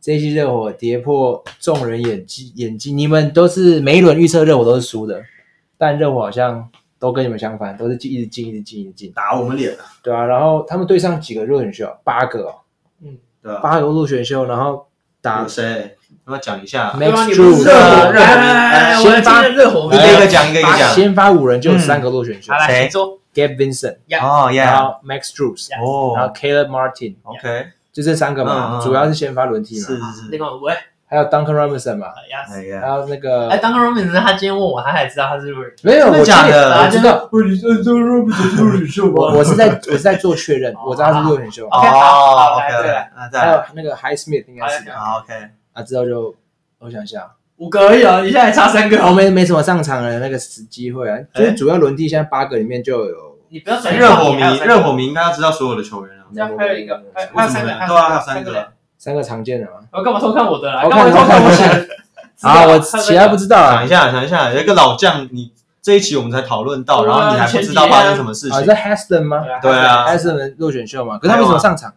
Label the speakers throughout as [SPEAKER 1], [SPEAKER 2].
[SPEAKER 1] 这一季热火跌破众人眼睛眼睛，你们都是每一轮预测热火都是输的，但热火好像都跟你们相反，都是进一直进一直进一直进，
[SPEAKER 2] 打我们脸了，
[SPEAKER 1] 对啊，然后他们对上几个入选秀，八个、哦，
[SPEAKER 3] 嗯
[SPEAKER 2] 对啊嗯吧？
[SPEAKER 1] 八个入选秀，然后打
[SPEAKER 2] 有谁？你要讲一下，
[SPEAKER 3] 对吧？
[SPEAKER 1] Max
[SPEAKER 3] 你不
[SPEAKER 1] Drew
[SPEAKER 3] 是热火，
[SPEAKER 1] 啊
[SPEAKER 3] 来来来来，我来今天热火，
[SPEAKER 2] 一个一个讲，一个一个讲。
[SPEAKER 1] 先发五人就有三个入选秀
[SPEAKER 3] 嗯好来，
[SPEAKER 2] 谁
[SPEAKER 3] 你说
[SPEAKER 1] ，Gabe Vincent，
[SPEAKER 2] 哦
[SPEAKER 1] 然
[SPEAKER 2] ，Yeah，
[SPEAKER 1] 后 Max Drews，
[SPEAKER 3] Yeah
[SPEAKER 1] 然
[SPEAKER 2] 哦
[SPEAKER 1] 后 Caleb Martin，
[SPEAKER 2] ，OK，
[SPEAKER 1] 就这三个
[SPEAKER 2] 嗯嗯
[SPEAKER 1] 嘛，
[SPEAKER 2] 嗯
[SPEAKER 1] 主要是先发轮替
[SPEAKER 2] 是
[SPEAKER 1] 嘛，
[SPEAKER 2] 是
[SPEAKER 3] 那
[SPEAKER 2] 是，
[SPEAKER 3] 个喂，
[SPEAKER 1] 还有 Duncan Robinson 嘛，
[SPEAKER 3] 哎呀，
[SPEAKER 2] 哎
[SPEAKER 1] 还
[SPEAKER 2] 呀，
[SPEAKER 1] 有那个
[SPEAKER 3] 哎，当个 Robinson 他今天问我，他还知道他是不是
[SPEAKER 1] 没有，
[SPEAKER 2] 真的
[SPEAKER 1] 我
[SPEAKER 2] 假的
[SPEAKER 1] 我知道，
[SPEAKER 3] 不是你这这 Robinson 不是秀
[SPEAKER 1] 我我是在 我是在做确认，我知道他是入选秀，
[SPEAKER 3] 哦
[SPEAKER 2] 哦
[SPEAKER 3] 好
[SPEAKER 2] ，OK，
[SPEAKER 3] 来对来
[SPEAKER 2] 那
[SPEAKER 1] 还
[SPEAKER 2] 再
[SPEAKER 1] 有
[SPEAKER 2] 来，
[SPEAKER 1] 那个 High Smith 应该是
[SPEAKER 3] 好
[SPEAKER 2] 好，OK，
[SPEAKER 1] 啊，之后就我想一下，
[SPEAKER 3] 五个而已啊，一下还差三个
[SPEAKER 1] 我，没没什么上场的那个时机会啊，
[SPEAKER 2] 哎
[SPEAKER 1] 就是主要轮替现在八个里面就有
[SPEAKER 3] 你不要承认
[SPEAKER 2] 热火迷，热火
[SPEAKER 3] 迷，
[SPEAKER 2] 迷应该要知道所有的球员啊，
[SPEAKER 3] 这样还有一个，还还有
[SPEAKER 2] 为什
[SPEAKER 3] 三
[SPEAKER 2] 么
[SPEAKER 3] 个，
[SPEAKER 2] 呢？对啊，还有
[SPEAKER 3] 三
[SPEAKER 2] 三
[SPEAKER 3] 个。
[SPEAKER 2] 个，
[SPEAKER 1] 三个常见的嘛，
[SPEAKER 3] 我干嘛偷看我的啦？啊
[SPEAKER 1] 我看
[SPEAKER 3] 干嘛偷看我写的？
[SPEAKER 1] 啊，我其他不知道
[SPEAKER 2] 想
[SPEAKER 1] 啊
[SPEAKER 2] 一，下，想一下，有一个老将，你这一期我们才讨论到，
[SPEAKER 3] 对
[SPEAKER 2] 然
[SPEAKER 3] 啊
[SPEAKER 2] 后你还不知道发生什么事
[SPEAKER 1] 啊，
[SPEAKER 2] 情
[SPEAKER 1] 是，Haston 吗
[SPEAKER 3] 啊
[SPEAKER 2] 对啊哎
[SPEAKER 1] ？Haston 入选秀嘛，可是他为什么上场？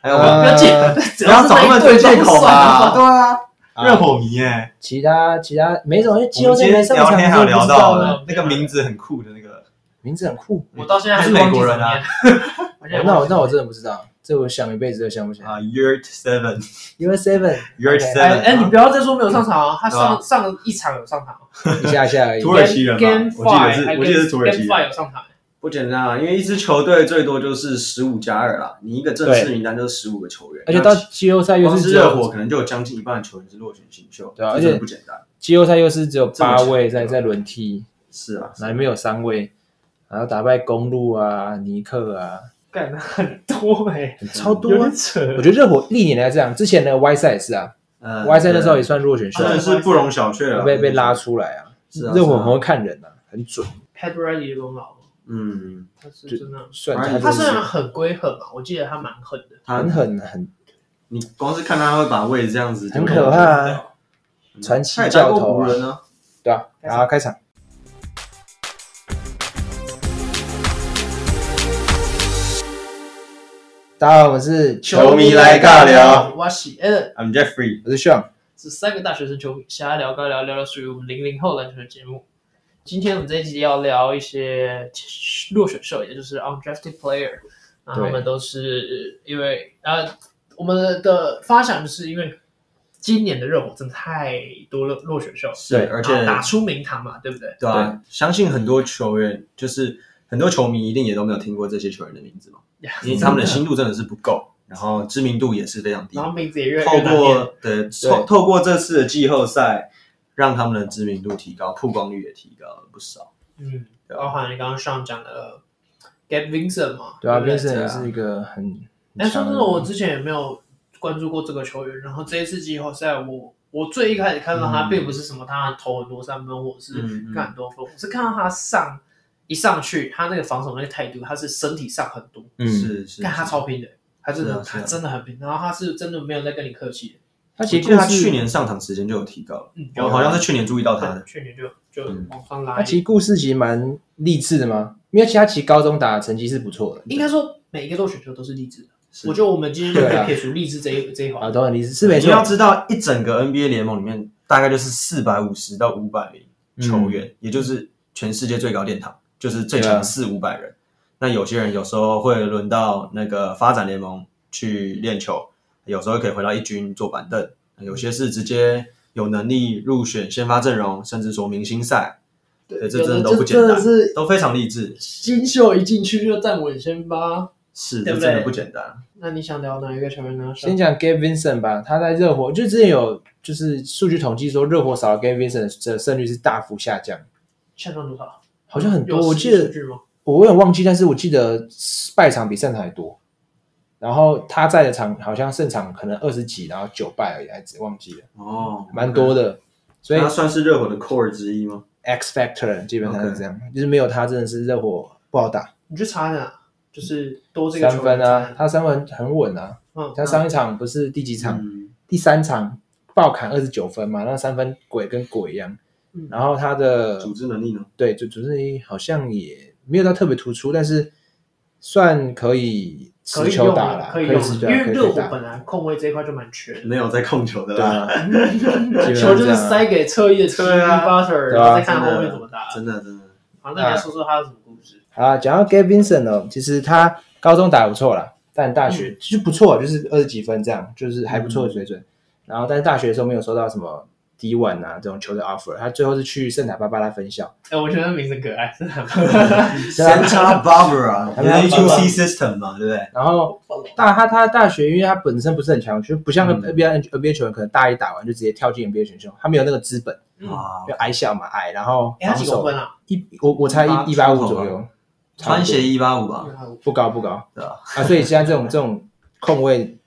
[SPEAKER 2] 还 有
[SPEAKER 3] 不
[SPEAKER 2] 吗
[SPEAKER 1] 呃
[SPEAKER 3] 要借，只
[SPEAKER 2] 不要
[SPEAKER 3] 是
[SPEAKER 2] 找那么多
[SPEAKER 3] 对
[SPEAKER 2] 借口吧？
[SPEAKER 3] 吧。
[SPEAKER 2] 对啊，
[SPEAKER 1] 啊
[SPEAKER 2] 热火迷哎，
[SPEAKER 1] 其他其他没什么，因为季后
[SPEAKER 2] 我们今
[SPEAKER 1] 赛没上
[SPEAKER 2] 天聊
[SPEAKER 1] 场，
[SPEAKER 2] 天还
[SPEAKER 1] 所
[SPEAKER 2] 有
[SPEAKER 1] 以不
[SPEAKER 2] 聊
[SPEAKER 1] 知道
[SPEAKER 2] 到
[SPEAKER 1] 啊
[SPEAKER 2] 了那个名字很酷的那个，
[SPEAKER 1] 名字很酷，
[SPEAKER 3] 我到现在还
[SPEAKER 2] 是
[SPEAKER 3] 忘
[SPEAKER 2] 美
[SPEAKER 3] 记
[SPEAKER 2] 国
[SPEAKER 3] 怎么
[SPEAKER 2] 人啊
[SPEAKER 3] 念， 我现在
[SPEAKER 1] 那
[SPEAKER 3] 忘
[SPEAKER 1] 我
[SPEAKER 3] 记
[SPEAKER 1] 那我真的不知道，这我想一辈子都想不起来。
[SPEAKER 2] 哎啊，Year Seven。
[SPEAKER 1] US Seven，
[SPEAKER 2] Year
[SPEAKER 3] 哎
[SPEAKER 2] Seven，
[SPEAKER 3] 哎，你不要再说没有上场啊！他
[SPEAKER 2] 对啊
[SPEAKER 3] 上上一场有上场，哦
[SPEAKER 1] 一下下而已
[SPEAKER 2] 土。耳其人吧
[SPEAKER 3] Game
[SPEAKER 2] 我记得是
[SPEAKER 3] Five，还
[SPEAKER 2] 我记得是土耳其人
[SPEAKER 3] Game Five 有上场，
[SPEAKER 4] 不简单啊，因为一支球队最多就是十五加二啦，你一个正式名单就是十五个球员，
[SPEAKER 1] 而且到季后赛
[SPEAKER 4] 那
[SPEAKER 1] 又
[SPEAKER 4] 光
[SPEAKER 1] 是
[SPEAKER 4] 是
[SPEAKER 1] 只有
[SPEAKER 4] 热火可能就有将近一半的球员是落选新秀，
[SPEAKER 1] 对啊
[SPEAKER 4] 这
[SPEAKER 1] 而且
[SPEAKER 4] 真的不简单。
[SPEAKER 1] 季后赛又是只有八位
[SPEAKER 4] 这
[SPEAKER 1] 在
[SPEAKER 4] 么强嗯
[SPEAKER 1] 在轮替，
[SPEAKER 4] 是啊，
[SPEAKER 1] 哪里面有三位，然后打败公路啊、尼克啊，
[SPEAKER 3] 干的很多
[SPEAKER 2] 欸
[SPEAKER 3] 哎，
[SPEAKER 1] 超
[SPEAKER 3] 有
[SPEAKER 1] 多啊
[SPEAKER 3] 点。扯。
[SPEAKER 1] 我觉得热火历年来这样，之前的 Y 赛也是啊
[SPEAKER 4] 呃
[SPEAKER 1] ，Y 赛那时候也算落选秀
[SPEAKER 4] 真，的是不容小觑了，啊
[SPEAKER 1] 被被拉。出来啊。
[SPEAKER 4] 是啊
[SPEAKER 1] 热火
[SPEAKER 4] 是啊
[SPEAKER 1] 很会看人啊，很准。
[SPEAKER 3] Pat Riley 的功劳，
[SPEAKER 4] 嗯，
[SPEAKER 3] 他是真的，
[SPEAKER 1] 虽
[SPEAKER 4] 反
[SPEAKER 1] 然
[SPEAKER 4] 正
[SPEAKER 1] 他
[SPEAKER 3] 他
[SPEAKER 1] 真
[SPEAKER 3] 虽
[SPEAKER 1] 的是
[SPEAKER 3] 然很规狠嘛，我记得他蛮狠的。
[SPEAKER 4] 他
[SPEAKER 1] 很很很
[SPEAKER 4] 你光是看他会把位这样子，
[SPEAKER 1] 很可怕啊，传奇
[SPEAKER 4] 他也
[SPEAKER 1] 教
[SPEAKER 4] 带过
[SPEAKER 1] 头
[SPEAKER 4] 湖
[SPEAKER 1] 啊，
[SPEAKER 4] 人啊，
[SPEAKER 1] 对吧？
[SPEAKER 3] 开
[SPEAKER 1] 然
[SPEAKER 3] 场
[SPEAKER 1] 后开场，大家好，我是
[SPEAKER 4] 球迷来尬聊，
[SPEAKER 3] 我是 Allen，
[SPEAKER 4] I'm Jeffrey，
[SPEAKER 1] 我是 Sean。
[SPEAKER 3] 是呃三个大学生球迷瞎聊高聊，聊聊属于我们零零后篮球的节目。今天我们这一集要聊一些落选秀，也就是 undrafted player，那他们都是因为呃，我们的发想就是因为今年的热火真的太多了落选秀，
[SPEAKER 4] 是，
[SPEAKER 1] 对
[SPEAKER 4] 而
[SPEAKER 3] 然
[SPEAKER 4] 且
[SPEAKER 3] 后打出名堂嘛，对不对？
[SPEAKER 4] 对啊，相信很多球员就是很多球迷一定也都没有听过这些球员的名字嘛，因为他们的心度真的是不够，然后知名度也是非常低
[SPEAKER 3] 然。后名字也越来
[SPEAKER 4] 透
[SPEAKER 3] 越难念。
[SPEAKER 4] 过对透透过这次的季后赛，让他们的知名度提高，曝光率也提高了不少。
[SPEAKER 3] 嗯，
[SPEAKER 4] 对啊
[SPEAKER 3] 包含刚刚上讲的 Gabe Vincent 嘛，
[SPEAKER 1] 对啊
[SPEAKER 3] 不对
[SPEAKER 1] ，Vincent 也
[SPEAKER 4] 啊
[SPEAKER 1] 是一个很。
[SPEAKER 3] 哎，
[SPEAKER 1] 很
[SPEAKER 3] 说
[SPEAKER 1] 强
[SPEAKER 3] 真
[SPEAKER 1] 的
[SPEAKER 3] 的，我之前也没有关注过这个球员。然后这一次季后赛，我我最一开始看到他，
[SPEAKER 4] 嗯
[SPEAKER 3] 并不是什么他投很多三分，或者是
[SPEAKER 4] 嗯嗯
[SPEAKER 3] 干很多分，我是看到他上一上去，他那个防守那个态度，他是身体上很多，
[SPEAKER 1] 嗯
[SPEAKER 4] 是是，
[SPEAKER 3] 看他
[SPEAKER 4] 是
[SPEAKER 3] 超拼的，他真
[SPEAKER 4] 是
[SPEAKER 3] 的
[SPEAKER 4] 啊
[SPEAKER 3] 他
[SPEAKER 4] 是啊
[SPEAKER 3] 真的很拼，然后他是真的没有在跟你客气的，
[SPEAKER 1] 嗯他
[SPEAKER 4] 我记
[SPEAKER 1] 其
[SPEAKER 4] 得
[SPEAKER 1] 实
[SPEAKER 4] 他
[SPEAKER 1] 故事
[SPEAKER 4] 去年上场时间就有提高了，
[SPEAKER 3] 嗯，
[SPEAKER 4] 哦我好像是去年注意到他
[SPEAKER 3] 对
[SPEAKER 4] 的。
[SPEAKER 3] 去年就就
[SPEAKER 4] 嗯
[SPEAKER 3] 往上拉
[SPEAKER 1] 他
[SPEAKER 3] 一
[SPEAKER 1] 其
[SPEAKER 3] 点，
[SPEAKER 1] 实故事其实蛮励志的嘛，因为其实他其实高中打的成绩是不错的，
[SPEAKER 3] 应该说每一个落选球都是励志的。
[SPEAKER 4] 是
[SPEAKER 3] 我觉得我们今天就可
[SPEAKER 1] 对啊
[SPEAKER 3] 以撇除励志这一这一
[SPEAKER 1] 啊
[SPEAKER 3] 环，
[SPEAKER 1] 都很励志，是没
[SPEAKER 4] 你要
[SPEAKER 1] 错。
[SPEAKER 4] 知道，一整个 NBA 联盟里面大概就是四百五十到五百名球员，
[SPEAKER 3] 嗯
[SPEAKER 4] 也就是全世界最高殿堂，就是最
[SPEAKER 1] 对啊
[SPEAKER 4] 强四五百人。那有些人有时候会轮到那个发展联盟去练球，有时候可以回到一军坐板凳，有些是直接有能力入选先发阵容，甚至说明星赛，
[SPEAKER 3] 对
[SPEAKER 4] 对，这
[SPEAKER 3] 有
[SPEAKER 4] 真
[SPEAKER 3] 的
[SPEAKER 4] 的都不简
[SPEAKER 3] 真的
[SPEAKER 4] 单，
[SPEAKER 3] 是
[SPEAKER 4] 都非常励志，
[SPEAKER 3] 新秀一进去就站稳先发，
[SPEAKER 4] 是，
[SPEAKER 3] 对
[SPEAKER 4] 这
[SPEAKER 3] 不
[SPEAKER 4] 真
[SPEAKER 3] 对
[SPEAKER 4] 的不简单。
[SPEAKER 3] 那你想聊哪一个球员呢？
[SPEAKER 1] 先讲 Gabe Vincent 吧，他在热火就之前有就是数据统计说热火少了 Gabe Vincent 的胜率是大幅下降，
[SPEAKER 3] 下降多少？
[SPEAKER 1] 好像很
[SPEAKER 3] 有
[SPEAKER 1] 多，我
[SPEAKER 3] 实
[SPEAKER 1] 记
[SPEAKER 3] 际数
[SPEAKER 1] 得
[SPEAKER 3] 据吗？
[SPEAKER 1] 我有点忘记，但是我记得败场比胜场还多。然后他在的场好像胜场可能二十几，然后九败而已，还只忘记了，
[SPEAKER 4] 哦，
[SPEAKER 1] 蛮多的。所以
[SPEAKER 4] 那他算是热火的 core 之一吗？
[SPEAKER 1] X Factor 基本上是这样就是没有他真的是热火不好打。
[SPEAKER 3] 你去查一下，就是多这个
[SPEAKER 1] 三
[SPEAKER 3] 球员
[SPEAKER 1] 分啊，，他三分很稳啊。
[SPEAKER 3] 嗯，
[SPEAKER 1] 他上一场不是第几场？
[SPEAKER 4] 嗯，
[SPEAKER 1] 第三场爆砍二十九分嘛，那三分鬼跟鬼一样。
[SPEAKER 3] 嗯
[SPEAKER 1] 然后他的
[SPEAKER 4] 组织能力呢？
[SPEAKER 1] 对主主力好像也没有到特别突出，但是算可以持
[SPEAKER 3] 可以
[SPEAKER 1] 球
[SPEAKER 3] 用
[SPEAKER 1] 打
[SPEAKER 3] 的
[SPEAKER 1] 啦，，
[SPEAKER 3] 可以
[SPEAKER 1] 以
[SPEAKER 3] 用
[SPEAKER 1] 持球
[SPEAKER 3] 的，
[SPEAKER 1] 打，
[SPEAKER 3] 因为
[SPEAKER 1] 可以
[SPEAKER 3] 热
[SPEAKER 1] 可以
[SPEAKER 3] 火
[SPEAKER 1] 打，
[SPEAKER 3] 本来控卫这一块就蛮缺的，
[SPEAKER 4] 没有在控球的
[SPEAKER 1] 对
[SPEAKER 4] 啦，
[SPEAKER 1] 啊，基本
[SPEAKER 3] 球
[SPEAKER 1] 上
[SPEAKER 3] 就是
[SPEAKER 1] 这样啊
[SPEAKER 3] 塞给侧翼的 T
[SPEAKER 4] 对啊
[SPEAKER 3] Butter，
[SPEAKER 1] 对啊
[SPEAKER 3] 然后再看后面怎么打。
[SPEAKER 4] 真的真的。
[SPEAKER 3] 好，那你来说说他有什么故事？
[SPEAKER 1] 啊，讲到 Gabe Vincent 哦，其实他高中打得不错啦，但大学
[SPEAKER 3] 嗯
[SPEAKER 1] 其实不错，就是二十几分这样，就是还不错的水准。然后，但是大学的时候没有收到什么 D one 啊这种球队 offer，他最后是去圣塔芭芭拉分校。
[SPEAKER 3] 哎，我觉得名字可爱，真的。
[SPEAKER 1] 啊
[SPEAKER 4] Santa Barbara，
[SPEAKER 1] 他
[SPEAKER 4] 你
[SPEAKER 1] 们
[SPEAKER 4] 的
[SPEAKER 1] 要
[SPEAKER 4] UC system 嘛，对不对？
[SPEAKER 1] 然后大他他大学，因为他本身不是很强，就不像
[SPEAKER 4] 嗯
[SPEAKER 1] NBA NBA 球员可能大一打完就直接跳进 NBA 选秀，他没有那个资本，
[SPEAKER 3] 嗯
[SPEAKER 4] 哇，
[SPEAKER 1] 就矮小嘛矮，然后
[SPEAKER 3] 哎，他
[SPEAKER 1] 防
[SPEAKER 3] 几公
[SPEAKER 1] 守
[SPEAKER 3] 分啊？
[SPEAKER 1] 一我我才一一八
[SPEAKER 4] 出
[SPEAKER 1] 五
[SPEAKER 4] 头
[SPEAKER 1] 左右，差不多
[SPEAKER 4] 穿鞋一八五吧，
[SPEAKER 1] 不高不高，
[SPEAKER 4] 对啊
[SPEAKER 1] 啊，所以现在这种这种控卫，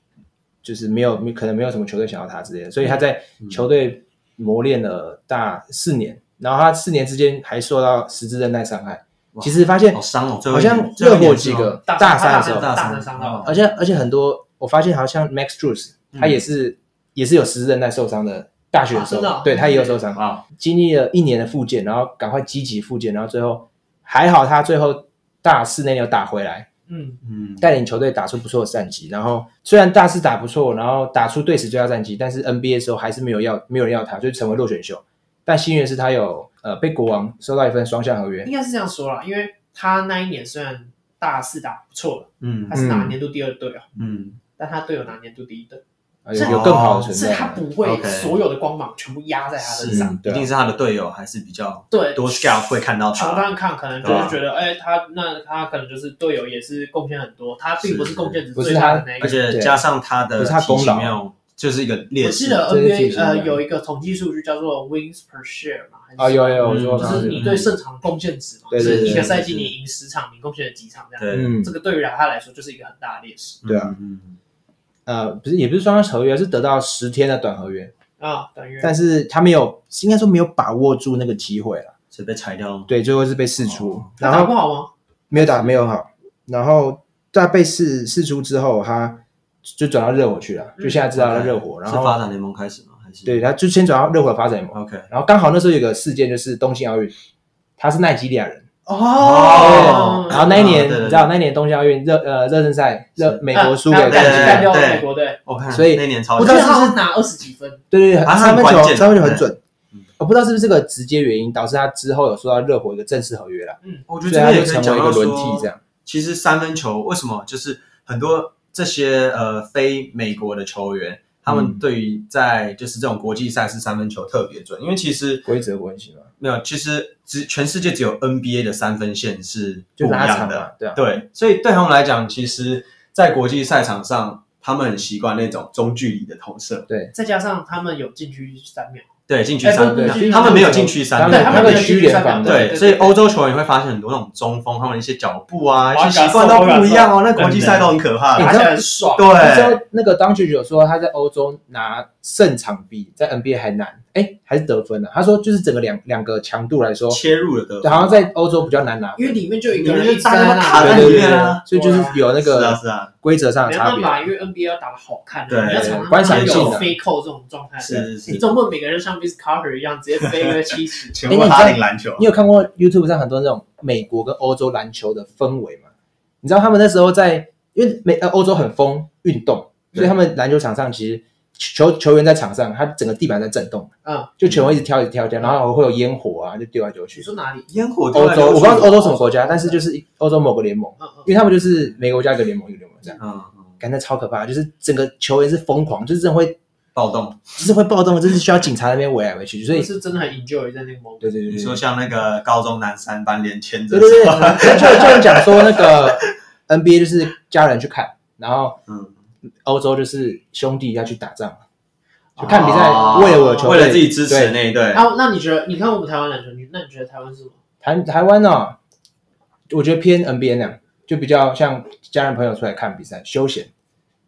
[SPEAKER 1] 就是没有可能没有什么球队想要他之类的，所以他在
[SPEAKER 4] 嗯
[SPEAKER 1] 球队磨练了大四年，然后他四年之间还受到十字韧带伤害。
[SPEAKER 4] 哇
[SPEAKER 1] 其实发现
[SPEAKER 4] 好伤哦。最后
[SPEAKER 1] 哎好
[SPEAKER 4] 一年
[SPEAKER 1] 像
[SPEAKER 4] 最后
[SPEAKER 1] 热
[SPEAKER 4] 一年
[SPEAKER 1] 火
[SPEAKER 4] 是
[SPEAKER 1] 几
[SPEAKER 4] 吗
[SPEAKER 1] 个
[SPEAKER 3] 大
[SPEAKER 1] 大三
[SPEAKER 3] 三大
[SPEAKER 1] 的时候，
[SPEAKER 3] 大
[SPEAKER 4] 大
[SPEAKER 3] 三
[SPEAKER 4] 三
[SPEAKER 3] 伤到
[SPEAKER 1] 而且而且很多我发现好像 Max Drews
[SPEAKER 4] 嗯
[SPEAKER 1] 他也是、也是有十字韧带受伤的，大学的时
[SPEAKER 3] 啊
[SPEAKER 1] 候，
[SPEAKER 3] 真的哦
[SPEAKER 1] 对他也有受伤。
[SPEAKER 4] 哇，
[SPEAKER 1] 经历了一年的复健，然后赶快积极复健，然后最后还好他最后大四那年有打回来，
[SPEAKER 3] 嗯，
[SPEAKER 4] 嗯，
[SPEAKER 1] 带领球队打出不错的战绩。然后虽然大四打不错，然后打出队史最佳战绩，但是 NBA 的时候还是没有要没有人要他，就成为落选秀。但幸运的是他有呃被国王收到一份双向合约
[SPEAKER 3] 应，该是这样说啦，因为他那一年虽然大四打不错了，
[SPEAKER 4] 嗯
[SPEAKER 3] 他是拿年度第二队哦，
[SPEAKER 4] 嗯，
[SPEAKER 3] 但他队友拿年度第一队，
[SPEAKER 1] 呃有
[SPEAKER 3] 是哦
[SPEAKER 1] 有更好啊的存
[SPEAKER 3] 是
[SPEAKER 1] 在
[SPEAKER 3] 他
[SPEAKER 1] 嘛。
[SPEAKER 3] 不会
[SPEAKER 4] OK
[SPEAKER 3] 所有的光芒全部压在他身
[SPEAKER 4] 是
[SPEAKER 3] 上。
[SPEAKER 1] 嗯
[SPEAKER 4] 一
[SPEAKER 1] 对啊
[SPEAKER 4] 定是他的队友还是比较
[SPEAKER 3] 对，
[SPEAKER 4] 多 scout 会看到
[SPEAKER 3] 球探
[SPEAKER 4] 他，
[SPEAKER 3] 看可能就
[SPEAKER 4] 对啊
[SPEAKER 3] 是觉得，哎、他那他可能就是队友也是贡献很多，他并不是贡献值最大的那一
[SPEAKER 4] 而
[SPEAKER 3] 个。
[SPEAKER 4] 且
[SPEAKER 1] 对
[SPEAKER 4] 加上他的
[SPEAKER 1] 不是他
[SPEAKER 4] 体
[SPEAKER 1] 功
[SPEAKER 4] 型
[SPEAKER 1] 劳
[SPEAKER 4] 没有，就是一个
[SPEAKER 3] 我
[SPEAKER 4] 劣
[SPEAKER 3] 记
[SPEAKER 4] 势。
[SPEAKER 3] 得
[SPEAKER 1] 这是体
[SPEAKER 3] NBA
[SPEAKER 1] 型的
[SPEAKER 3] 呃有一个统计数据叫做 wins per share 嘛，还是
[SPEAKER 1] 啊有有有，
[SPEAKER 4] 嗯
[SPEAKER 1] 我说
[SPEAKER 3] 就
[SPEAKER 1] 刚刚
[SPEAKER 3] 是
[SPEAKER 1] 这
[SPEAKER 3] 你
[SPEAKER 1] 个
[SPEAKER 3] 对胜场的贡献值嘛，
[SPEAKER 1] 对
[SPEAKER 3] 就
[SPEAKER 1] 对
[SPEAKER 3] 是一个
[SPEAKER 1] 对
[SPEAKER 3] 赛季你赢十场，你贡献了几场这样。
[SPEAKER 4] 对，
[SPEAKER 1] 嗯
[SPEAKER 3] 这个对于他来说就是一个很大的劣势
[SPEAKER 1] 对啊
[SPEAKER 4] 嗯，
[SPEAKER 1] 呃不是也不是双向合约，是得到十天的短合约，
[SPEAKER 3] 啊，等于
[SPEAKER 1] 但是他没有应该说没有把握住那个机会了，
[SPEAKER 4] 所以被裁掉了。
[SPEAKER 1] 对，最后是被释出，
[SPEAKER 3] 哦他
[SPEAKER 1] 然
[SPEAKER 3] 打
[SPEAKER 1] 后
[SPEAKER 3] 不好吗？
[SPEAKER 1] 没有打没有好，然后在被试试出之后，他就转到热火去了，
[SPEAKER 3] 嗯
[SPEAKER 1] 就现在知道了啊热火，然
[SPEAKER 4] 是发
[SPEAKER 1] 后
[SPEAKER 4] 展联盟开始吗？还是
[SPEAKER 1] 对他就先转到热火的发展联盟，
[SPEAKER 4] ？OK，
[SPEAKER 1] 然后刚好那时候有个事件就是东京奥运，他是奈及利亚人，
[SPEAKER 4] 哦
[SPEAKER 1] 然后那一年
[SPEAKER 4] 对对对
[SPEAKER 1] 你知道那一年东京奥运热呃热身赛热美国输给
[SPEAKER 3] 他
[SPEAKER 4] 啊对对对
[SPEAKER 3] 干掉了
[SPEAKER 4] 对
[SPEAKER 3] 美国队，
[SPEAKER 4] 我看
[SPEAKER 1] 所以
[SPEAKER 4] 那年超
[SPEAKER 3] 我
[SPEAKER 1] 不
[SPEAKER 4] 级
[SPEAKER 1] 知道
[SPEAKER 3] 记得
[SPEAKER 1] 是不是
[SPEAKER 3] 他是拿二十几分，
[SPEAKER 1] 对对对，
[SPEAKER 4] 啊
[SPEAKER 1] 三分
[SPEAKER 4] 很关
[SPEAKER 1] 球
[SPEAKER 4] 键
[SPEAKER 1] 三分球
[SPEAKER 4] 对
[SPEAKER 1] 很准
[SPEAKER 4] 嗯。
[SPEAKER 1] 我不知道是不是这个直接原因导致他之后有收到热火一个正式合约了，
[SPEAKER 4] 我觉
[SPEAKER 1] 所以
[SPEAKER 4] 得这
[SPEAKER 1] 他
[SPEAKER 4] 边也
[SPEAKER 1] 就
[SPEAKER 4] 可
[SPEAKER 1] 成为
[SPEAKER 4] 以讲
[SPEAKER 1] 一
[SPEAKER 4] 到
[SPEAKER 1] 个
[SPEAKER 4] 说，
[SPEAKER 1] 轮替这样。
[SPEAKER 4] 其实三分球为什么就是很多这些呃非美国的球员，他们
[SPEAKER 1] 嗯
[SPEAKER 4] 对于在就是这种国际赛事三分球特别准，因为其实
[SPEAKER 1] 规则关系嘛，
[SPEAKER 4] 没有，其实只全世界只有 NBA 的三分线是
[SPEAKER 1] 就
[SPEAKER 4] 不一
[SPEAKER 1] 拉长
[SPEAKER 4] 样
[SPEAKER 1] 嘛
[SPEAKER 4] 的，，
[SPEAKER 1] 对啊，
[SPEAKER 4] 对，所以对他们来讲，其实，在国际赛场上，他们很习惯那种中距离的投射，
[SPEAKER 3] 再加上他们有禁区三秒，
[SPEAKER 4] 对，禁区
[SPEAKER 3] 哎
[SPEAKER 4] 三
[SPEAKER 3] 不
[SPEAKER 4] 分
[SPEAKER 1] 对
[SPEAKER 3] 禁区，
[SPEAKER 4] 他们没有禁
[SPEAKER 1] 区
[SPEAKER 4] 区三
[SPEAKER 3] 对
[SPEAKER 4] 分，
[SPEAKER 3] 他
[SPEAKER 1] 他
[SPEAKER 3] 们
[SPEAKER 1] 们
[SPEAKER 3] 没
[SPEAKER 1] 的
[SPEAKER 3] 有
[SPEAKER 1] 虚联防
[SPEAKER 3] 对
[SPEAKER 4] 对，所以欧洲球员会发现很多那种中锋，他们一些脚步啊，
[SPEAKER 3] 哇
[SPEAKER 4] 一些习惯都不一样哦。那国际赛都很可怕
[SPEAKER 1] 对
[SPEAKER 3] 打
[SPEAKER 4] 的。
[SPEAKER 3] 起来很爽。
[SPEAKER 1] 那时
[SPEAKER 4] 对，
[SPEAKER 1] 候那个当局有说他在欧洲拿胜场比在 NBA 还难，哎，还是得分呢、他说就是整个两两个强度来说，
[SPEAKER 4] 切入了的，
[SPEAKER 1] 好像在欧洲比较难拿。
[SPEAKER 3] 因为里面就有一个
[SPEAKER 4] 你
[SPEAKER 3] 人
[SPEAKER 4] 们
[SPEAKER 3] 一
[SPEAKER 4] 就
[SPEAKER 3] 直在
[SPEAKER 4] 大家
[SPEAKER 3] 那
[SPEAKER 4] 都卡
[SPEAKER 1] 对
[SPEAKER 4] 在
[SPEAKER 3] 里，
[SPEAKER 1] 对
[SPEAKER 4] 里
[SPEAKER 1] 对
[SPEAKER 4] 面啊，
[SPEAKER 1] 所以就是有那
[SPEAKER 4] 是啊
[SPEAKER 1] 个
[SPEAKER 4] 是啊，
[SPEAKER 1] 规则上的
[SPEAKER 3] 没
[SPEAKER 1] 差
[SPEAKER 3] 办
[SPEAKER 1] 别。
[SPEAKER 3] 法，因为 NBA 要打的好看，
[SPEAKER 4] 对
[SPEAKER 3] 你要常常
[SPEAKER 1] 观赏性
[SPEAKER 3] 有
[SPEAKER 1] 的
[SPEAKER 3] 飞扣这种状态，
[SPEAKER 4] 是是
[SPEAKER 3] 你
[SPEAKER 4] 是。。
[SPEAKER 3] 总不能每个人像 Miss Carter 一样直接飞个七尺
[SPEAKER 4] 请
[SPEAKER 1] 哎那
[SPEAKER 4] 问
[SPEAKER 1] 你
[SPEAKER 4] 哈
[SPEAKER 1] 在
[SPEAKER 4] 林篮球
[SPEAKER 1] 你有看过 YouTube 上很多那种美国跟欧洲篮球的氛围吗？你知道他们那时候在，因为美呃欧洲很疯运动，所以
[SPEAKER 4] 对
[SPEAKER 1] 他们篮球场上其实球球员在场上，他整个地板在震动，
[SPEAKER 3] 嗯，
[SPEAKER 1] 就球会一直跳一直跳一直跳，然后会有烟火啊，就丢来丢
[SPEAKER 3] 你
[SPEAKER 1] 去。
[SPEAKER 3] 说哪里？
[SPEAKER 4] 烟火丢
[SPEAKER 1] 欧
[SPEAKER 4] 来
[SPEAKER 1] 洲
[SPEAKER 4] 丢
[SPEAKER 1] 我
[SPEAKER 4] 去
[SPEAKER 1] 不知道欧洲什么国家，但是就是欧洲某个联盟，
[SPEAKER 3] 嗯嗯，
[SPEAKER 1] 因为他们就是每个国家一个联盟一个联盟这样，
[SPEAKER 4] 嗯嗯
[SPEAKER 1] 感觉超可怕，就是整个球员是疯狂，就是真的会
[SPEAKER 4] 暴动。
[SPEAKER 1] 就是会暴动，就是需要警察那边围来围去，所以
[SPEAKER 3] 我是真的很 enjoy 在那个 moment。
[SPEAKER 1] 对对对
[SPEAKER 4] 你
[SPEAKER 1] 对
[SPEAKER 4] 说。像那个高中男三班连牵着
[SPEAKER 1] 对，对对，就就就讲说那个 NBA 就是家人去看，然后
[SPEAKER 4] 嗯，
[SPEAKER 1] 欧洲就是兄弟要去打仗，就看比赛
[SPEAKER 4] 哦，
[SPEAKER 1] 为了我的球队，
[SPEAKER 4] 为了自己支持的
[SPEAKER 1] 对
[SPEAKER 4] 那一队，
[SPEAKER 3] 啊，那你觉得？你看我们台湾篮球，你那你觉得台湾是什么？
[SPEAKER 1] 台台湾哦，我觉得偏 NBA 那样，就比较像家人朋友出来看比赛休闲，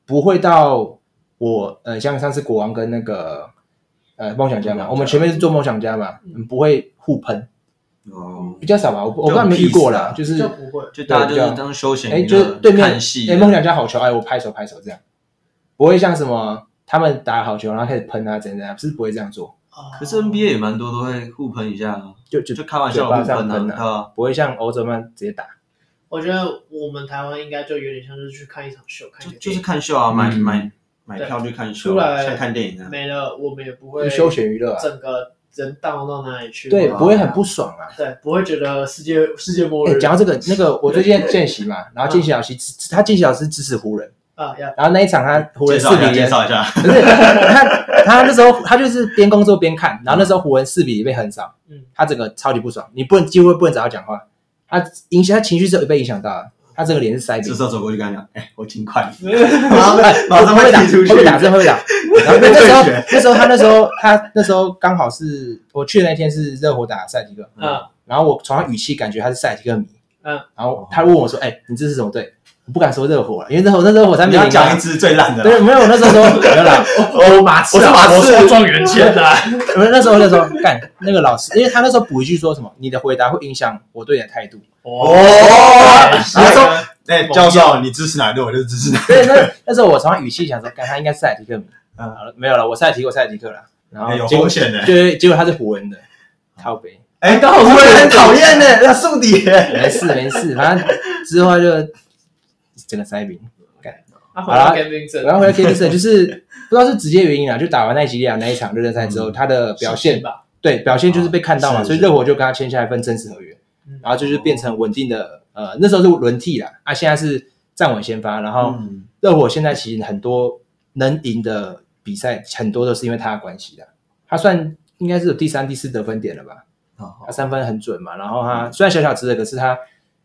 [SPEAKER 1] 不会到我呃像上次国王跟那个呃梦想家
[SPEAKER 4] 梦想
[SPEAKER 1] 嘛，
[SPEAKER 4] 家
[SPEAKER 1] 我们前面是做梦想家嘛，嗯不会互喷，
[SPEAKER 4] 哦，
[SPEAKER 1] 比较少吧，我不我不知道
[SPEAKER 4] 就
[SPEAKER 1] 没遇过啦，
[SPEAKER 4] peace 啊
[SPEAKER 1] 就是
[SPEAKER 3] 就不会。
[SPEAKER 4] 就大家
[SPEAKER 1] 对
[SPEAKER 4] 就
[SPEAKER 1] 比较
[SPEAKER 4] 是当休闲
[SPEAKER 1] 哎，
[SPEAKER 4] 娱
[SPEAKER 1] 就是
[SPEAKER 4] 乐，
[SPEAKER 1] 对面
[SPEAKER 4] 啊看戏啊，
[SPEAKER 1] 哎，梦想家好球，哎，我拍手拍手这样，不会像什么他们打好球然后开始喷啊，怎样怎样，是不会这样做，
[SPEAKER 3] 哦
[SPEAKER 4] 可是 NBA 也蛮多都会互喷一下啊，
[SPEAKER 1] 就就
[SPEAKER 4] 就开玩笑
[SPEAKER 1] 嘴巴
[SPEAKER 4] 互
[SPEAKER 1] 上
[SPEAKER 4] 喷啊，
[SPEAKER 1] 喷
[SPEAKER 4] 对
[SPEAKER 1] 啊
[SPEAKER 4] 啊。
[SPEAKER 1] 不会像欧洲曼直接打，
[SPEAKER 3] 我觉得我们台湾应该就有点像是去看一场秀，看
[SPEAKER 4] 就
[SPEAKER 3] 一个
[SPEAKER 4] 就
[SPEAKER 3] 电
[SPEAKER 4] 是
[SPEAKER 3] 影
[SPEAKER 4] 看秀啊，买
[SPEAKER 2] 嗯
[SPEAKER 4] 买买票去看秀
[SPEAKER 3] 出
[SPEAKER 4] 啊，
[SPEAKER 3] 来
[SPEAKER 4] 像看电影一样。
[SPEAKER 3] 没了，我们也不会
[SPEAKER 1] 就休闲娱乐啊，
[SPEAKER 3] 整个人荡到哪里去，
[SPEAKER 1] 对，
[SPEAKER 3] 哇
[SPEAKER 1] 不会很不爽啊。
[SPEAKER 3] 对，不会觉得世界世界末
[SPEAKER 1] 哎，
[SPEAKER 3] 日
[SPEAKER 1] 讲到这个，那个我最近在见习嘛，然后见习老师支他见习老师支持湖人，
[SPEAKER 3] 啊呀，
[SPEAKER 1] 然后那一场他湖
[SPEAKER 4] 介
[SPEAKER 1] 人四
[SPEAKER 4] 绍一
[SPEAKER 1] 比
[SPEAKER 4] 下，介
[SPEAKER 1] 零，
[SPEAKER 4] 绍一下。
[SPEAKER 1] 不是他他那时候他就是边工作边看，然后那时候湖人四比零被横扫，
[SPEAKER 3] 嗯
[SPEAKER 1] 他整个超级不爽，你不能几乎不能找他讲话，他影响他情绪是有被影响到的，他整个脸是塞
[SPEAKER 4] 这
[SPEAKER 1] 饼
[SPEAKER 4] 时，候走过去跟他讲：“哎，我勤快。
[SPEAKER 1] 哎
[SPEAKER 4] 马上
[SPEAKER 1] 会
[SPEAKER 4] 被
[SPEAKER 1] 打，
[SPEAKER 4] 踢出去
[SPEAKER 1] 会被打，真的会被 打。然后那时
[SPEAKER 4] 对
[SPEAKER 1] 候那时候他那时候他那时候刚好是我去的那天是热火打赛提克，
[SPEAKER 3] 啊
[SPEAKER 1] 然后我从他语气感觉他是赛提克迷，
[SPEAKER 3] 嗯，
[SPEAKER 1] 然后他问我说：“哎，你这是什么队？”我不敢说热火了，因为热火那热火三
[SPEAKER 4] 你
[SPEAKER 1] 比零
[SPEAKER 4] 要讲
[SPEAKER 1] 啊
[SPEAKER 4] 一。 支最烂的啦。
[SPEAKER 1] 对，没有，我那时候说没有啦，我马刺
[SPEAKER 4] 我是
[SPEAKER 1] 啊，
[SPEAKER 4] 马刺
[SPEAKER 1] 我说
[SPEAKER 3] 状元签的啊，
[SPEAKER 1] 我那时候那时候干那个老师，因为他那时候补一句说什么，你的回答会影响我对你的态 度。
[SPEAKER 4] 哦，
[SPEAKER 3] 啊
[SPEAKER 2] 然
[SPEAKER 1] 啊
[SPEAKER 2] 后说
[SPEAKER 4] 哎，教授，你支持哪队，我就支持哪队。
[SPEAKER 1] 所以那那时候我从他语气想说，干他应该是赛迪克迷。
[SPEAKER 4] 嗯
[SPEAKER 1] 好了，没有了，我赛迪克我赛迪克了。然后
[SPEAKER 4] 哎有
[SPEAKER 1] 结果
[SPEAKER 4] 风险的
[SPEAKER 1] 对，结果他是湖人的，靠北。
[SPEAKER 4] 哎，
[SPEAKER 1] 刚好
[SPEAKER 4] 湖人很讨厌呢，要宿敌。
[SPEAKER 1] 没事没事，反正之后他就整个塞饼。好
[SPEAKER 3] 啊，好
[SPEAKER 1] 啦
[SPEAKER 3] 了，跟
[SPEAKER 1] 我要回到 k d 就是不知道是直接原因啊，就打完奈及利亚那一场热身赛之后，他的表现
[SPEAKER 3] 吧，
[SPEAKER 1] 对表现就是被看到嘛，
[SPEAKER 4] 嗯啊是
[SPEAKER 1] 所以热火就跟他签下一份真实合约
[SPEAKER 3] 嗯，
[SPEAKER 1] 然后就是变成稳定的呃那时候是轮替啦，啊现在是站稳先发，然后
[SPEAKER 4] 嗯
[SPEAKER 1] 热火现在其实很多能赢的比赛很多都是因为他的关系的，他算应该是有第三第四得分点了吧。
[SPEAKER 4] 好
[SPEAKER 1] 他三分很准嘛，然后他虽然小小只的，可是他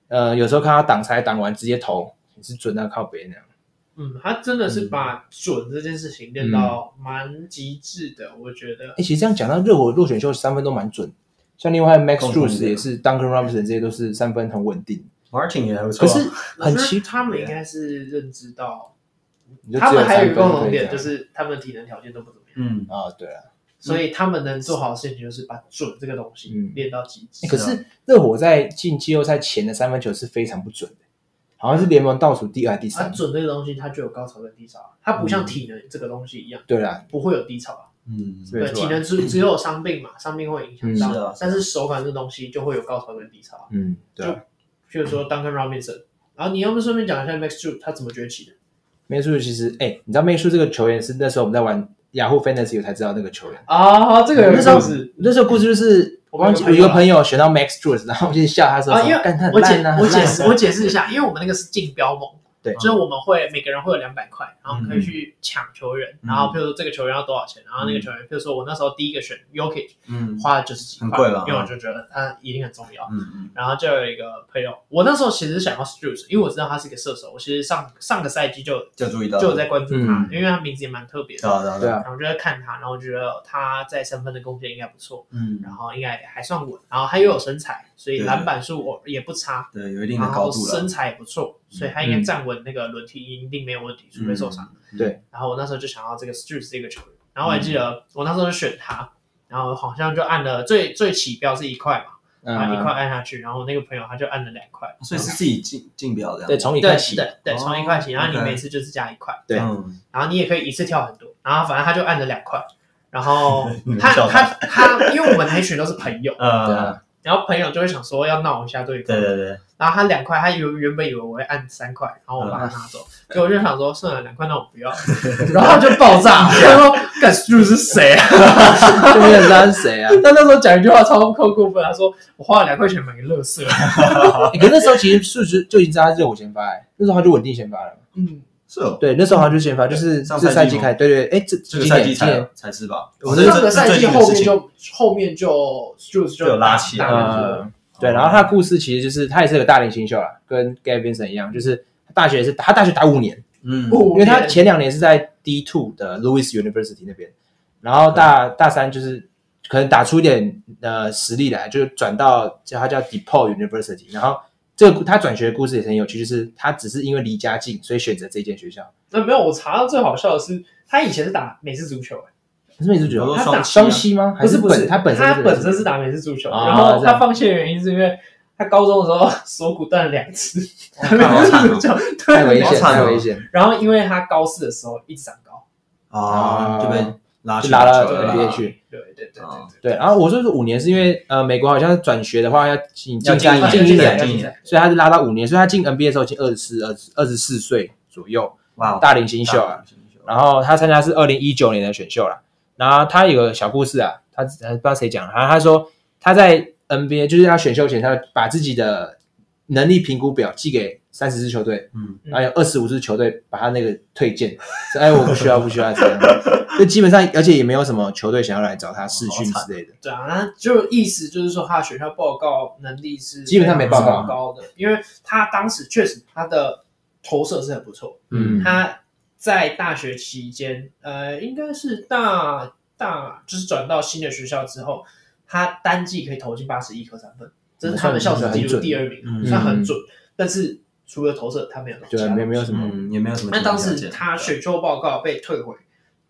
[SPEAKER 1] 呃有时候看他挡拆挡完直接投也是准到靠北那样。
[SPEAKER 3] 嗯，他真的是把准这件事情练到蛮极致的，我觉得
[SPEAKER 1] 嗯哎、，其实这样讲到热火落选秀三分都蛮准，像另外 Max
[SPEAKER 4] 共同的
[SPEAKER 1] Drews 也是 Duncan Robinson 这些都是三分很稳定，
[SPEAKER 4] ，Martin 也还不错
[SPEAKER 1] 可
[SPEAKER 4] 啊。
[SPEAKER 1] 是很
[SPEAKER 3] 我觉
[SPEAKER 1] 奇
[SPEAKER 3] 得他们应该是认知到，
[SPEAKER 1] 你就
[SPEAKER 3] 他
[SPEAKER 1] 只有
[SPEAKER 3] 们还有
[SPEAKER 1] 三
[SPEAKER 3] 一
[SPEAKER 1] 分
[SPEAKER 3] 个共
[SPEAKER 1] 可以
[SPEAKER 3] 同
[SPEAKER 1] 这
[SPEAKER 3] 点
[SPEAKER 1] 样
[SPEAKER 3] 就是他们的体能条件都不怎么样，
[SPEAKER 4] 嗯，
[SPEAKER 1] 啊、对啊，
[SPEAKER 3] 所以他们能做好的事情就是把准这个东西
[SPEAKER 1] 嗯
[SPEAKER 3] 练到极致
[SPEAKER 1] 诶。可是热火在进季后赛前的三分球是非常不准的，好像是联盟倒数第二还是第
[SPEAKER 3] 他
[SPEAKER 1] 三。
[SPEAKER 3] 啊准这个东西，它就有高潮跟低潮啊，它不像体能这个东西一样，
[SPEAKER 1] 对啦，
[SPEAKER 3] 不会有低潮啊。
[SPEAKER 4] 嗯，
[SPEAKER 1] 没
[SPEAKER 3] 对，
[SPEAKER 1] 错
[SPEAKER 3] 体
[SPEAKER 1] 啊
[SPEAKER 3] 能只只有伤病嘛，伤病会影响
[SPEAKER 1] 嗯
[SPEAKER 3] 到，
[SPEAKER 4] 是啊
[SPEAKER 3] 但是手感这东西就会有高潮跟低潮啊。
[SPEAKER 1] 嗯，对啊。
[SPEAKER 3] 譬如说 Duncan Robinson，然后你要不顺便讲一下 Max Drew 他怎么崛起的？
[SPEAKER 1] 梅树其实，哎、你知道梅树这个球员是那时候我们在玩雅虎 Fantasy 我才知道那个球员。
[SPEAKER 3] 啊，这
[SPEAKER 1] 有
[SPEAKER 3] 个
[SPEAKER 1] 一个
[SPEAKER 3] 那时候
[SPEAKER 1] 故那时候故事就是，我忘记
[SPEAKER 3] 我
[SPEAKER 1] 有
[SPEAKER 3] 有
[SPEAKER 1] 一
[SPEAKER 3] 一个
[SPEAKER 1] 个
[SPEAKER 3] 朋
[SPEAKER 1] 朋友选到 Max Drews，然后我就笑他说
[SPEAKER 3] 啊，
[SPEAKER 1] 什
[SPEAKER 3] 因为
[SPEAKER 1] 么：“干他
[SPEAKER 3] 我
[SPEAKER 1] 很
[SPEAKER 3] 解
[SPEAKER 1] 烂啊，
[SPEAKER 3] 我
[SPEAKER 1] 很
[SPEAKER 3] 解
[SPEAKER 1] 烂
[SPEAKER 3] 释
[SPEAKER 1] 啊
[SPEAKER 3] 我解释一下，因为我们那个是竞标盟，
[SPEAKER 1] 对
[SPEAKER 3] 就是我们会每个人会有两百块，然后我们可以
[SPEAKER 4] 嗯
[SPEAKER 3] 去抢球员，
[SPEAKER 4] 嗯
[SPEAKER 3] 然后譬如说这个球员要多少钱，然后那个球员，譬如说我那时候第一个选 Yokic，
[SPEAKER 4] 嗯
[SPEAKER 3] 花了九十几块，
[SPEAKER 4] 很贵了
[SPEAKER 3] 因为我就觉得他一定很重要。
[SPEAKER 4] 嗯嗯，
[SPEAKER 3] 然后就有一个朋友，我那时候其实想要 Struz，因为我知道他是一个射手，我其实上上个赛季就
[SPEAKER 4] 就注意到
[SPEAKER 3] 就有在关注他
[SPEAKER 1] 嗯，
[SPEAKER 3] 因为他名字也蛮特别
[SPEAKER 4] 对
[SPEAKER 3] 的，
[SPEAKER 4] 啊对啊
[SPEAKER 1] 对啊
[SPEAKER 3] 然后就在看他，然后觉得他在三分的贡献应该不错。
[SPEAKER 4] 嗯，
[SPEAKER 3] 然后应该还算稳，然后他又有身材，所以
[SPEAKER 4] 对
[SPEAKER 3] 篮板数我也不差，
[SPEAKER 4] 对，有一定
[SPEAKER 3] 然
[SPEAKER 4] 的高
[SPEAKER 3] 后
[SPEAKER 4] 度了
[SPEAKER 3] 身。材也不错，所以他应该站稳那个轮替一定没有问题，除非受伤。
[SPEAKER 4] 嗯
[SPEAKER 1] 对，
[SPEAKER 3] 然后我那时候就想要这个 Struz 这个球员，然后我还记得我那时候就选他，然后好像就按了最最起标是一块嘛，然后一块
[SPEAKER 1] 嗯，
[SPEAKER 3] 按下去，然后那个朋友他就按了两块，
[SPEAKER 4] 所以是自己竞竞标的。
[SPEAKER 1] 对，从一
[SPEAKER 3] 对
[SPEAKER 1] 块起，
[SPEAKER 3] 对对，从一块起，然后你
[SPEAKER 4] OK
[SPEAKER 3] 每次就是加一块，
[SPEAKER 1] 对啊
[SPEAKER 4] 嗯
[SPEAKER 3] 然后你也可以一次跳很多，然后反正他就按了两块，然后
[SPEAKER 4] 你
[SPEAKER 3] 他
[SPEAKER 4] 笑
[SPEAKER 3] 他他，因为我们那一群都是朋友。
[SPEAKER 1] 对
[SPEAKER 4] 呃，
[SPEAKER 1] 啊，
[SPEAKER 3] 然后朋友就会想说要闹一下对方，
[SPEAKER 4] 对对对，
[SPEAKER 3] 然后他两块，他原原本以为我会按三块，然后我把它拿走，所以我就想说算了，两块那我不要，嗯 然后他就爆炸， 他说干 Stu 是谁 啊？
[SPEAKER 1] 就没有人知道是谁啊。
[SPEAKER 3] 他那时候讲一句话超超过分，他说我花了两块钱买个乐色，
[SPEAKER 1] 欸可是那时候其实数值就已经知道他是热火先发，哎，那时候他就稳定先发了。
[SPEAKER 3] 嗯，
[SPEAKER 4] 是哦，
[SPEAKER 1] 对，那时候好像就是先发，就是
[SPEAKER 4] 上
[SPEAKER 1] 这
[SPEAKER 4] 赛
[SPEAKER 1] 赛
[SPEAKER 4] 季
[SPEAKER 1] 季
[SPEAKER 4] 吗
[SPEAKER 1] 开始，对对，对哎，这
[SPEAKER 4] 这
[SPEAKER 1] 今
[SPEAKER 4] 个赛
[SPEAKER 1] 年
[SPEAKER 4] 季
[SPEAKER 1] 今
[SPEAKER 4] 才
[SPEAKER 1] 年，
[SPEAKER 4] 才是吧？
[SPEAKER 1] 我
[SPEAKER 4] 这
[SPEAKER 1] 是
[SPEAKER 3] 上个
[SPEAKER 4] 这
[SPEAKER 3] 赛
[SPEAKER 4] 最
[SPEAKER 3] 季
[SPEAKER 4] 近的
[SPEAKER 3] 后
[SPEAKER 4] 事
[SPEAKER 3] 面
[SPEAKER 4] 情。
[SPEAKER 3] 就后面就 Stu 就
[SPEAKER 4] 就有拉起来
[SPEAKER 3] 大
[SPEAKER 1] 呃
[SPEAKER 3] 了，，
[SPEAKER 4] 哦
[SPEAKER 1] 对，然后他的故事其实就是他也是个大龄新秀啦，跟 Gavinson 一样，就是大学是他大学打五年。
[SPEAKER 4] 嗯
[SPEAKER 3] 哦
[SPEAKER 1] 因为他前两年是在 D two 的 Louis University 那边，然后大大三就是可能打出一点呃实力来，就是转到叫他叫 DePaul University，然后这个他转学的故事也很有趣，就是他只是因为离家近，所以选择这间学校。
[SPEAKER 3] 那没有，我查到最好笑的是他以前是打美式足球，哎
[SPEAKER 1] 可是美术觉得
[SPEAKER 4] 我说
[SPEAKER 3] 他
[SPEAKER 4] 双
[SPEAKER 3] 打
[SPEAKER 4] 七啊
[SPEAKER 1] 双溪吗？还
[SPEAKER 3] 不是不
[SPEAKER 1] 本
[SPEAKER 3] 是，
[SPEAKER 1] 他本身
[SPEAKER 3] 他本身
[SPEAKER 1] 是
[SPEAKER 3] 是打美式足球，
[SPEAKER 1] 啊
[SPEAKER 3] 然后
[SPEAKER 1] 这
[SPEAKER 3] 他
[SPEAKER 1] 样
[SPEAKER 3] 放弃的原因是因为他高中的时候 锁骨断了两次，
[SPEAKER 4] 哦 好
[SPEAKER 3] 足球
[SPEAKER 1] 太危
[SPEAKER 3] 对，
[SPEAKER 1] 险，
[SPEAKER 4] 好惨
[SPEAKER 1] 太
[SPEAKER 4] 哦
[SPEAKER 1] 危险
[SPEAKER 3] 然后因为他高四的时候一直长高，
[SPEAKER 4] 啊，就被拉
[SPEAKER 1] 就
[SPEAKER 4] 去
[SPEAKER 1] 拉到
[SPEAKER 4] 球
[SPEAKER 3] 对
[SPEAKER 4] 了
[SPEAKER 1] NBA
[SPEAKER 4] 啦。
[SPEAKER 1] 去。
[SPEAKER 3] 对对对对
[SPEAKER 4] 哦
[SPEAKER 3] 对，
[SPEAKER 1] 对，啊然后我说是五年，是因为呃，美国好像转学的话要进
[SPEAKER 4] 要
[SPEAKER 1] 进
[SPEAKER 4] 加
[SPEAKER 1] 一
[SPEAKER 4] 一
[SPEAKER 1] 进
[SPEAKER 4] 年
[SPEAKER 1] 一
[SPEAKER 4] 对
[SPEAKER 1] 年，
[SPEAKER 4] 进一
[SPEAKER 3] 年
[SPEAKER 4] 年，
[SPEAKER 1] 所以他就拉到五年，所以他进 NBA 的时候已经二十四、二十二十四岁左右，
[SPEAKER 4] 哇哦，
[SPEAKER 1] 大龄新秀啊。
[SPEAKER 4] 大新秀
[SPEAKER 1] 然后他参加是二零一九年的选秀啦。然后他有个小故事啊，他他不知道谁讲的，然后他说他在 NBA 就是要选秀前，他把自己的能力评估表寄给三十支球队，
[SPEAKER 4] 嗯，
[SPEAKER 1] 然后有二十五支球队把他那个推荐，说哎我不需要不需要这样， 就基本上而且也没有什么球队想要来找他试训之类的，
[SPEAKER 3] 对啊，那就意思就是说他的学校报告能力是
[SPEAKER 1] 基本上没报告
[SPEAKER 3] 非常高的，因为他当时确实他的投射是很不错，
[SPEAKER 1] 嗯
[SPEAKER 3] 他在大学期间，呃，应该是大大就是转到新的学校之后，他单季可以投进八十一颗三分，这是他们校史纪录第二名，
[SPEAKER 4] 嗯
[SPEAKER 3] 算很准。但是除了投射，他没有其
[SPEAKER 1] 对，啊
[SPEAKER 3] 他
[SPEAKER 1] 没没有什么，
[SPEAKER 4] 嗯，也没有什么。
[SPEAKER 3] 那当时他，选秀报告被退回，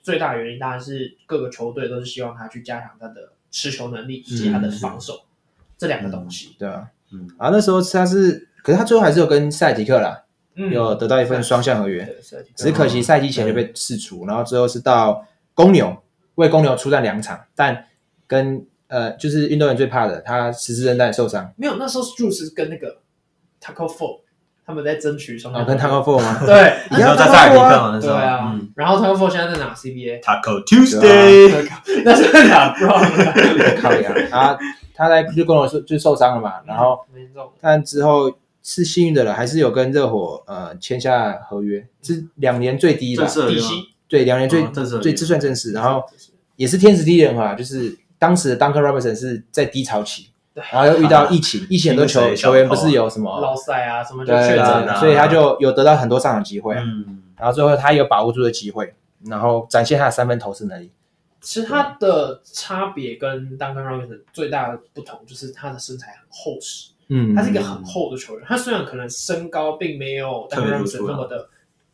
[SPEAKER 3] 最大原因当然是各个球队都是希望他去加强他的持球能力以及
[SPEAKER 1] 嗯
[SPEAKER 3] 他的防守、这两个东西。
[SPEAKER 1] 对啊，
[SPEAKER 4] 嗯
[SPEAKER 1] 然后那时候他是，可是他最后还是有跟赛迪克啦，
[SPEAKER 3] 嗯，
[SPEAKER 1] 有得到一份双向合约，
[SPEAKER 3] 对，是的
[SPEAKER 1] 只可惜赛季前就被释出，然后最后是到公牛为公牛出战两场，但跟呃就是运动员最怕的，他十字韧带受伤，
[SPEAKER 3] 没有，那时候 Juice 跟那个 Taco Four 他们在争取什么？
[SPEAKER 1] 然哦后跟 Taco Four 吗？
[SPEAKER 3] 对
[SPEAKER 1] 一
[SPEAKER 4] 你
[SPEAKER 1] 样
[SPEAKER 4] 要在
[SPEAKER 1] 在
[SPEAKER 4] 萨尔迪克
[SPEAKER 1] 啊，
[SPEAKER 4] 嘛那时
[SPEAKER 3] 对
[SPEAKER 4] 候，
[SPEAKER 3] 啊，
[SPEAKER 4] 嗯
[SPEAKER 3] 然后 Taco Four 现在在哪 CBA？
[SPEAKER 4] ，Taco Tuesday，
[SPEAKER 3] 那是哪 Brown？
[SPEAKER 1] 靠呀，他他在就公牛受就受伤了嘛，然后
[SPEAKER 3] 没中，
[SPEAKER 1] 但之后是幸运的了，还是有跟热火呃签下合约，这两年最低吧
[SPEAKER 4] 正，式合
[SPEAKER 3] 底
[SPEAKER 4] 约吗
[SPEAKER 3] 薪
[SPEAKER 1] 对，两年最
[SPEAKER 4] 哦正式合约
[SPEAKER 1] 最这算正式，然后也是天时地利人和啊，就是当时的 Duncan Robinson 是在低潮期，然后又遇到疫情，疫情很多球
[SPEAKER 4] 薪水小
[SPEAKER 1] 球
[SPEAKER 4] 偷啊
[SPEAKER 1] 员不是有什么
[SPEAKER 3] 老赛啊什么就确
[SPEAKER 1] 对
[SPEAKER 3] 诊
[SPEAKER 1] 啊
[SPEAKER 4] 的
[SPEAKER 3] 了，
[SPEAKER 1] 所以他就有得到很多上场机会啊，
[SPEAKER 4] 嗯，
[SPEAKER 1] 然后最后他有把握住的机会，然后展现他的三分投射能力。
[SPEAKER 3] 其实他的差别跟 Duncan Robinson 最大的不同就是他的身材很厚实，
[SPEAKER 1] 嗯
[SPEAKER 3] 他是一个很厚的球员。他虽然可能身高并没有
[SPEAKER 4] 特
[SPEAKER 3] Duncan
[SPEAKER 4] 别突出啊
[SPEAKER 3] Robinson 那么的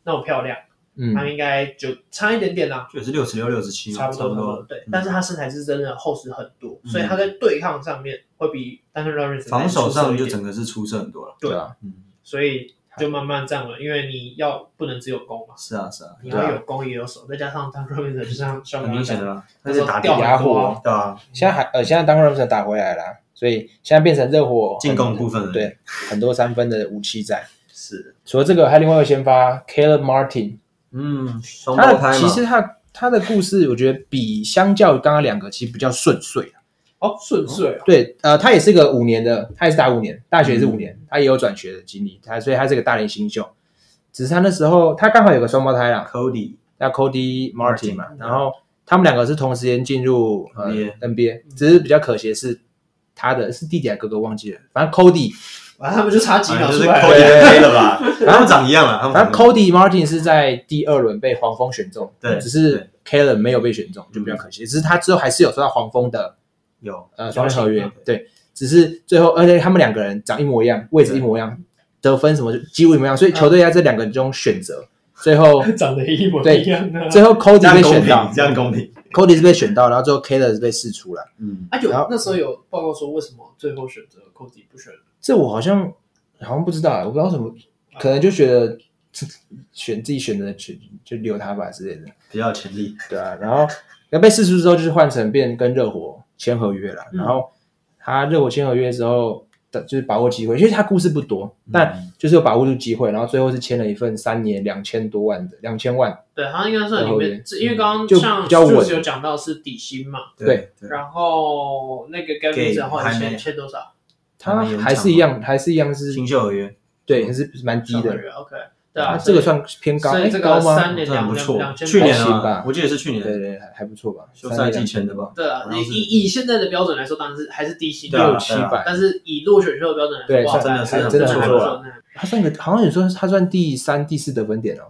[SPEAKER 3] 那么漂亮，
[SPEAKER 1] 嗯
[SPEAKER 3] 他应该就差一点点啦，
[SPEAKER 4] 就也是六十六、六十七，
[SPEAKER 3] 差不多
[SPEAKER 4] 不
[SPEAKER 3] 差不多
[SPEAKER 4] 多，
[SPEAKER 3] 对
[SPEAKER 4] 嗯。
[SPEAKER 3] 但是他身材是真的厚实很多，
[SPEAKER 4] 嗯
[SPEAKER 3] 所以他在对抗上面会比 Duncan Robinson
[SPEAKER 4] 防守上就
[SPEAKER 3] 整。
[SPEAKER 4] 整个是出色很多了。
[SPEAKER 1] 对啊，
[SPEAKER 4] 嗯，
[SPEAKER 3] 所以就慢慢这样了，因为你要不能只有攻嘛，
[SPEAKER 4] 是啊，是啊，
[SPEAKER 3] 你要有攻也有守，再加上当 Robinson 就像像
[SPEAKER 4] 很明显的啦，
[SPEAKER 3] 啊那
[SPEAKER 4] 那
[SPEAKER 3] 时
[SPEAKER 4] 是
[SPEAKER 3] 候
[SPEAKER 4] 打底
[SPEAKER 3] 掉
[SPEAKER 1] 压
[SPEAKER 3] 很多啊，
[SPEAKER 4] 对啊，
[SPEAKER 1] 现在还呃，现在 Duncan Robinson 打回来了，所以现在变成热火很
[SPEAKER 4] 进攻部分而已
[SPEAKER 1] 对很多三分的武器在。
[SPEAKER 4] 是，
[SPEAKER 1] 除了这个，还有另外一个先发 Caleb Martin，
[SPEAKER 4] 嗯，双
[SPEAKER 1] 他
[SPEAKER 4] 胞胎
[SPEAKER 1] 的其
[SPEAKER 4] 嘛，
[SPEAKER 1] 实他他的故事，我觉得比相较于刚刚两个，其实比较顺遂。
[SPEAKER 3] 哦顺遂啊，
[SPEAKER 1] 对，呃，他也是个五年的，他也是打五年，大学也是
[SPEAKER 4] 嗯
[SPEAKER 1] 五年，他也有转学的经历，他所以他是个大龄新秀。只是他那时候他刚好有个双胞胎啦，
[SPEAKER 4] Cody
[SPEAKER 1] 叫 Cody Martin 嘛，
[SPEAKER 4] Martin，
[SPEAKER 1] 然后他们两个是同时间进入呃
[SPEAKER 4] NBA
[SPEAKER 1] NBA，只
[SPEAKER 4] 嗯
[SPEAKER 1] 是比较可惜的是他的是弟弟还是哥哥忘记了，反正 Cody，
[SPEAKER 3] 反正他们就差几
[SPEAKER 4] 反
[SPEAKER 3] 秒
[SPEAKER 4] 正就
[SPEAKER 3] 出
[SPEAKER 4] 是
[SPEAKER 3] 来了，
[SPEAKER 1] 对
[SPEAKER 4] Cody 跟 K 了吧，他们长一样了，啊他们
[SPEAKER 1] 反正
[SPEAKER 4] 长
[SPEAKER 1] Cody Martin 是在第二轮被黄蜂选中，
[SPEAKER 4] 对
[SPEAKER 1] 只是
[SPEAKER 4] 对
[SPEAKER 1] k a l e n 没有被选中，就比较可惜。只是他之后还是有收到黄蜂的
[SPEAKER 4] 有
[SPEAKER 1] 呃双人合
[SPEAKER 3] 邀
[SPEAKER 1] 约
[SPEAKER 3] 请，
[SPEAKER 1] 对，只是最后，而且他们两个人长一模一样，位置一模一样，得分什么几乎一模一样，所以球队在这两个人中选择，最后
[SPEAKER 3] 长得一模一样啊。
[SPEAKER 1] 最后
[SPEAKER 4] 这
[SPEAKER 1] Cody
[SPEAKER 4] 样
[SPEAKER 1] 被
[SPEAKER 4] 公
[SPEAKER 1] 选到
[SPEAKER 4] 平，这样公平，
[SPEAKER 1] ，Cody 是被选到，然后最后 k a l e n 是被试出了，
[SPEAKER 4] 嗯，
[SPEAKER 3] 啊有
[SPEAKER 1] 然后
[SPEAKER 3] 那时候有报告说为什么最后选择 Cody 不选
[SPEAKER 1] 这我好像好像不知道，啊我不知道为什么，可能就觉得 选自己选择就就留他吧之类的，
[SPEAKER 4] 比较有潜力，
[SPEAKER 1] 对啊，然后那被释出之后，就是换成变跟热火签合约了。
[SPEAKER 3] 嗯
[SPEAKER 1] 然后他热火签合约之后，的就是把握机会，因为他故事不多，
[SPEAKER 4] 嗯
[SPEAKER 1] 但就是有把握住机会，然后最后是签了一份三年两千多万的两千万，
[SPEAKER 3] 对，他应该算里
[SPEAKER 1] 最后一
[SPEAKER 3] 面，因为刚
[SPEAKER 1] 就
[SPEAKER 3] 刚像
[SPEAKER 1] 比较稳
[SPEAKER 3] Juice 有讲到是底薪嘛，
[SPEAKER 1] 对
[SPEAKER 4] 对，
[SPEAKER 3] 然后那个 Gavin
[SPEAKER 4] 给
[SPEAKER 3] 的话
[SPEAKER 4] 还没
[SPEAKER 3] 签签多少？
[SPEAKER 1] 他
[SPEAKER 4] 还没有
[SPEAKER 1] 还是一样，还是一样是
[SPEAKER 4] 新秀合约，
[SPEAKER 1] 对，还是蛮低
[SPEAKER 3] 上个
[SPEAKER 1] 的。
[SPEAKER 3] 月 OK，对
[SPEAKER 1] 他
[SPEAKER 3] 啊，
[SPEAKER 1] 这个算偏高，
[SPEAKER 3] 所以
[SPEAKER 1] 哎
[SPEAKER 3] 这个
[SPEAKER 1] 高
[SPEAKER 3] 三
[SPEAKER 1] 吗？
[SPEAKER 3] 年
[SPEAKER 4] 这很不
[SPEAKER 3] 两
[SPEAKER 4] 错
[SPEAKER 3] 两，千
[SPEAKER 4] 去年
[SPEAKER 1] 还行吧
[SPEAKER 4] 啊，我记得是去
[SPEAKER 1] 对
[SPEAKER 4] 年
[SPEAKER 1] 对，对，还不错吧？
[SPEAKER 4] 休赛季
[SPEAKER 1] 前
[SPEAKER 4] 前的吧，
[SPEAKER 3] 对啊
[SPEAKER 4] 好，像
[SPEAKER 3] 以
[SPEAKER 4] 是
[SPEAKER 3] 以以现在的标准来说，当然是还是低薪的
[SPEAKER 4] 对啊
[SPEAKER 1] 六七
[SPEAKER 4] 对
[SPEAKER 1] 百，
[SPEAKER 3] 但是以落选秀的标准来说，
[SPEAKER 1] 对
[SPEAKER 3] 哇
[SPEAKER 4] 算
[SPEAKER 3] 塞
[SPEAKER 4] 真
[SPEAKER 1] 真的
[SPEAKER 4] 的是很
[SPEAKER 1] 不错
[SPEAKER 4] 不错
[SPEAKER 1] 啊。他算个，好像有说他算第三、第四得分点哦，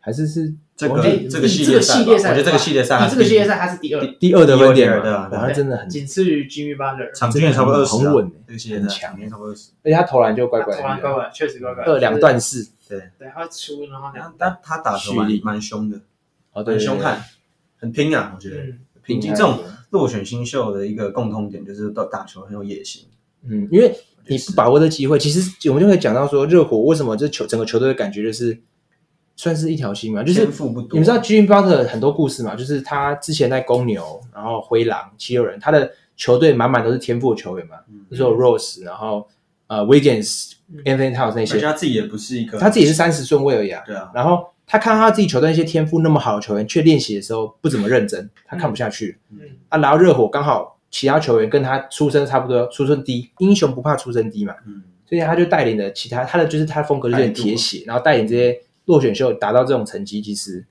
[SPEAKER 1] 还是是
[SPEAKER 4] 这
[SPEAKER 1] 我
[SPEAKER 4] 个
[SPEAKER 1] 忘
[SPEAKER 3] 嗯
[SPEAKER 1] 记
[SPEAKER 4] 这个系列赛吧，我觉得这个系列赛
[SPEAKER 3] 以
[SPEAKER 4] 还
[SPEAKER 3] 这
[SPEAKER 4] 是
[SPEAKER 3] 个
[SPEAKER 4] 第
[SPEAKER 3] 系列赛它是第二，
[SPEAKER 1] 第二得分点
[SPEAKER 4] 第二
[SPEAKER 1] 嘛，
[SPEAKER 4] 对啊对
[SPEAKER 1] 哇
[SPEAKER 4] 啊
[SPEAKER 1] 他真的很
[SPEAKER 3] 仅次于 Jimmy Butler。
[SPEAKER 4] 场均也差不多二十，啊
[SPEAKER 1] 很稳欸
[SPEAKER 4] 这个系列
[SPEAKER 1] 很
[SPEAKER 4] 赛
[SPEAKER 1] 强
[SPEAKER 4] 场均差不多二十，
[SPEAKER 1] 而且他投篮就怪怪
[SPEAKER 3] 投篮怪
[SPEAKER 1] 的，
[SPEAKER 3] 怪，确实怪怪。
[SPEAKER 1] 二两，段式，
[SPEAKER 3] 对，他出然后两，
[SPEAKER 4] 但但他打球
[SPEAKER 1] 蓄力
[SPEAKER 4] 蛮蛮凶的，
[SPEAKER 1] 哦对，对
[SPEAKER 4] 很凶，悍，很拼啊，我觉得。
[SPEAKER 3] 嗯，
[SPEAKER 1] 对
[SPEAKER 4] 平均这种落选新秀的一个共通点就是到打球很有野心，
[SPEAKER 1] 嗯，因为你不把握这机会，其实我们就会讲到说，热火为什么这球整个球队的感觉就是算是一条心嘛，就
[SPEAKER 4] 天
[SPEAKER 1] 是
[SPEAKER 4] 赋不多。
[SPEAKER 1] 你们知道 Jimmy Butler 很多故事嘛？就是他之前在公牛，然后灰狼、七六人，他的球队满满都是天赋的球员嘛，
[SPEAKER 4] 嗯
[SPEAKER 1] 就是有 Rose，然后呃 Wiggins、
[SPEAKER 3] 嗯
[SPEAKER 1] Anthony Towns 那
[SPEAKER 4] 而且
[SPEAKER 1] 些，
[SPEAKER 4] 他自己也不是一个，
[SPEAKER 1] 他自己是三十顺位而已啊。
[SPEAKER 4] 对啊，
[SPEAKER 1] 然后他看到他自己球队那些天赋那么好的球员，却练习的时候不怎么认真，他看不下去、
[SPEAKER 3] 嗯
[SPEAKER 1] 啊。然后热火刚好其他球员跟他出身差不多，出身低，英雄不怕出身低嘛，
[SPEAKER 4] 嗯，
[SPEAKER 1] 所以他就带领了其他他的就是他的风格就是很铁血，然后带领这些落选秀达到这种成绩，其实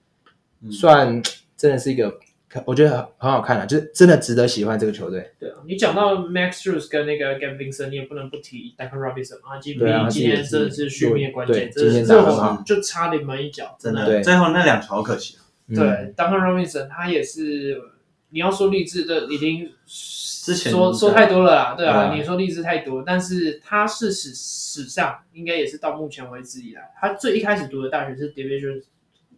[SPEAKER 4] 嗯
[SPEAKER 1] 算真的是一个，我觉得很很好看啊，就是真的值得喜欢这个球队。
[SPEAKER 3] 对啊，你讲到 Max Drews 跟那个 Gavin Vincent，你也不能不提 Duncan Robinson 啊，今
[SPEAKER 1] 对啊
[SPEAKER 3] 今年真的是续命的关键，
[SPEAKER 1] 对
[SPEAKER 3] 真
[SPEAKER 1] 今
[SPEAKER 3] 的
[SPEAKER 1] 天
[SPEAKER 3] 是
[SPEAKER 1] 打得
[SPEAKER 3] 热
[SPEAKER 1] 很好
[SPEAKER 3] 火就差临门一脚，
[SPEAKER 4] 真
[SPEAKER 3] 的。
[SPEAKER 1] 嗯对
[SPEAKER 4] 的，最后那两球好可惜啊。
[SPEAKER 1] 嗯
[SPEAKER 3] 对，Duncan Robinson 他也是，你要说励志，这已经之
[SPEAKER 4] 前
[SPEAKER 3] 说
[SPEAKER 4] 对
[SPEAKER 3] 说太多了啦，对啊，
[SPEAKER 1] 对啊
[SPEAKER 3] 你说励志太多，但是他是史史上应该也是到目前为止以来，他最一开始读的大学是 Division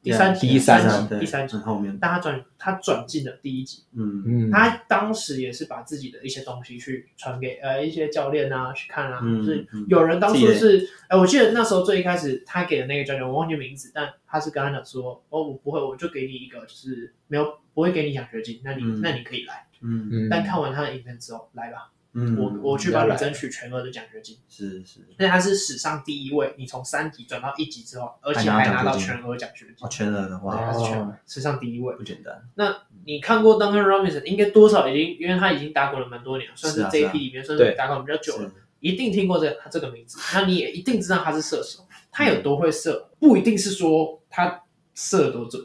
[SPEAKER 3] 第三级，
[SPEAKER 1] 第三
[SPEAKER 3] 级
[SPEAKER 1] 啊
[SPEAKER 4] 对
[SPEAKER 3] 第三级
[SPEAKER 4] 很，嗯后面，
[SPEAKER 3] 但他转他转进了第一级，
[SPEAKER 4] 嗯
[SPEAKER 1] 嗯，
[SPEAKER 3] 他当时也是把自己的一些东西去传给呃一些教练啊去看啊，
[SPEAKER 4] 嗯
[SPEAKER 3] 就是
[SPEAKER 4] 嗯
[SPEAKER 3] 有人当初
[SPEAKER 4] 自
[SPEAKER 3] 是，哎、我记得那时候最一开始他给的那个教练，我忘记名字，但他是跟他讲说，哦，我不会，我就给你一个，就是没有不会给你奖学金，那你、
[SPEAKER 4] 嗯
[SPEAKER 3] 那你可以来，
[SPEAKER 4] 嗯
[SPEAKER 1] 嗯
[SPEAKER 3] 但看完他的影片之后，来吧，
[SPEAKER 4] 嗯，
[SPEAKER 3] 我我去帮
[SPEAKER 1] 要
[SPEAKER 3] 你
[SPEAKER 1] 来
[SPEAKER 3] 争取全额的奖学金，
[SPEAKER 4] 是是
[SPEAKER 3] 因为他是史上第一位，你从三级转到一级之后，而且
[SPEAKER 4] 还
[SPEAKER 3] 还
[SPEAKER 4] 拿
[SPEAKER 3] 拿
[SPEAKER 4] 奖
[SPEAKER 3] 到
[SPEAKER 4] 学金
[SPEAKER 3] 全额奖学
[SPEAKER 4] 哦，
[SPEAKER 3] 金，
[SPEAKER 4] 全额的
[SPEAKER 3] 对，啊
[SPEAKER 4] 话
[SPEAKER 3] 他是全额
[SPEAKER 1] 哦
[SPEAKER 3] 史上第一位。
[SPEAKER 4] 不简单，
[SPEAKER 3] 你看过 Duncan Robinson，应该多少已经，因为他已经打滚了蛮多年了，算
[SPEAKER 4] 是
[SPEAKER 3] 是
[SPEAKER 4] 啊
[SPEAKER 3] 这一
[SPEAKER 4] 是啊
[SPEAKER 3] 批里面算
[SPEAKER 1] 对
[SPEAKER 3] 是打滚比较久了，
[SPEAKER 4] 是
[SPEAKER 3] 一定听过这他这个名字，那你也一定知道他是射手，他有多会射，不一定是说他射得多准，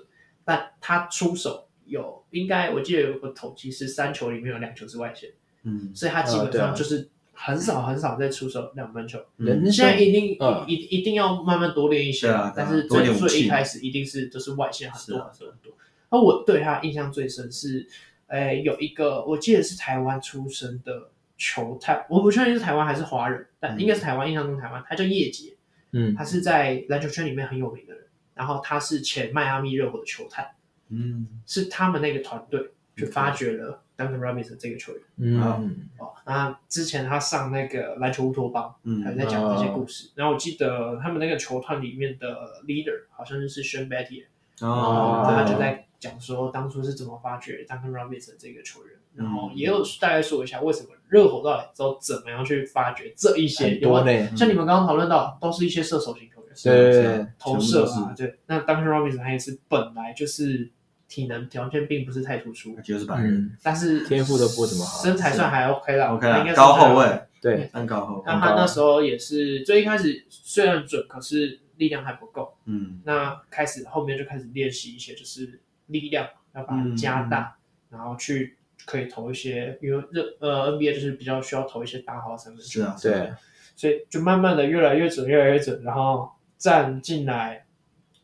[SPEAKER 3] 但他出手有，应该我记得有个统计是三球里面有两球是外线，
[SPEAKER 4] 嗯，
[SPEAKER 3] 所以他基本
[SPEAKER 1] 啊对啊
[SPEAKER 3] 上就是很少很少在出手两分球。
[SPEAKER 4] 嗯
[SPEAKER 1] 人
[SPEAKER 3] 你
[SPEAKER 1] 生
[SPEAKER 3] 现在一定
[SPEAKER 1] 嗯
[SPEAKER 3] 一一定要慢慢多练一些
[SPEAKER 4] 对啊对啊
[SPEAKER 3] 但是
[SPEAKER 4] 多
[SPEAKER 3] 最
[SPEAKER 4] 练武器
[SPEAKER 3] 最一开始一定是就是外线很多
[SPEAKER 4] 是啊
[SPEAKER 3] 很多很多。那我对他印象最深是，哎，有一个我记得是台湾出生的球探，我不确定是台湾还是华人，但
[SPEAKER 4] 嗯
[SPEAKER 3] 应该是台湾，印象中台湾，他叫叶杰，
[SPEAKER 1] 嗯
[SPEAKER 3] 他是在篮球圈里面很有名的人，然后他是前迈阿密热火的球探，
[SPEAKER 4] 嗯，
[SPEAKER 3] 是他们那个团队去发掘了 Duncan Robinson 这个球员。
[SPEAKER 4] 好
[SPEAKER 1] 嗯，
[SPEAKER 3] 哦，那之前他上那个篮球乌托邦，
[SPEAKER 4] 嗯
[SPEAKER 3] 还在讲这些故事。呃然后我记得他们那个球团里面的 leader 好像是 Sean Betty，
[SPEAKER 4] 哦，
[SPEAKER 1] 对
[SPEAKER 3] 他
[SPEAKER 1] 啊
[SPEAKER 3] 就在讲说当初是怎么发掘 Duncan Robinson 这个球员，然
[SPEAKER 1] 嗯
[SPEAKER 3] 后也有大概说一下为什么热火到底之后怎么样去发掘这一些
[SPEAKER 1] 很
[SPEAKER 3] 有
[SPEAKER 1] 多
[SPEAKER 3] 关
[SPEAKER 1] 呢，
[SPEAKER 3] 像你们刚刚讨论到，都是一些射手型球员，
[SPEAKER 1] 对对对对，
[SPEAKER 3] 投射啊，对。那 Duncan Robinson 他也是本来就是体能条件并不是太突出
[SPEAKER 4] 那，就是白人
[SPEAKER 1] 嗯，
[SPEAKER 3] 但是
[SPEAKER 1] 天赋都不怎么好
[SPEAKER 3] 身材算还 OK 啦
[SPEAKER 4] ，OK
[SPEAKER 3] 应
[SPEAKER 4] 啦，
[SPEAKER 3] 该是啊
[SPEAKER 4] 高
[SPEAKER 3] 还
[SPEAKER 4] 后
[SPEAKER 3] OK
[SPEAKER 4] 卫，
[SPEAKER 1] 对，
[SPEAKER 4] 算高后卫，
[SPEAKER 3] 那他那时候也是最一开始虽然准，可是力量还不够。
[SPEAKER 4] 嗯，
[SPEAKER 3] 那开始后面就开始练习一些就是力量，要把它加大，
[SPEAKER 4] 嗯
[SPEAKER 3] 然后去可以投一些，因为热呃 NBA 就是比较需要投一些大号三分球，
[SPEAKER 4] 是啊，是啊，
[SPEAKER 1] 对，
[SPEAKER 3] 所以就慢慢的越来越准，越来越准，然后站进来。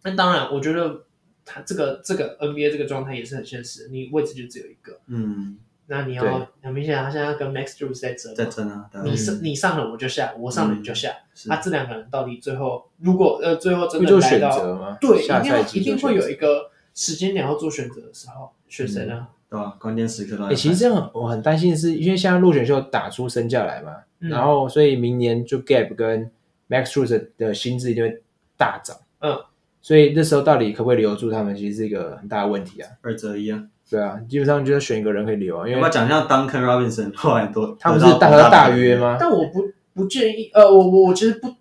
[SPEAKER 3] 那当然，我觉得他这个这个 NBA 这个状态也是很现实，你位置就只有一个，
[SPEAKER 4] 嗯，
[SPEAKER 3] 那你
[SPEAKER 1] 对
[SPEAKER 3] 要很明显，他现在跟 Max Drews 在折
[SPEAKER 4] 在
[SPEAKER 3] 磨。
[SPEAKER 4] 争啊，对啊
[SPEAKER 1] 嗯
[SPEAKER 3] 你上你上了我就下，我上了你就下，啊
[SPEAKER 4] 是
[SPEAKER 3] 那、这两个人到底最后如果呃最后真
[SPEAKER 1] 会
[SPEAKER 3] 的
[SPEAKER 1] 做
[SPEAKER 3] 来
[SPEAKER 1] 选
[SPEAKER 3] 到
[SPEAKER 1] 择吗？
[SPEAKER 3] 对，
[SPEAKER 1] 下
[SPEAKER 3] 一定
[SPEAKER 1] 赛
[SPEAKER 3] 要
[SPEAKER 1] 季
[SPEAKER 3] 一定
[SPEAKER 1] 做
[SPEAKER 3] 会
[SPEAKER 1] 选
[SPEAKER 3] 有
[SPEAKER 1] 择
[SPEAKER 3] 一个时间点要做选择的时候，选谁呢？
[SPEAKER 4] 对吧？关键时刻都
[SPEAKER 1] 哎、
[SPEAKER 4] 在
[SPEAKER 1] 其实这样我很担心的是，因为现在落选秀打出身价来嘛，
[SPEAKER 3] 嗯
[SPEAKER 1] 然后所以明年就 Gap 跟 Max s c h u s 的薪资一定会大涨。
[SPEAKER 3] 嗯，
[SPEAKER 1] 所以那时候到底可不可以留住他们，其实是一个很大的问题啊。
[SPEAKER 4] 二择一啊，
[SPEAKER 1] 对啊，基本上就是选一个人可以留啊，因
[SPEAKER 4] 要不要
[SPEAKER 1] 为
[SPEAKER 4] 讲一下 Duncan Robinson 后来多，
[SPEAKER 1] 他不是
[SPEAKER 4] 得到
[SPEAKER 1] 大
[SPEAKER 4] 多
[SPEAKER 1] 和大约？吗？
[SPEAKER 3] 但我不不建议，呃，我我我其实不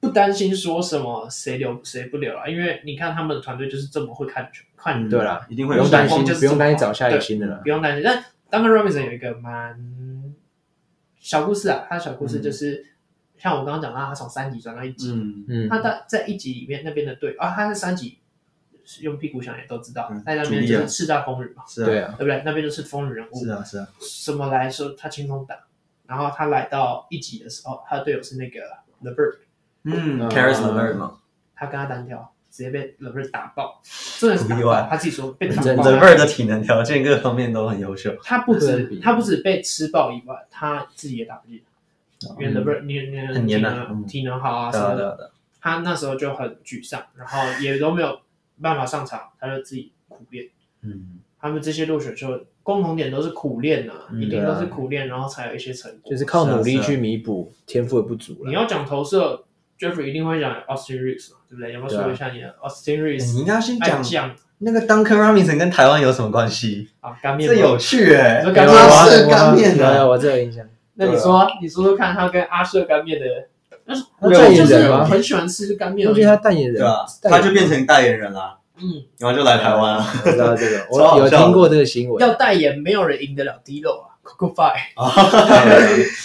[SPEAKER 3] 不担心说什么谁留谁不留啊，因为你看他们的团队就是这么会看球，看
[SPEAKER 4] 嗯
[SPEAKER 1] 对啦，
[SPEAKER 4] 一定
[SPEAKER 1] 不
[SPEAKER 4] 会有
[SPEAKER 1] 用担心，
[SPEAKER 3] 光就是
[SPEAKER 1] 不用担心
[SPEAKER 3] 这么
[SPEAKER 1] 找下一个
[SPEAKER 3] 对
[SPEAKER 1] 新的了
[SPEAKER 3] 不。用担心。但 Duncan Robinson 有一个蛮小故事啊，他的小故事就是、像我刚刚讲啊到，他从三级转到一级，
[SPEAKER 4] 嗯，
[SPEAKER 1] 嗯嗯，
[SPEAKER 3] 他在在一集里面那边的队啊，他是三集用屁股想也都知道
[SPEAKER 4] 嗯，
[SPEAKER 3] 在那边
[SPEAKER 4] 主力
[SPEAKER 3] 就
[SPEAKER 4] 啊
[SPEAKER 3] 是叱咤风云嘛，
[SPEAKER 4] 是啊，
[SPEAKER 1] 对啊，
[SPEAKER 3] 对不对？那边就是风云人物
[SPEAKER 4] 是，啊，是啊，
[SPEAKER 3] 什么来说他轻松打。然后他来到一集的时候，他的队友是那个 The Bird，
[SPEAKER 4] 嗯
[SPEAKER 1] 嗯
[SPEAKER 4] c a r r i s l e v e r 嘛
[SPEAKER 3] 他跟他单挑，直接被 The Bird 打爆，真的是打
[SPEAKER 4] 不意外
[SPEAKER 3] 爆，他自己说被打
[SPEAKER 1] 真
[SPEAKER 3] 爆。
[SPEAKER 1] 的
[SPEAKER 4] l e v e r 的体能条件各方面都很优秀，
[SPEAKER 3] 他不
[SPEAKER 1] 对
[SPEAKER 3] 止
[SPEAKER 1] 比
[SPEAKER 3] 他不止被吃爆以外，他自己也打不进，因为 The Bird 你你
[SPEAKER 4] 哦很黏
[SPEAKER 3] 体
[SPEAKER 4] 啊
[SPEAKER 3] 能
[SPEAKER 4] 嗯
[SPEAKER 3] 体能好啊
[SPEAKER 4] 对
[SPEAKER 3] 什
[SPEAKER 4] 啊，
[SPEAKER 3] 么
[SPEAKER 4] 对
[SPEAKER 3] 的，
[SPEAKER 4] 啊，对啊
[SPEAKER 3] 他那时候就很沮丧，然后也都没有办法上场，他就自己苦练。
[SPEAKER 4] 嗯，
[SPEAKER 3] 他们这些落选秀共同点都是苦练呐、
[SPEAKER 4] 嗯
[SPEAKER 3] 一定都是苦练，然后才有一些成果。
[SPEAKER 1] 就是靠努力
[SPEAKER 4] 是啊是啊
[SPEAKER 1] 去弥补天赋的不足
[SPEAKER 3] 你
[SPEAKER 1] 了。
[SPEAKER 3] 要讲投射， Jeffrey 一定会讲 Austin Reeves 嘛，对不对？要不要说一下你的 Austin
[SPEAKER 4] 欸
[SPEAKER 3] Reeves
[SPEAKER 4] 你应该先
[SPEAKER 3] 爱
[SPEAKER 4] 讲
[SPEAKER 3] 将
[SPEAKER 4] 那个 Duncan Robinson 跟台湾有什么关系？
[SPEAKER 3] 啊，干面
[SPEAKER 4] 这
[SPEAKER 3] 包
[SPEAKER 4] 有趣哎、欸，
[SPEAKER 3] 你说干面
[SPEAKER 4] 阿
[SPEAKER 3] 吗
[SPEAKER 4] 舍干面
[SPEAKER 1] 有
[SPEAKER 4] 啊
[SPEAKER 1] 有，
[SPEAKER 4] 的，
[SPEAKER 1] 啊我这有印象。
[SPEAKER 3] 那你说啊，你说说看，他跟阿舍干面的，但是
[SPEAKER 1] 他
[SPEAKER 3] 我
[SPEAKER 1] 代
[SPEAKER 3] 就
[SPEAKER 1] 言
[SPEAKER 3] 是
[SPEAKER 1] 人吗
[SPEAKER 3] 很喜欢吃干面
[SPEAKER 1] 我
[SPEAKER 3] 而
[SPEAKER 1] 觉
[SPEAKER 3] 已
[SPEAKER 1] 得。他代言人
[SPEAKER 4] 对啊吧、，
[SPEAKER 1] 代言
[SPEAKER 4] 他
[SPEAKER 1] 人
[SPEAKER 4] 就变成代言人啦，
[SPEAKER 3] 嗯，
[SPEAKER 4] 然后就来台湾 了。
[SPEAKER 1] 我知道这个，
[SPEAKER 4] 超好
[SPEAKER 1] 我有
[SPEAKER 4] 笑的
[SPEAKER 1] 听过这个新闻。
[SPEAKER 3] 要代言，没有人赢得了 D 肉啊 ，Coco Five。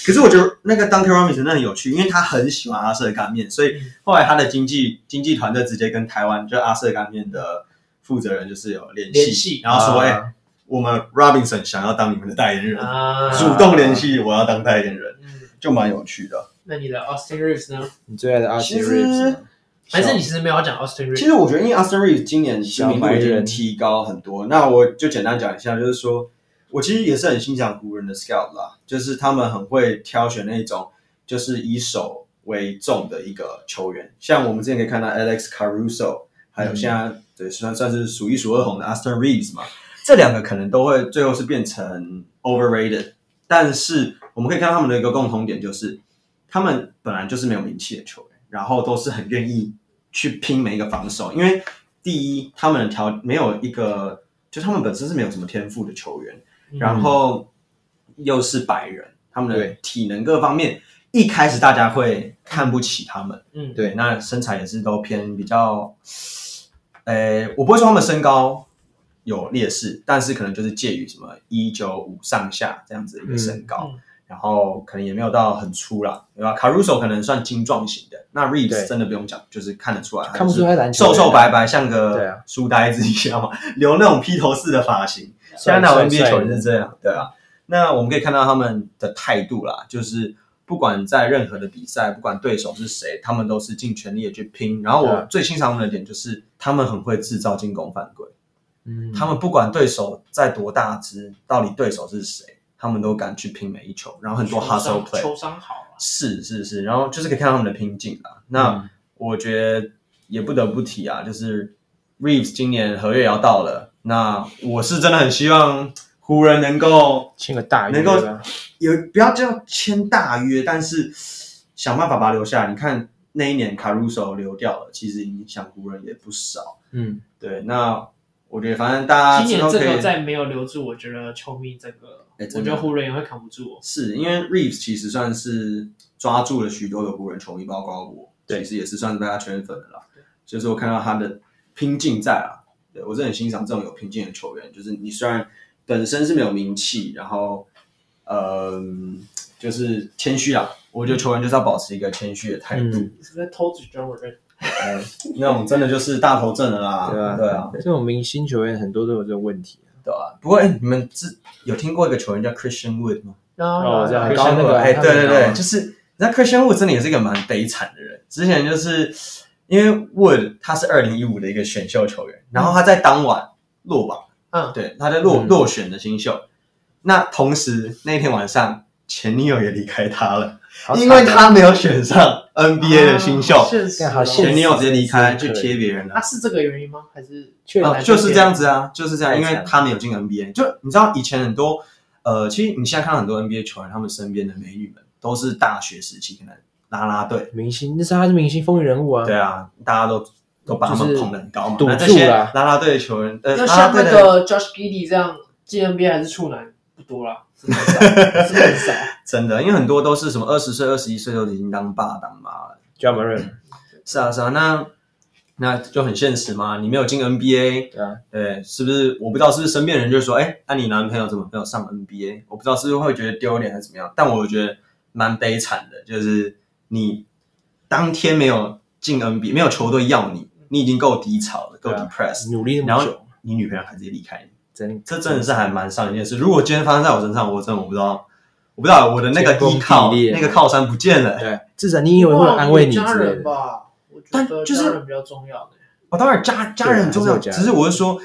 [SPEAKER 4] 可是我觉得那个 Duncan Robinson 那很有趣，因为他很喜欢阿舍干面，所
[SPEAKER 3] 嗯
[SPEAKER 4] 以后来他的经济经纪团队直接跟台湾就阿舍干面的负责人就是有联系，
[SPEAKER 3] 联系
[SPEAKER 4] 然后说：“哎、
[SPEAKER 1] 啊
[SPEAKER 4] 我们 Robinson 想要当你们的代言人，
[SPEAKER 3] 啊，
[SPEAKER 4] 主动联系我要当代言人，
[SPEAKER 3] 嗯，
[SPEAKER 4] 就蛮有趣的。
[SPEAKER 3] 那你的 Austin Reeves 呢？
[SPEAKER 1] 你最爱的 Austin
[SPEAKER 4] 其
[SPEAKER 1] Reeves 啊
[SPEAKER 4] 实
[SPEAKER 1] 呢。
[SPEAKER 3] 还是你其实没有讲 Austin
[SPEAKER 4] 其
[SPEAKER 3] Reeves？
[SPEAKER 4] 实我觉得，因为 Austin Reeves 今年知
[SPEAKER 1] 小
[SPEAKER 4] 名度
[SPEAKER 1] 白
[SPEAKER 4] 已经
[SPEAKER 1] 人
[SPEAKER 4] 提高很多，那我就简单讲一下，就是说我其实也是很欣赏湖人的 scout 啦，就是他们很会挑选那种就是以手为重的一个球员，像我们之前可以看到 Alex Caruso，还有现在、对算算是数一数二红的 Austin Reeves 嘛，这两个可能都会最后是变成 overrated，但是我们可以看到他们的一个共同点就是，他们本来就是没有名气的球员，然后都是很愿意去拼每一个防守，因为第一，他们的条没有一个，就他们本身是没有什么天赋的球员，
[SPEAKER 3] 嗯
[SPEAKER 4] 然后又是白人，他们的
[SPEAKER 1] 对
[SPEAKER 4] 体能各方面，一开始大家会看不起他们，
[SPEAKER 3] 嗯，
[SPEAKER 1] 对
[SPEAKER 4] 对，那身材也是都偏比较，呃，我不会说他们身高有劣势，但是可能就是介于什么一九五上下这样子的一个身高，
[SPEAKER 3] 嗯
[SPEAKER 4] 然后可能也没有到很粗啦，对吧？Caruso 可能算精壮型的，那 Reeves
[SPEAKER 1] 对
[SPEAKER 4] 真的不用讲，就是看得出来，
[SPEAKER 1] 看不出他篮球
[SPEAKER 4] 瘦
[SPEAKER 1] 员
[SPEAKER 4] 瘦白白，像
[SPEAKER 1] 对
[SPEAKER 4] 个
[SPEAKER 1] 啊
[SPEAKER 4] 书呆子一样嘛，留那种披头士的发型。
[SPEAKER 1] 帅
[SPEAKER 4] 现在打
[SPEAKER 1] 帅
[SPEAKER 4] NBA
[SPEAKER 1] 帅
[SPEAKER 4] 球
[SPEAKER 1] 的
[SPEAKER 4] 员是这样，对啊。那我们可以看到他们的态度啦，就是不管在任何的比赛，不管对手是谁，他们都是尽全力的去拼。然后
[SPEAKER 1] 对
[SPEAKER 4] 我
[SPEAKER 1] 啊
[SPEAKER 4] 最欣赏他们的点就是，他们很会制造进攻犯规。
[SPEAKER 1] 嗯，
[SPEAKER 4] 他们不管对手再多大只，到底对手是谁，他们都敢去拼每一球。然后很多
[SPEAKER 3] 球商
[SPEAKER 4] hustle play，
[SPEAKER 3] 球商好啊。
[SPEAKER 4] 是是是，然后就是可以看到他们的拼劲啦。那、我觉得也不得不提啊，就是 Reeves 今年合约也要到了，那我是真的很希望湖人能够
[SPEAKER 1] 签个大约
[SPEAKER 4] 能够
[SPEAKER 1] 吧
[SPEAKER 4] 有不要叫签大约，但是想办法把他留下来。你看那一年 Caruso 留掉了，其实影响湖人也不少。
[SPEAKER 1] 嗯，
[SPEAKER 4] 对，那我觉得反正大家
[SPEAKER 3] 今
[SPEAKER 4] 之
[SPEAKER 3] 年
[SPEAKER 4] 后
[SPEAKER 3] 这
[SPEAKER 4] 可以
[SPEAKER 3] 个再没有留住，我觉得球迷这个，
[SPEAKER 4] 哎
[SPEAKER 3] 我
[SPEAKER 4] 真
[SPEAKER 3] 觉
[SPEAKER 4] 的
[SPEAKER 3] 得湖人也会扛不住哦。
[SPEAKER 4] 是因为 Reeves 其实算是抓住了许多的湖人球迷，包括我，
[SPEAKER 1] 对
[SPEAKER 4] 其实也是算是被他圈粉的啦。就是我看到他的拼劲在啊，对我是很欣赏这种有拼劲的球员。就是你虽然本身是没有名气，然后嗯、就是谦虚啊。我觉得球员就是要保持一个谦虚的态度，
[SPEAKER 1] 嗯
[SPEAKER 3] 你是不是在偷指张我人？
[SPEAKER 4] 呃那种真的就是大头阵了啦，
[SPEAKER 1] 对啊
[SPEAKER 4] 对啊，
[SPEAKER 1] 这种明星球员很多都有这个问题。
[SPEAKER 4] 对啊。不过哎、你们知有听过一个球员叫 Christian Wood 吗？
[SPEAKER 1] 哦这样
[SPEAKER 4] 很
[SPEAKER 1] 很
[SPEAKER 4] 高
[SPEAKER 1] 高
[SPEAKER 4] 那
[SPEAKER 1] 那
[SPEAKER 4] 个，
[SPEAKER 1] 个
[SPEAKER 4] 哎，对对
[SPEAKER 1] 很高
[SPEAKER 4] 对，
[SPEAKER 1] 啊
[SPEAKER 4] 就是那 Christian Wood 真的也是一个蛮悲惨的人。之前就是因为 Wood 他是二零一五的一个选秀球员，然后他在当晚落榜，
[SPEAKER 3] 嗯
[SPEAKER 4] 对，他在落
[SPEAKER 1] 嗯
[SPEAKER 4] 落选的新秀。那同时那天晚上，前女友也离开他了，
[SPEAKER 1] 好
[SPEAKER 4] 因为
[SPEAKER 1] 惨啊
[SPEAKER 4] 他没有选上 NBA 的新秀，
[SPEAKER 3] 确实哦，
[SPEAKER 1] 干好现实
[SPEAKER 4] 前女友直接离开
[SPEAKER 1] 啊是
[SPEAKER 4] 去
[SPEAKER 1] 是
[SPEAKER 4] 贴别人了
[SPEAKER 3] 那。啊是这个原因吗？还是
[SPEAKER 1] 确
[SPEAKER 4] 啊，
[SPEAKER 1] 实
[SPEAKER 3] 本来
[SPEAKER 4] 就是这样子啊，就是这样，
[SPEAKER 1] 太
[SPEAKER 4] 因
[SPEAKER 1] 惨
[SPEAKER 4] 为他没有进 NBA，就你知道以前很多呃，其实你现在看到很多 NBA 球员，他们身边的美女们都是大学时期可能啦啦队，
[SPEAKER 1] 明星，那是他是明星风云人物
[SPEAKER 3] 嗯
[SPEAKER 1] 啊。
[SPEAKER 4] 对啊，大家都都把他们
[SPEAKER 1] 就是
[SPEAKER 4] 捧得很高嘛。
[SPEAKER 1] 赌
[SPEAKER 4] 那这
[SPEAKER 1] 注
[SPEAKER 4] 些啦
[SPEAKER 1] 啦
[SPEAKER 4] 啦队的球员，呃，
[SPEAKER 3] 要
[SPEAKER 4] 啦啦
[SPEAKER 3] 像
[SPEAKER 4] 队
[SPEAKER 3] 那
[SPEAKER 4] 的
[SPEAKER 3] 个 Josh Giddy 这样进 NBA 还是处男不多啦，真的很少，真的很少。
[SPEAKER 4] 真的，因为很多都是什么二十岁、二十一岁都已经当爸当妈了。
[SPEAKER 1] j a m a r n
[SPEAKER 4] 是啊，是啊，那那就很现实嘛，你没有进 NBA，
[SPEAKER 1] 对啊，
[SPEAKER 4] 对，是不是？我不知道是不是身边人就说，哎，那、你男朋友怎么没有上 NBA？我不知道是不是会觉得丢脸还是怎么样，但我觉得蛮悲惨的，就是你当天没有进 NBA，没有球队要你，你已经够低潮了，够
[SPEAKER 1] 对啊
[SPEAKER 4] depressed，、
[SPEAKER 1] 努力那
[SPEAKER 4] 然
[SPEAKER 1] 么
[SPEAKER 4] 后
[SPEAKER 1] 久，
[SPEAKER 4] 你女朋友还直接离开你，
[SPEAKER 1] 真
[SPEAKER 4] 这真的是还蛮伤一件事。如果今天发生在我身上，我真的我不知道，我不知道我的那个
[SPEAKER 1] 天崩
[SPEAKER 4] 依靠，
[SPEAKER 1] 地裂
[SPEAKER 4] 那个靠山不见了。
[SPEAKER 1] 对，至少你以为会有人安慰你之
[SPEAKER 3] 家
[SPEAKER 1] 类
[SPEAKER 3] 人
[SPEAKER 1] 的。
[SPEAKER 3] 吧，我觉
[SPEAKER 4] 但
[SPEAKER 3] 得
[SPEAKER 4] 就是
[SPEAKER 3] 家人比较重要的。
[SPEAKER 4] 哦，当然家家人很重
[SPEAKER 1] 对还是
[SPEAKER 4] 要，
[SPEAKER 1] 有家人
[SPEAKER 4] 只是我是说，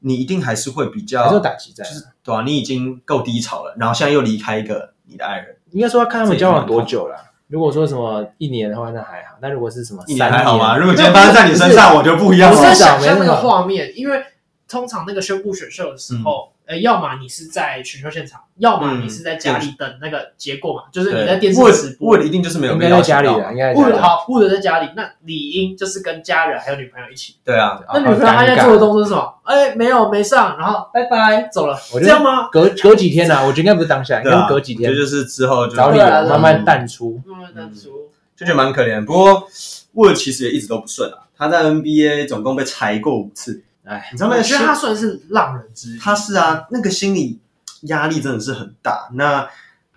[SPEAKER 4] 你一定还是会比较
[SPEAKER 1] 还是有打击在
[SPEAKER 4] 就
[SPEAKER 1] 啊，
[SPEAKER 4] 是对啊，你已经够低潮了，然后现在又离开一个你的爱人，
[SPEAKER 1] 应该说要看他们交往多久啦。如果说什么一年的话，那还好；但如果是什么
[SPEAKER 4] 一
[SPEAKER 1] 三
[SPEAKER 4] 年
[SPEAKER 1] 年，
[SPEAKER 4] 还好吗？如果今天发生在你身上，我就不一样
[SPEAKER 1] 不
[SPEAKER 3] 我
[SPEAKER 1] 是
[SPEAKER 4] 了
[SPEAKER 3] 在
[SPEAKER 1] 知道
[SPEAKER 3] 想象
[SPEAKER 1] 没
[SPEAKER 3] 那个
[SPEAKER 1] 那么
[SPEAKER 3] 画面，因为通常那个宣布选秀的时候，呃，要么你是在选秀现场，要么你
[SPEAKER 4] 嗯
[SPEAKER 3] 是在家里等那个结果嘛，就是你
[SPEAKER 4] 对
[SPEAKER 3] 在电视
[SPEAKER 4] 沃
[SPEAKER 3] 直播
[SPEAKER 4] 沃。里一定就是没有
[SPEAKER 1] 应
[SPEAKER 4] 被
[SPEAKER 1] 该
[SPEAKER 4] 邀
[SPEAKER 1] 在
[SPEAKER 4] 请
[SPEAKER 1] 家里啊
[SPEAKER 4] 到哦
[SPEAKER 1] 的，
[SPEAKER 4] 嘛
[SPEAKER 1] 应该在
[SPEAKER 3] 或
[SPEAKER 1] 家里
[SPEAKER 3] 者
[SPEAKER 1] 的。
[SPEAKER 3] 好，或者在家里，那理应就是跟家人还有女朋友一起。
[SPEAKER 4] 对啊，
[SPEAKER 1] 啊
[SPEAKER 3] 那女朋友她现在做的动作是什么？哎，没有，没上，然后拜拜，走了，
[SPEAKER 1] 我觉
[SPEAKER 3] 这
[SPEAKER 1] 得
[SPEAKER 3] 样吗？
[SPEAKER 1] 隔隔几天啊，我觉得应该不是当下，应
[SPEAKER 4] 对
[SPEAKER 1] 该是
[SPEAKER 4] 啊，
[SPEAKER 1] 隔几天
[SPEAKER 4] 这，就是之后就
[SPEAKER 1] 找理
[SPEAKER 3] 对啊
[SPEAKER 1] 由
[SPEAKER 3] 对啊
[SPEAKER 1] 慢慢淡出。
[SPEAKER 3] 慢慢淡出。
[SPEAKER 4] 就觉得蛮可怜。不过沃其实也一直都不顺啊，他在 NBA 总共被裁过五次。
[SPEAKER 1] 哎，
[SPEAKER 4] 你知道那
[SPEAKER 3] 我
[SPEAKER 4] 个
[SPEAKER 3] 觉
[SPEAKER 4] 心
[SPEAKER 3] 得她算是浪人之一。
[SPEAKER 4] 他是啊，那个心理压力真的是很大。那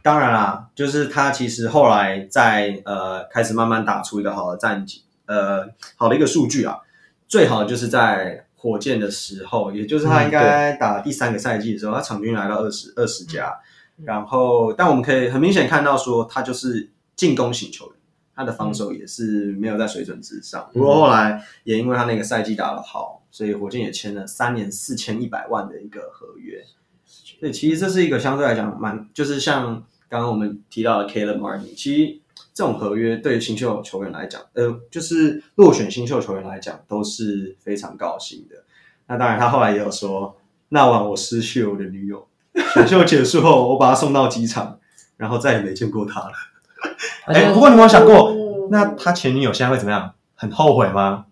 [SPEAKER 4] 当然啦，就是他其实后来在呃开始慢慢打出一个好的战绩，呃好的一个数据啊，最好就是在火箭的时候，也就是他应该打第三个赛季的时候，他场均来到二十二十加
[SPEAKER 3] 嗯。
[SPEAKER 4] 然后，但我们可以很明显看到说，他就是进攻型球员，他的防
[SPEAKER 1] 嗯
[SPEAKER 4] 守也是没有在水准之上。不过后来也因为他那个赛季打得好，所以火箭也签了三年四千一百万的一个合约。对，其实这是一个相对来讲蛮，就是像刚刚我们提到的 Caleb Martin，其实这种合约对于新秀球员来讲，呃，就是落选新秀球员来讲都是非常高兴的。那当然，他后来也有说，那晚我失去了我的女友，选秀结束后，我把她送到机场，然后再也没见过她了。
[SPEAKER 1] 而
[SPEAKER 4] 哎、
[SPEAKER 1] 且
[SPEAKER 4] 不过你有没有想过，
[SPEAKER 3] 哦
[SPEAKER 4] 那他前女友现在会怎么样？很后悔吗？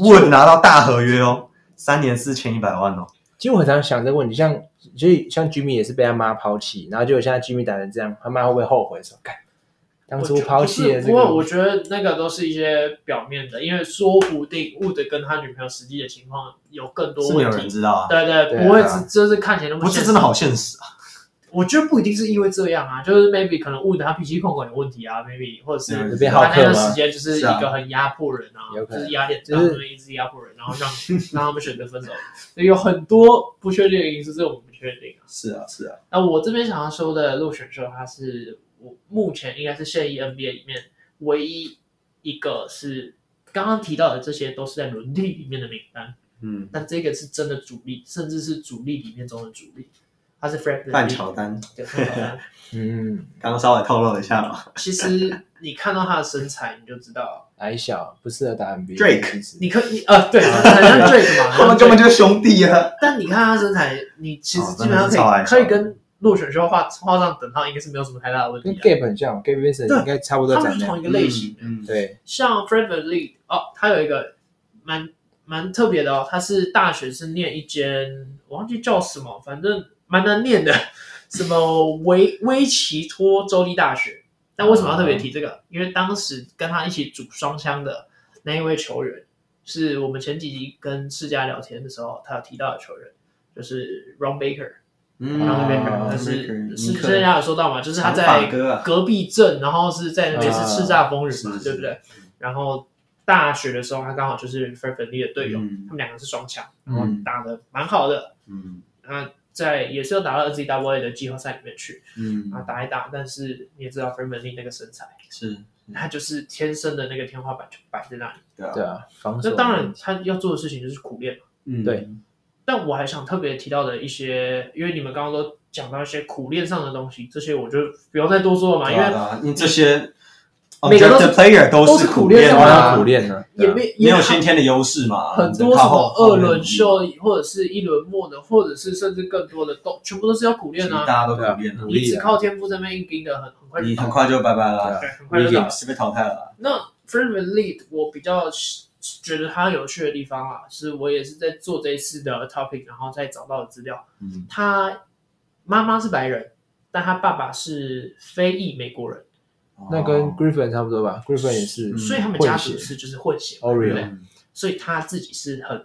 [SPEAKER 4] 沃拿到大合约哦，三年四千一百万哦。
[SPEAKER 1] 其实我很常想这个问题，像就是像 Jimmy 也是被他妈抛弃，然后结果现在 Jimmy 打成这样，他妈会不会后悔说，干当初
[SPEAKER 3] 我觉
[SPEAKER 1] 抛弃了
[SPEAKER 3] 不是
[SPEAKER 1] 这
[SPEAKER 3] 不过我
[SPEAKER 1] 个？
[SPEAKER 3] 觉得那个都是一些表面的，因为说不定物的跟他女朋友实际的情况有更多
[SPEAKER 4] 是没有
[SPEAKER 3] 问
[SPEAKER 4] 人
[SPEAKER 3] 题。
[SPEAKER 4] 知道啊，
[SPEAKER 3] 对对，
[SPEAKER 1] 对啊
[SPEAKER 3] 不会是就是看起来那么
[SPEAKER 4] 不是
[SPEAKER 3] 现
[SPEAKER 4] 真的
[SPEAKER 3] 实
[SPEAKER 4] 好现实啊。
[SPEAKER 3] 我觉得不一定是因为这样啊，就是 maybe 可能误的他脾气控管有问题啊，maybe 或者
[SPEAKER 4] 嗯
[SPEAKER 3] 是
[SPEAKER 1] 被
[SPEAKER 3] 他
[SPEAKER 1] 浩
[SPEAKER 3] 那
[SPEAKER 1] 克
[SPEAKER 3] 段时
[SPEAKER 1] 吗？
[SPEAKER 3] 间就是一
[SPEAKER 4] 是啊
[SPEAKER 3] 个很压迫人啊，
[SPEAKER 1] 有可
[SPEAKER 3] 就
[SPEAKER 1] 能
[SPEAKER 3] 是压力很大，
[SPEAKER 1] 就是
[SPEAKER 3] 他们一直压迫人，然后让 让他们选择分手，所以有很多不确定的因素，这我们不确定啊。
[SPEAKER 4] 是啊，是啊，
[SPEAKER 3] 那我这边想要说的落选秀，它是我目前应该是现役 NBA 里面唯一一个是刚刚提到的，这些都是在轮替里面的名单，
[SPEAKER 4] 嗯，
[SPEAKER 3] 但这个是真的主力，甚至是主力里面中的主力，他是 Frank
[SPEAKER 4] 范嗯乔丹
[SPEAKER 3] 对范乔丹
[SPEAKER 1] 嗯，
[SPEAKER 4] 刚刚稍微透露了一下 嘛
[SPEAKER 3] 其实你看到他的身材，你就知道，
[SPEAKER 1] 矮小不适合打 NBA。
[SPEAKER 4] Drake
[SPEAKER 1] 其实
[SPEAKER 3] 你可你呃，对，很像 Drake 嘛，
[SPEAKER 4] 他们啊根本就是兄弟啊。
[SPEAKER 3] 但你看他身材，你其实
[SPEAKER 4] 哦
[SPEAKER 3] 基本上
[SPEAKER 4] 真的是超
[SPEAKER 3] 可以
[SPEAKER 4] 矮小
[SPEAKER 3] 可以跟落选时候画画上等号，应该是没有什么太大的问
[SPEAKER 1] 跟
[SPEAKER 3] 题啊。
[SPEAKER 1] Gabe 很像，Gabe Vincent
[SPEAKER 3] 对
[SPEAKER 1] 应该差不多
[SPEAKER 3] 他
[SPEAKER 1] 长
[SPEAKER 3] 们
[SPEAKER 1] 那
[SPEAKER 3] 是同
[SPEAKER 1] 样。
[SPEAKER 3] 一个类型的，
[SPEAKER 4] 嗯，嗯，
[SPEAKER 1] 对，
[SPEAKER 3] 像 Fred Van Lee 哦，他有一个蛮蛮特别的哦，他是大学是念一间我忘记叫什么，反正蛮难念的，什么维维奇托州立大学。但为什么要特别提这个？因为当时跟他一起组双枪的那一位球员，是我们前几集跟世家聊天的时候，他有提到的球员，就是 Ron Baker。
[SPEAKER 4] 嗯
[SPEAKER 3] 然后那边
[SPEAKER 1] 啊
[SPEAKER 3] 但哦是是之前
[SPEAKER 4] 样，
[SPEAKER 3] 有说到嘛，就是他
[SPEAKER 4] 长
[SPEAKER 3] 在
[SPEAKER 4] 发哥啊
[SPEAKER 3] 隔壁镇，然后是在那边是叱咤风云嘛
[SPEAKER 4] 啊，
[SPEAKER 3] 对不对？然后大学的时候，他刚好就是 f e r f e n l y 的队友，
[SPEAKER 4] 嗯
[SPEAKER 3] 他们两个是双枪，然
[SPEAKER 1] 嗯
[SPEAKER 3] 后打的蛮好的，
[SPEAKER 4] 嗯
[SPEAKER 3] 那在也是有打到 NCAA 的季后赛里面去，
[SPEAKER 4] 嗯
[SPEAKER 3] 啊，打一打，但是你也知道 f e r f e n l y 那个身材，
[SPEAKER 4] 是，
[SPEAKER 3] 他就是天生的那个天花板就摆在那里。
[SPEAKER 4] 对啊
[SPEAKER 1] 对，啊，防守
[SPEAKER 3] 那当然，他要做的事情就是苦练。
[SPEAKER 4] 嗯
[SPEAKER 1] 对，
[SPEAKER 3] 啊但我还想特别提到的一些，因为你们刚刚都讲到一些苦练上的东西，这些我就不用再多说了嘛，
[SPEAKER 4] 对
[SPEAKER 3] 因为
[SPEAKER 4] 啊，因为这些
[SPEAKER 3] 每个都是
[SPEAKER 4] undrafted player
[SPEAKER 3] 都
[SPEAKER 4] 都
[SPEAKER 3] 是
[SPEAKER 4] 是
[SPEAKER 3] 苦
[SPEAKER 4] 苦
[SPEAKER 3] 练
[SPEAKER 4] 练
[SPEAKER 3] 上
[SPEAKER 1] 当
[SPEAKER 3] 的
[SPEAKER 1] 然
[SPEAKER 3] 啊
[SPEAKER 1] 要
[SPEAKER 4] 啊，
[SPEAKER 1] 苦练了，
[SPEAKER 3] 也
[SPEAKER 1] 对啊
[SPEAKER 3] 没
[SPEAKER 4] 没
[SPEAKER 3] 也
[SPEAKER 4] 有嗯先天的优势嘛，
[SPEAKER 3] 很
[SPEAKER 4] 你
[SPEAKER 3] 多
[SPEAKER 4] 只
[SPEAKER 3] 什
[SPEAKER 4] 靠
[SPEAKER 3] 么
[SPEAKER 4] 后
[SPEAKER 3] 二轮，秀或者是一轮末的，或者是甚至更多的都全部都是要苦
[SPEAKER 4] 后面
[SPEAKER 3] 练
[SPEAKER 4] 的努力其实
[SPEAKER 3] 啊，
[SPEAKER 4] 大家都苦练啊
[SPEAKER 1] 努
[SPEAKER 3] 你
[SPEAKER 1] 力
[SPEAKER 3] 只
[SPEAKER 1] 啊
[SPEAKER 3] 靠天赋这边硬盯的，很很快
[SPEAKER 4] 你
[SPEAKER 3] 就
[SPEAKER 4] 很
[SPEAKER 3] 倒，
[SPEAKER 4] 快啊就拜拜了
[SPEAKER 1] 对，啊
[SPEAKER 3] 对，很快就倒。
[SPEAKER 4] 是被淘汰了。
[SPEAKER 3] 那 Freeman Lead 我比较觉得他有趣的地方啊，是我也是在做这一次的 topic，然后再找到的资料。
[SPEAKER 4] 嗯
[SPEAKER 3] 他妈妈是白人，但他爸爸是非裔美国人，
[SPEAKER 1] 那跟
[SPEAKER 4] 哦
[SPEAKER 1] Griffin 差不多吧？Griffin 也是
[SPEAKER 4] 嗯
[SPEAKER 3] 所以他们家
[SPEAKER 1] 混血哦
[SPEAKER 3] 族是就是混血嘛
[SPEAKER 1] Oreo
[SPEAKER 3] 对不对？所以他自己是很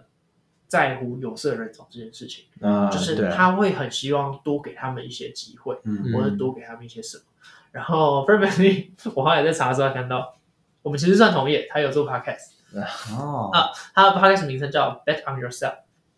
[SPEAKER 3] 在乎有色人种这件事情，
[SPEAKER 1] 啊，
[SPEAKER 3] 就是
[SPEAKER 1] 对啊，
[SPEAKER 3] 他会很希望多给他们一些机会，
[SPEAKER 4] 嗯
[SPEAKER 3] 或者多给他们一些什么。然后 f r e m a n l y 我后来在查的时候还看到，我们其实算同业，他有做 podcast，
[SPEAKER 4] 哦
[SPEAKER 3] 啊他的 podcast 名称叫 Bet on Yourself，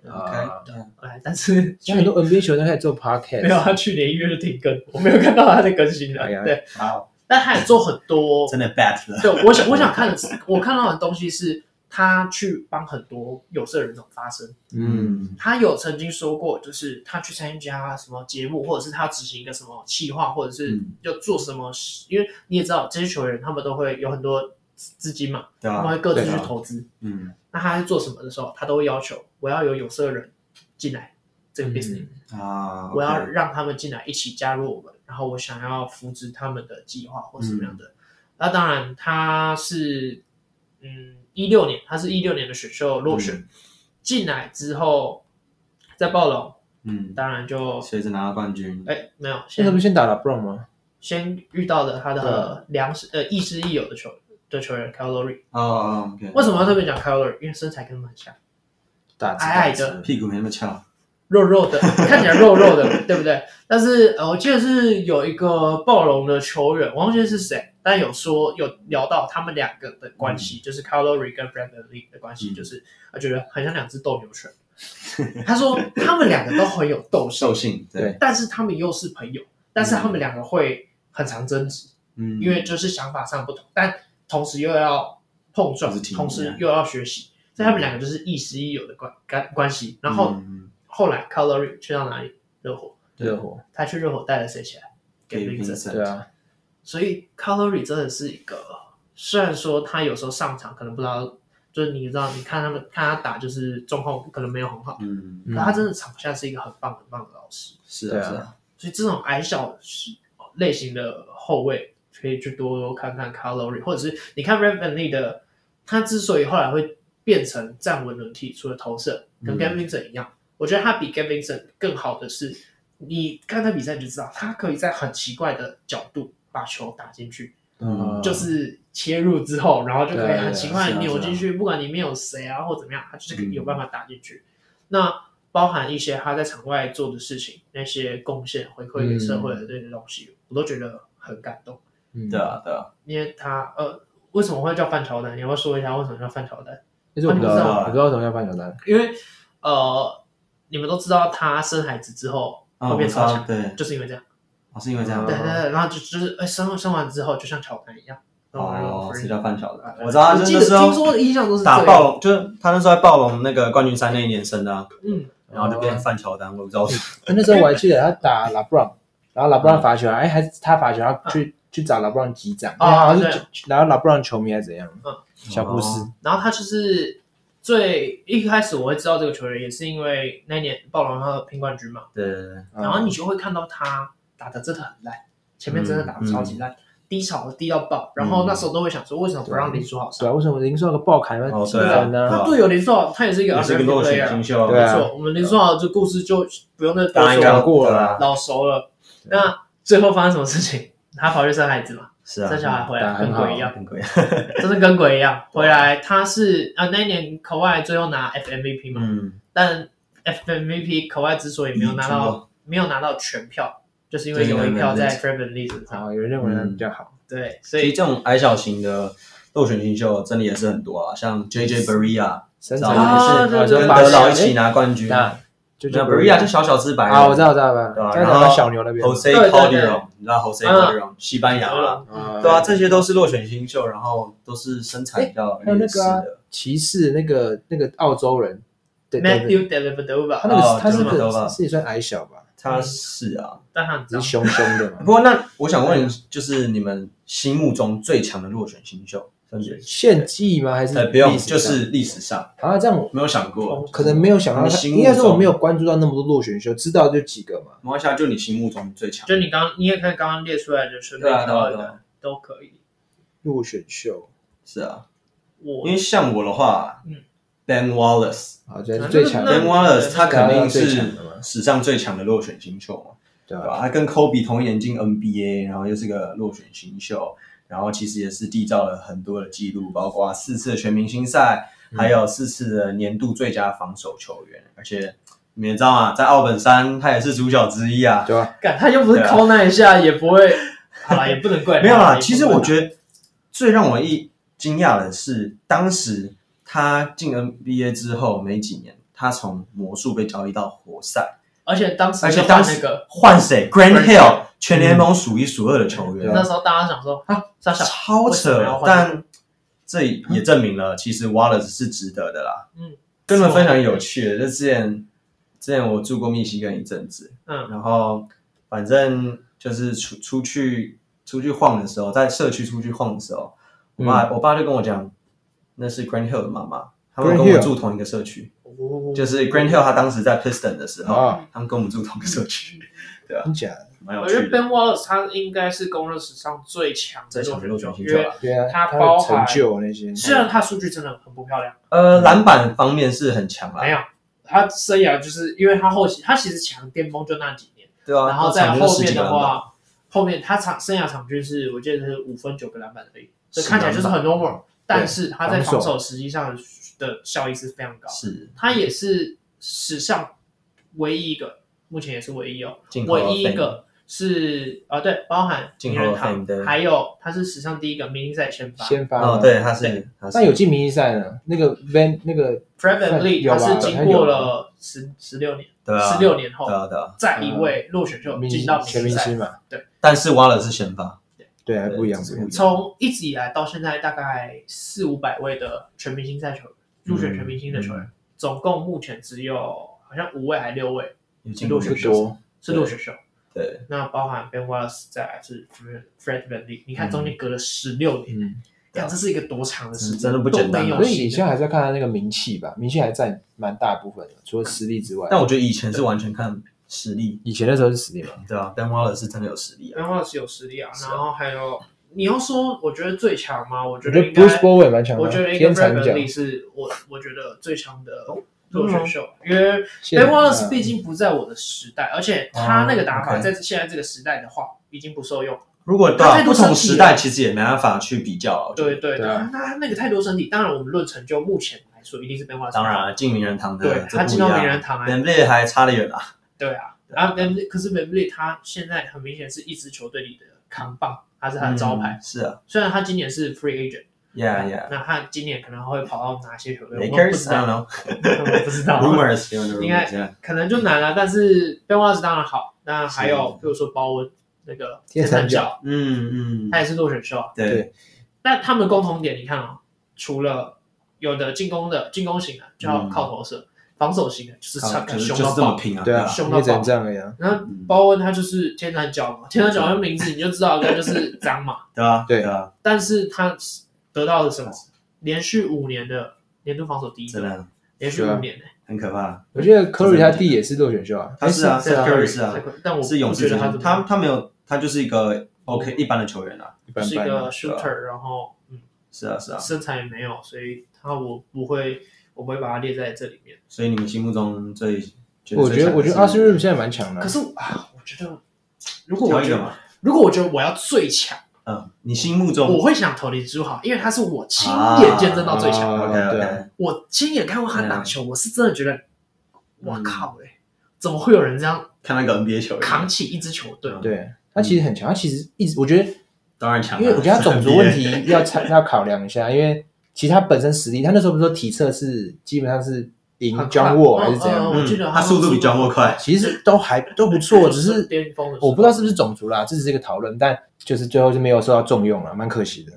[SPEAKER 1] 啊，
[SPEAKER 3] 哎，但是
[SPEAKER 1] 现在很多 NBA 球员都开始做 podcast，
[SPEAKER 3] 没有，啊他去年一月就停更，我没有看到他在更新了。
[SPEAKER 1] 哎呀
[SPEAKER 3] 对，
[SPEAKER 4] 好，
[SPEAKER 3] 但他也做很多
[SPEAKER 4] 真的 bad 了，
[SPEAKER 3] 对，我想我想看的是，我看到的东西是他去帮很多有色人种发声。
[SPEAKER 1] 嗯，
[SPEAKER 3] 他有曾经说过，就是他去参加什么节目，或者是他执行一个什么企划，或者是
[SPEAKER 4] 嗯
[SPEAKER 3] 要做什么事。因为你也知道，这些球员他们都会有很多资资金嘛，
[SPEAKER 4] 对
[SPEAKER 3] 他们
[SPEAKER 4] 吧？
[SPEAKER 3] 会各自
[SPEAKER 1] 对
[SPEAKER 3] 去
[SPEAKER 1] 啊
[SPEAKER 3] 投资。
[SPEAKER 4] 嗯，
[SPEAKER 3] 那他在做什么的时候，他都会要求我要有有色人进来，
[SPEAKER 1] 嗯
[SPEAKER 3] 这个 business，、
[SPEAKER 4] 啊，
[SPEAKER 3] 我要
[SPEAKER 4] OK
[SPEAKER 3] 让他们进来一起加入我们，然后我想要扶植他们的计划或是什么样
[SPEAKER 4] 嗯
[SPEAKER 3] 的。那当然，他是嗯一六年，他是一六年的选秀落
[SPEAKER 4] 嗯
[SPEAKER 3] 选、进来之后，在暴龙
[SPEAKER 4] 嗯，
[SPEAKER 3] 当然就
[SPEAKER 4] 谁是拿到冠军？
[SPEAKER 3] 哎没有
[SPEAKER 1] 现在
[SPEAKER 3] 先
[SPEAKER 1] 不是先打 LeBron 吗？
[SPEAKER 3] 先遇到的他的
[SPEAKER 1] 对
[SPEAKER 3] 良师呃亦师亦友的球的球员 k y l o r y
[SPEAKER 4] 哦哦，OK，
[SPEAKER 3] 为什么要特别讲 k y l o r y 因为身材跟他们很像，
[SPEAKER 1] 打字
[SPEAKER 3] 矮矮
[SPEAKER 1] 打字
[SPEAKER 4] 屁股没那么翘，
[SPEAKER 3] 肉肉 的，看起来肉肉的，对不对？但是呃，我记得是有一个暴龙的球员，我忘记是谁，但有说有聊到他们两个的关系，就是 c a l o r y 跟 Brandon Lee 的关系，
[SPEAKER 4] 嗯
[SPEAKER 3] 就是他觉得很像两只斗牛犬。他说他们两个都很有斗性，
[SPEAKER 4] 兽性，
[SPEAKER 1] 对，
[SPEAKER 3] 但是他们又是朋友，但是他们两个会很常争执，
[SPEAKER 4] 嗯，
[SPEAKER 3] 因为就是想法上不同，但同时又要碰撞
[SPEAKER 4] 就是，啊挺
[SPEAKER 3] 同时又要学习，所以他们两个就是亦师亦友的关关关系。然后
[SPEAKER 4] 嗯
[SPEAKER 3] 后来 c a l o r y 去到哪里？热火。
[SPEAKER 1] 热火，
[SPEAKER 3] 他去热火带了谁起来？给
[SPEAKER 4] Gabe
[SPEAKER 3] Vincent。
[SPEAKER 4] Vincent
[SPEAKER 1] 对啊，
[SPEAKER 3] 所以 Calorie 真的是一个，虽然说他有时候上场可能不知道，就是你知道，你看他们看他打就是中控可能没有很好，
[SPEAKER 4] 嗯，
[SPEAKER 1] 嗯
[SPEAKER 3] 可他真的场下是一个很棒很棒的老师。
[SPEAKER 4] 是
[SPEAKER 1] 对
[SPEAKER 4] 啊
[SPEAKER 1] 啊
[SPEAKER 4] 是啊，
[SPEAKER 3] 所以这种矮小类型的后卫，可以去多多看看 Calorie，或者是你看 r a v e n l e 的，他之所以后来会变成站稳轮替，除了投射跟
[SPEAKER 4] 嗯
[SPEAKER 3] Gavin Vincent 一样，我觉得他比 Gavin Vincent 更好的是，你看他比赛你就知道，他可以在很奇怪的角度把球打进去，
[SPEAKER 4] 嗯
[SPEAKER 3] 就是切入之后，然后就可以
[SPEAKER 1] 对啊
[SPEAKER 3] 很奇怪
[SPEAKER 4] 是
[SPEAKER 3] 地
[SPEAKER 4] 啊嗯
[SPEAKER 3] 扭进去，不管里面有谁啊或怎么样，他就是可以有办法打进去。那包含一些他在场外做的事情，那些贡献回馈给社
[SPEAKER 4] 嗯
[SPEAKER 3] 会的这些东西，我都觉得很感动。
[SPEAKER 1] 嗯
[SPEAKER 4] 对，啊对啊，
[SPEAKER 3] 因为他呃，为什么会叫范乔丹？你要不要说一下为什么叫范乔丹？
[SPEAKER 1] 但是我不知
[SPEAKER 3] 啊你不知
[SPEAKER 1] 道，
[SPEAKER 4] 道
[SPEAKER 1] 我不知道为什么要办乔丹，
[SPEAKER 3] 因为呃，你们都知道他生孩子之后
[SPEAKER 4] 啊
[SPEAKER 3] 会变
[SPEAKER 4] 我知
[SPEAKER 3] 超
[SPEAKER 4] 道
[SPEAKER 3] 强，
[SPEAKER 4] 对
[SPEAKER 3] 就是因为这样。
[SPEAKER 4] 哦是因为这样
[SPEAKER 1] 嗯
[SPEAKER 3] 对
[SPEAKER 4] 吗，
[SPEAKER 3] 对对，然后就就是呃，生生完之后就像乔丹一样。然后
[SPEAKER 4] 哦，是叫范晓的
[SPEAKER 3] 啊，
[SPEAKER 4] 我知道，就
[SPEAKER 3] 记
[SPEAKER 4] 是那
[SPEAKER 3] 得
[SPEAKER 4] 时
[SPEAKER 3] 听说
[SPEAKER 4] 候
[SPEAKER 3] 的印象都是
[SPEAKER 4] 打
[SPEAKER 3] 这
[SPEAKER 4] 暴
[SPEAKER 3] 样，
[SPEAKER 4] 龙，就是他那时候在暴龙那个冠军赛那一年生的啊，
[SPEAKER 3] 嗯，
[SPEAKER 4] 然后就变成范乔丹，我不知道为什么，
[SPEAKER 1] 那时候我还记得他打 LeBron，然后 LeBron 罚球，哎，还是他罚球，他去去找 LeBron 击掌，
[SPEAKER 3] 哦
[SPEAKER 1] 因为好像
[SPEAKER 3] 对
[SPEAKER 1] 是然后 LeBron 球迷还是怎样
[SPEAKER 3] 嗯，
[SPEAKER 1] 小布斯，
[SPEAKER 3] 然后他就是最一开始我会知道这个球员，也是因为那一年暴龙他拼冠军嘛，
[SPEAKER 4] 对对对，
[SPEAKER 1] 嗯
[SPEAKER 3] 哦然后你就会看到他打的真的很烂，前面真的打
[SPEAKER 4] 嗯
[SPEAKER 3] 的超级烂，低潮低到爆，然后那时候都会想说为什么不让林书豪
[SPEAKER 1] 对
[SPEAKER 3] 上？
[SPEAKER 1] 啊，为什么林书豪的爆砍要
[SPEAKER 4] 哦
[SPEAKER 1] 几
[SPEAKER 4] 对啊
[SPEAKER 1] 分呢？
[SPEAKER 3] 他队友林书豪他也是一个
[SPEAKER 4] 也是一个
[SPEAKER 3] underrated
[SPEAKER 4] 落选
[SPEAKER 3] player
[SPEAKER 4] 新秀，
[SPEAKER 1] 对啊
[SPEAKER 3] 没错，我们林书豪这故事就不用再多
[SPEAKER 4] 大家应
[SPEAKER 3] 说
[SPEAKER 4] 该啊
[SPEAKER 1] 讲
[SPEAKER 3] 了，
[SPEAKER 1] 过了
[SPEAKER 4] 啦，
[SPEAKER 3] 老熟了。那最后发生什么事情？他跑去生孩子嘛，
[SPEAKER 4] 是啊，
[SPEAKER 3] 生小孩回
[SPEAKER 1] 打
[SPEAKER 3] 来
[SPEAKER 1] 得很
[SPEAKER 3] 跟
[SPEAKER 1] 好
[SPEAKER 3] 鬼一样，
[SPEAKER 4] 很贵，
[SPEAKER 3] 真是跟鬼一样。
[SPEAKER 4] 啊
[SPEAKER 3] 回来他是啊，那一年口外最后拿 FMVP 嘛，
[SPEAKER 4] 嗯，
[SPEAKER 3] 但 FMVP 口外之所以没有拿到没有拿到全票，就是因为有一票在 f r e v i n Lee 身
[SPEAKER 1] 然
[SPEAKER 4] 哦
[SPEAKER 3] 上。
[SPEAKER 1] 后有人认为他比较好，
[SPEAKER 3] 对，所
[SPEAKER 4] 所以
[SPEAKER 3] 以
[SPEAKER 4] 这种矮小型的落选新秀真的也是很多啊，像 J J Barea
[SPEAKER 1] 身
[SPEAKER 4] 早
[SPEAKER 1] 材
[SPEAKER 3] 啊
[SPEAKER 1] 也是，啊
[SPEAKER 3] 对对对
[SPEAKER 1] 就
[SPEAKER 4] 跟
[SPEAKER 1] 巴西
[SPEAKER 4] 德劳一起拿冠军，
[SPEAKER 1] 那
[SPEAKER 4] 没
[SPEAKER 1] 就
[SPEAKER 4] 有
[SPEAKER 1] 就
[SPEAKER 4] Barea 就小小只白人
[SPEAKER 1] 啊，我知道我知道了，
[SPEAKER 4] 对吧、
[SPEAKER 1] 刚才
[SPEAKER 4] 然
[SPEAKER 1] 讲
[SPEAKER 4] 后
[SPEAKER 1] 到小牛那边
[SPEAKER 4] Jose
[SPEAKER 3] 对对对
[SPEAKER 4] Calderon，你知道 Jose
[SPEAKER 3] 嗯
[SPEAKER 4] Calderon 西班牙啦，
[SPEAKER 1] 啊
[SPEAKER 4] 对啊，这些都是落选新秀，然后都是身材比较
[SPEAKER 1] 还有那
[SPEAKER 4] 劣势
[SPEAKER 1] 个啊
[SPEAKER 4] 的，
[SPEAKER 1] 骑士那个那个澳洲人，对对对，
[SPEAKER 3] Matthew d e l i v d o v
[SPEAKER 1] 他
[SPEAKER 3] a
[SPEAKER 1] 那
[SPEAKER 4] 哦
[SPEAKER 1] 个他是
[SPEAKER 4] 对对对
[SPEAKER 1] 个是也算矮小吧，
[SPEAKER 4] 他是啊。
[SPEAKER 3] 但他很
[SPEAKER 1] 只
[SPEAKER 3] 脏
[SPEAKER 1] 是，凶凶的
[SPEAKER 4] 不
[SPEAKER 1] 嘛。
[SPEAKER 4] 过那我想问，就是你们心目中最强的落选新秀，分 别？
[SPEAKER 1] 献祭吗？还是
[SPEAKER 4] 呃，不用，
[SPEAKER 1] 历史
[SPEAKER 4] 就
[SPEAKER 1] 上
[SPEAKER 4] 是历史上
[SPEAKER 1] 啊，这样我
[SPEAKER 4] 没有想过，
[SPEAKER 1] 可能没有想到
[SPEAKER 4] 你
[SPEAKER 1] 他，
[SPEAKER 4] 心目
[SPEAKER 1] 应该说我
[SPEAKER 4] 中
[SPEAKER 1] 没有关注到那么多落选秀，知道就几个嘛。
[SPEAKER 4] 没关系啊，就你心目中最强。
[SPEAKER 3] 就你刚你也看刚刚列出来的顺
[SPEAKER 4] 对
[SPEAKER 3] 便
[SPEAKER 4] 啊，对啊，
[SPEAKER 3] 挑一
[SPEAKER 4] 对
[SPEAKER 3] 个
[SPEAKER 4] 啊，
[SPEAKER 3] 都可以。
[SPEAKER 1] 落选秀
[SPEAKER 4] 是啊，
[SPEAKER 3] 我
[SPEAKER 4] 因为像我的话，
[SPEAKER 3] 嗯
[SPEAKER 4] b e n Wallace，Ben
[SPEAKER 1] 啊，这
[SPEAKER 3] 啊
[SPEAKER 1] 是最强
[SPEAKER 3] 那那
[SPEAKER 1] 的，
[SPEAKER 4] Wallace 他肯定
[SPEAKER 1] 最强
[SPEAKER 4] 是
[SPEAKER 1] 的嘛
[SPEAKER 4] 史上最强的落选新秀嘛。
[SPEAKER 1] 对
[SPEAKER 4] 对吧？
[SPEAKER 1] 吧？
[SPEAKER 4] 他跟科比同一年进 NBA，然后又是个落选新秀，然后其实也是缔造了很多的记录，包括四次的全明星赛，还有四次的年度最佳防守球员。而且你们也知道啊，在奥本山他也是主角之一啊。
[SPEAKER 1] 对吧？
[SPEAKER 3] 干他又不是
[SPEAKER 4] 对啊
[SPEAKER 3] 抠那一下，也 不会，好啦，也不能怪他。
[SPEAKER 4] 没有
[SPEAKER 3] 也不
[SPEAKER 4] 啦，
[SPEAKER 3] 能
[SPEAKER 4] 其实我
[SPEAKER 3] 怪
[SPEAKER 4] 觉得最让我一惊讶的是，当时他进 NBA 之后没几年，他从魔术被交易到活塞，
[SPEAKER 3] 他，而且当时
[SPEAKER 4] 而且
[SPEAKER 3] 就
[SPEAKER 4] 当
[SPEAKER 3] 换那
[SPEAKER 4] 时
[SPEAKER 3] 个，
[SPEAKER 4] 换谁？Grant
[SPEAKER 3] Grant 嗯
[SPEAKER 4] Hill，全联盟数一数二的球员。
[SPEAKER 1] 对啊
[SPEAKER 3] 那时候大家想说啊，傻小，
[SPEAKER 4] 超
[SPEAKER 3] 为什么
[SPEAKER 4] 扯
[SPEAKER 3] 要！换
[SPEAKER 4] 但这也证明了，其实 Wallace 是值得的啦。
[SPEAKER 3] 嗯，
[SPEAKER 4] 跟你们分享有趣的，就之前之前我住过密西根一阵子，
[SPEAKER 3] 嗯
[SPEAKER 4] 然后反正就是出出去出去晃的时候，在社区出去晃的时候，我爸、我爸就跟我讲，那是 Grant Hill 的妈妈，他们
[SPEAKER 1] Grant
[SPEAKER 4] 跟我
[SPEAKER 1] Hill
[SPEAKER 4] 住同一个社区，
[SPEAKER 3] 哦
[SPEAKER 4] 就是 Grant Hill 他当时在 Piston 的时候，
[SPEAKER 1] 啊，
[SPEAKER 4] 他们跟我们住同个社区，
[SPEAKER 1] 真假的？
[SPEAKER 4] 蛮有
[SPEAKER 3] 我觉得
[SPEAKER 4] 趣的。
[SPEAKER 3] 哦 Ben Wallace 他应该是公认史上最强
[SPEAKER 4] 在
[SPEAKER 3] 的
[SPEAKER 4] 小学
[SPEAKER 3] 入
[SPEAKER 4] 入
[SPEAKER 3] 选
[SPEAKER 4] 选新
[SPEAKER 3] 手因
[SPEAKER 4] 秀
[SPEAKER 3] 为
[SPEAKER 4] 啦，
[SPEAKER 1] 对啊，
[SPEAKER 3] 他
[SPEAKER 1] 他
[SPEAKER 3] 包
[SPEAKER 1] 的成
[SPEAKER 3] 含啊
[SPEAKER 1] 就那些，
[SPEAKER 3] 虽然他数据真的很不漂亮，
[SPEAKER 4] 呃，篮板方面是很强啦
[SPEAKER 3] 没，有他生涯就是因为他后期他其实强巅峰就那几年，
[SPEAKER 4] 对啊，
[SPEAKER 3] 然后在
[SPEAKER 4] 场均
[SPEAKER 3] 后
[SPEAKER 4] 十
[SPEAKER 3] 面
[SPEAKER 4] 几个
[SPEAKER 3] 的
[SPEAKER 4] 篮板，
[SPEAKER 3] 话，后面他场生涯场均是我记得是五分九个篮板而已，这
[SPEAKER 4] 是
[SPEAKER 3] 看起来就是很 normal，但
[SPEAKER 4] 对
[SPEAKER 3] 是他在防
[SPEAKER 1] 防
[SPEAKER 3] 守实际上的效益是非常高，
[SPEAKER 4] 是
[SPEAKER 3] 他也是史上唯一一个，目前也是唯一哦，
[SPEAKER 4] 进口
[SPEAKER 3] 唯一一
[SPEAKER 4] Fame
[SPEAKER 3] 个是啊、对，包含
[SPEAKER 4] 进
[SPEAKER 3] 名
[SPEAKER 4] 口
[SPEAKER 3] 人
[SPEAKER 4] Fame 的
[SPEAKER 3] 堂，还有他是史上第一个明星赛先发。
[SPEAKER 1] 先发
[SPEAKER 4] 哦，
[SPEAKER 1] 嘛。
[SPEAKER 4] 对，他是他
[SPEAKER 1] 那有
[SPEAKER 4] 是
[SPEAKER 1] 进明星赛呢？那个 Van 那个
[SPEAKER 3] Fred VanVleet
[SPEAKER 1] 有
[SPEAKER 3] 他
[SPEAKER 1] 吧
[SPEAKER 3] 是经过了十十六年，
[SPEAKER 4] 对啊，
[SPEAKER 3] 十六年后
[SPEAKER 4] 对啊对嗯啊，
[SPEAKER 3] 再一位落选秀
[SPEAKER 1] 明
[SPEAKER 3] 进
[SPEAKER 1] 星
[SPEAKER 3] 到
[SPEAKER 1] 全
[SPEAKER 3] 明
[SPEAKER 1] 明
[SPEAKER 3] 星
[SPEAKER 1] 星
[SPEAKER 3] 赛，
[SPEAKER 1] 嘛，
[SPEAKER 4] 但是挖了是先发，
[SPEAKER 1] 对啊，
[SPEAKER 4] 对
[SPEAKER 1] 不一样，
[SPEAKER 4] 这是
[SPEAKER 1] 不一样
[SPEAKER 4] 不一。
[SPEAKER 3] 从一直以来到现在大概四五百位的全明星赛球员入选全明星的球
[SPEAKER 4] 嗯
[SPEAKER 3] 员，总共目前只有好像五位还六位
[SPEAKER 4] 有进
[SPEAKER 3] 进
[SPEAKER 4] 入
[SPEAKER 3] 入
[SPEAKER 1] 不
[SPEAKER 3] 选秀
[SPEAKER 1] 多，
[SPEAKER 3] 是落选秀，
[SPEAKER 4] 对，
[SPEAKER 3] 那包含 Ben Wallace 再来是 Fred Fred VanVleet，你看
[SPEAKER 4] 嗯
[SPEAKER 3] 中间隔了十六年。
[SPEAKER 1] 嗯，
[SPEAKER 3] 看这是一个多长的时间，
[SPEAKER 4] 啊真的不简单啊
[SPEAKER 3] 都没有
[SPEAKER 1] 所以
[SPEAKER 3] 戏
[SPEAKER 1] 你现在还是要看他那个名气吧，名气还占蛮大部分的，除了实力之外。
[SPEAKER 4] 但我觉得以前是完全看实力，
[SPEAKER 1] 以前的时候是实力嘛，
[SPEAKER 4] 对啊，Ben Waller 是真的有实力啊，
[SPEAKER 3] 然后是有实力啊，
[SPEAKER 4] 是啊
[SPEAKER 3] 然后还有你要说，我觉得最强吗？我觉
[SPEAKER 1] 我
[SPEAKER 3] 得
[SPEAKER 1] 觉
[SPEAKER 3] 应
[SPEAKER 1] 得
[SPEAKER 3] 该，
[SPEAKER 1] Bruce Bowen 蛮强的，啊
[SPEAKER 3] 我觉得一个
[SPEAKER 1] 天
[SPEAKER 3] f r e
[SPEAKER 1] 才
[SPEAKER 3] d
[SPEAKER 1] 奖
[SPEAKER 3] v。是我我觉得最强的
[SPEAKER 4] 真的
[SPEAKER 3] 落
[SPEAKER 4] 吗
[SPEAKER 3] 选秀，因为
[SPEAKER 1] 现
[SPEAKER 3] Ben
[SPEAKER 1] 在
[SPEAKER 3] Wallace
[SPEAKER 1] 嗯
[SPEAKER 3] 毕竟不在我的时代，而且他那个打法
[SPEAKER 4] 哦，OK
[SPEAKER 3] 在现在这个时代的话，已经不受用了。
[SPEAKER 4] 如果对
[SPEAKER 3] 他太
[SPEAKER 4] 啊，
[SPEAKER 3] 多
[SPEAKER 4] 不
[SPEAKER 3] 身体
[SPEAKER 4] 同时代其实也没办法去比较啊，我觉得
[SPEAKER 3] 对对
[SPEAKER 1] 对啊
[SPEAKER 3] 那他那个太多身体，当然我们论成就，目前来说一定是 Ben Wallace。
[SPEAKER 4] 当然，啊，进名人堂的
[SPEAKER 3] 对
[SPEAKER 4] 这
[SPEAKER 3] 他
[SPEAKER 4] 不
[SPEAKER 3] 进
[SPEAKER 4] 一
[SPEAKER 3] 到
[SPEAKER 4] 样
[SPEAKER 3] 名人堂啊
[SPEAKER 4] b e n l e 还差得远啊，
[SPEAKER 3] 对啊，然后 Ben，可是 Ben 他现在很明显是一支球队里的扛棒，他是他的招牌。
[SPEAKER 4] 嗯是啊
[SPEAKER 3] 虽然他今年是 free agent，
[SPEAKER 4] ，Yeah Yeah。
[SPEAKER 3] 那他今年可能会跑到哪些球队，我们不
[SPEAKER 4] Lakers,
[SPEAKER 3] 知
[SPEAKER 4] I don't
[SPEAKER 3] 道，
[SPEAKER 4] know.
[SPEAKER 3] 我们不知道啊
[SPEAKER 4] Rumors, you know, the
[SPEAKER 3] 应该
[SPEAKER 4] rumors, yeah.
[SPEAKER 3] 可能就难了。啊但是 Ben Wallace 当然好，那还有
[SPEAKER 4] 是
[SPEAKER 3] 比如说包文那个
[SPEAKER 1] 天
[SPEAKER 3] 三
[SPEAKER 1] 三角
[SPEAKER 3] 角，
[SPEAKER 4] 嗯嗯
[SPEAKER 3] 他，也是落选秀啊。
[SPEAKER 4] 对，
[SPEAKER 3] 那他们的共同点，你看哦，除了有的进攻的进攻型的就要靠投射，防守型的就是
[SPEAKER 4] 好嗯
[SPEAKER 3] 强
[SPEAKER 4] 就是
[SPEAKER 3] 凶
[SPEAKER 4] 就是
[SPEAKER 3] 到
[SPEAKER 4] 这么
[SPEAKER 3] 爆。
[SPEAKER 4] 拼啊，嗯
[SPEAKER 1] 对啊，
[SPEAKER 4] 啊，
[SPEAKER 3] 凶
[SPEAKER 1] 你
[SPEAKER 3] 到爆
[SPEAKER 1] 也只能这样而已啊。
[SPEAKER 3] 然后包文他就是天三角嘛，天三角的名字你就知道，他就是 脏嘛。
[SPEAKER 4] 对啊，
[SPEAKER 1] 对
[SPEAKER 4] 啊，
[SPEAKER 3] 但是他得到了什么？连续五年的年度防守第一
[SPEAKER 4] 真
[SPEAKER 3] 名，
[SPEAKER 4] 的
[SPEAKER 3] 连续
[SPEAKER 1] 对啊
[SPEAKER 3] 五年呢、
[SPEAKER 4] 很可怕。
[SPEAKER 1] 我觉得 Curry 他弟也是落选秀啊，
[SPEAKER 4] 他是啊，是啊
[SPEAKER 3] 对
[SPEAKER 4] ，Curry 是啊，，
[SPEAKER 3] 但我
[SPEAKER 4] 是勇
[SPEAKER 3] 不觉
[SPEAKER 4] 士
[SPEAKER 3] 得
[SPEAKER 4] 之
[SPEAKER 3] 他
[SPEAKER 4] 星，
[SPEAKER 3] 怎么
[SPEAKER 4] 他
[SPEAKER 3] 样
[SPEAKER 4] 他没有，他就是一个 OK 一般的球员啊，
[SPEAKER 1] 一般
[SPEAKER 3] 是一
[SPEAKER 1] 般啊
[SPEAKER 3] 个。shooter，然后嗯，
[SPEAKER 4] 是啊是啊，
[SPEAKER 3] 身材也没有，所以他我不会，我不会把他列在这里面。
[SPEAKER 4] 所以你们心目中最，
[SPEAKER 1] 我觉得我觉得 a
[SPEAKER 4] 阿
[SPEAKER 1] s h r o o 现在蛮强的啊
[SPEAKER 3] 可，是啊，我觉得如果
[SPEAKER 4] 挑
[SPEAKER 3] 我
[SPEAKER 4] 一
[SPEAKER 3] 觉
[SPEAKER 4] 个
[SPEAKER 3] 得
[SPEAKER 4] 嘛，
[SPEAKER 3] 如果我觉得我要最强，
[SPEAKER 4] 嗯，你心目
[SPEAKER 3] 我
[SPEAKER 4] 中
[SPEAKER 3] 会想投林书豪，因为他是我亲眼见证到最强的，
[SPEAKER 1] 啊
[SPEAKER 4] OK
[SPEAKER 1] 对
[SPEAKER 4] OK，
[SPEAKER 1] 啊
[SPEAKER 3] 我亲眼看过他打球，我是真的觉得，我靠哎、怎么会有人这样
[SPEAKER 4] 看那个 NBA 球员
[SPEAKER 3] 扛起一支球队？
[SPEAKER 1] 对他其实很强，他其实一直我觉得，
[SPEAKER 4] 当然强啊，
[SPEAKER 1] 因为我觉得他种族问题
[SPEAKER 4] NBA
[SPEAKER 1] 要参 要考量一下，因为其实他本身实力，他那时候不是说体测是基本上是赢
[SPEAKER 3] 很快
[SPEAKER 1] John Wall
[SPEAKER 3] 嗯
[SPEAKER 1] 还是怎
[SPEAKER 3] 嗯
[SPEAKER 1] 样，
[SPEAKER 3] 我记得
[SPEAKER 4] 嗯他
[SPEAKER 3] 他
[SPEAKER 4] 速度比较莫快，
[SPEAKER 1] 其实都还都不错，只是
[SPEAKER 3] 巅峰的时候，
[SPEAKER 1] 我不知道是不是种族啦，这只是一个讨论，但就是最后是没有受到重用了，蛮可惜的。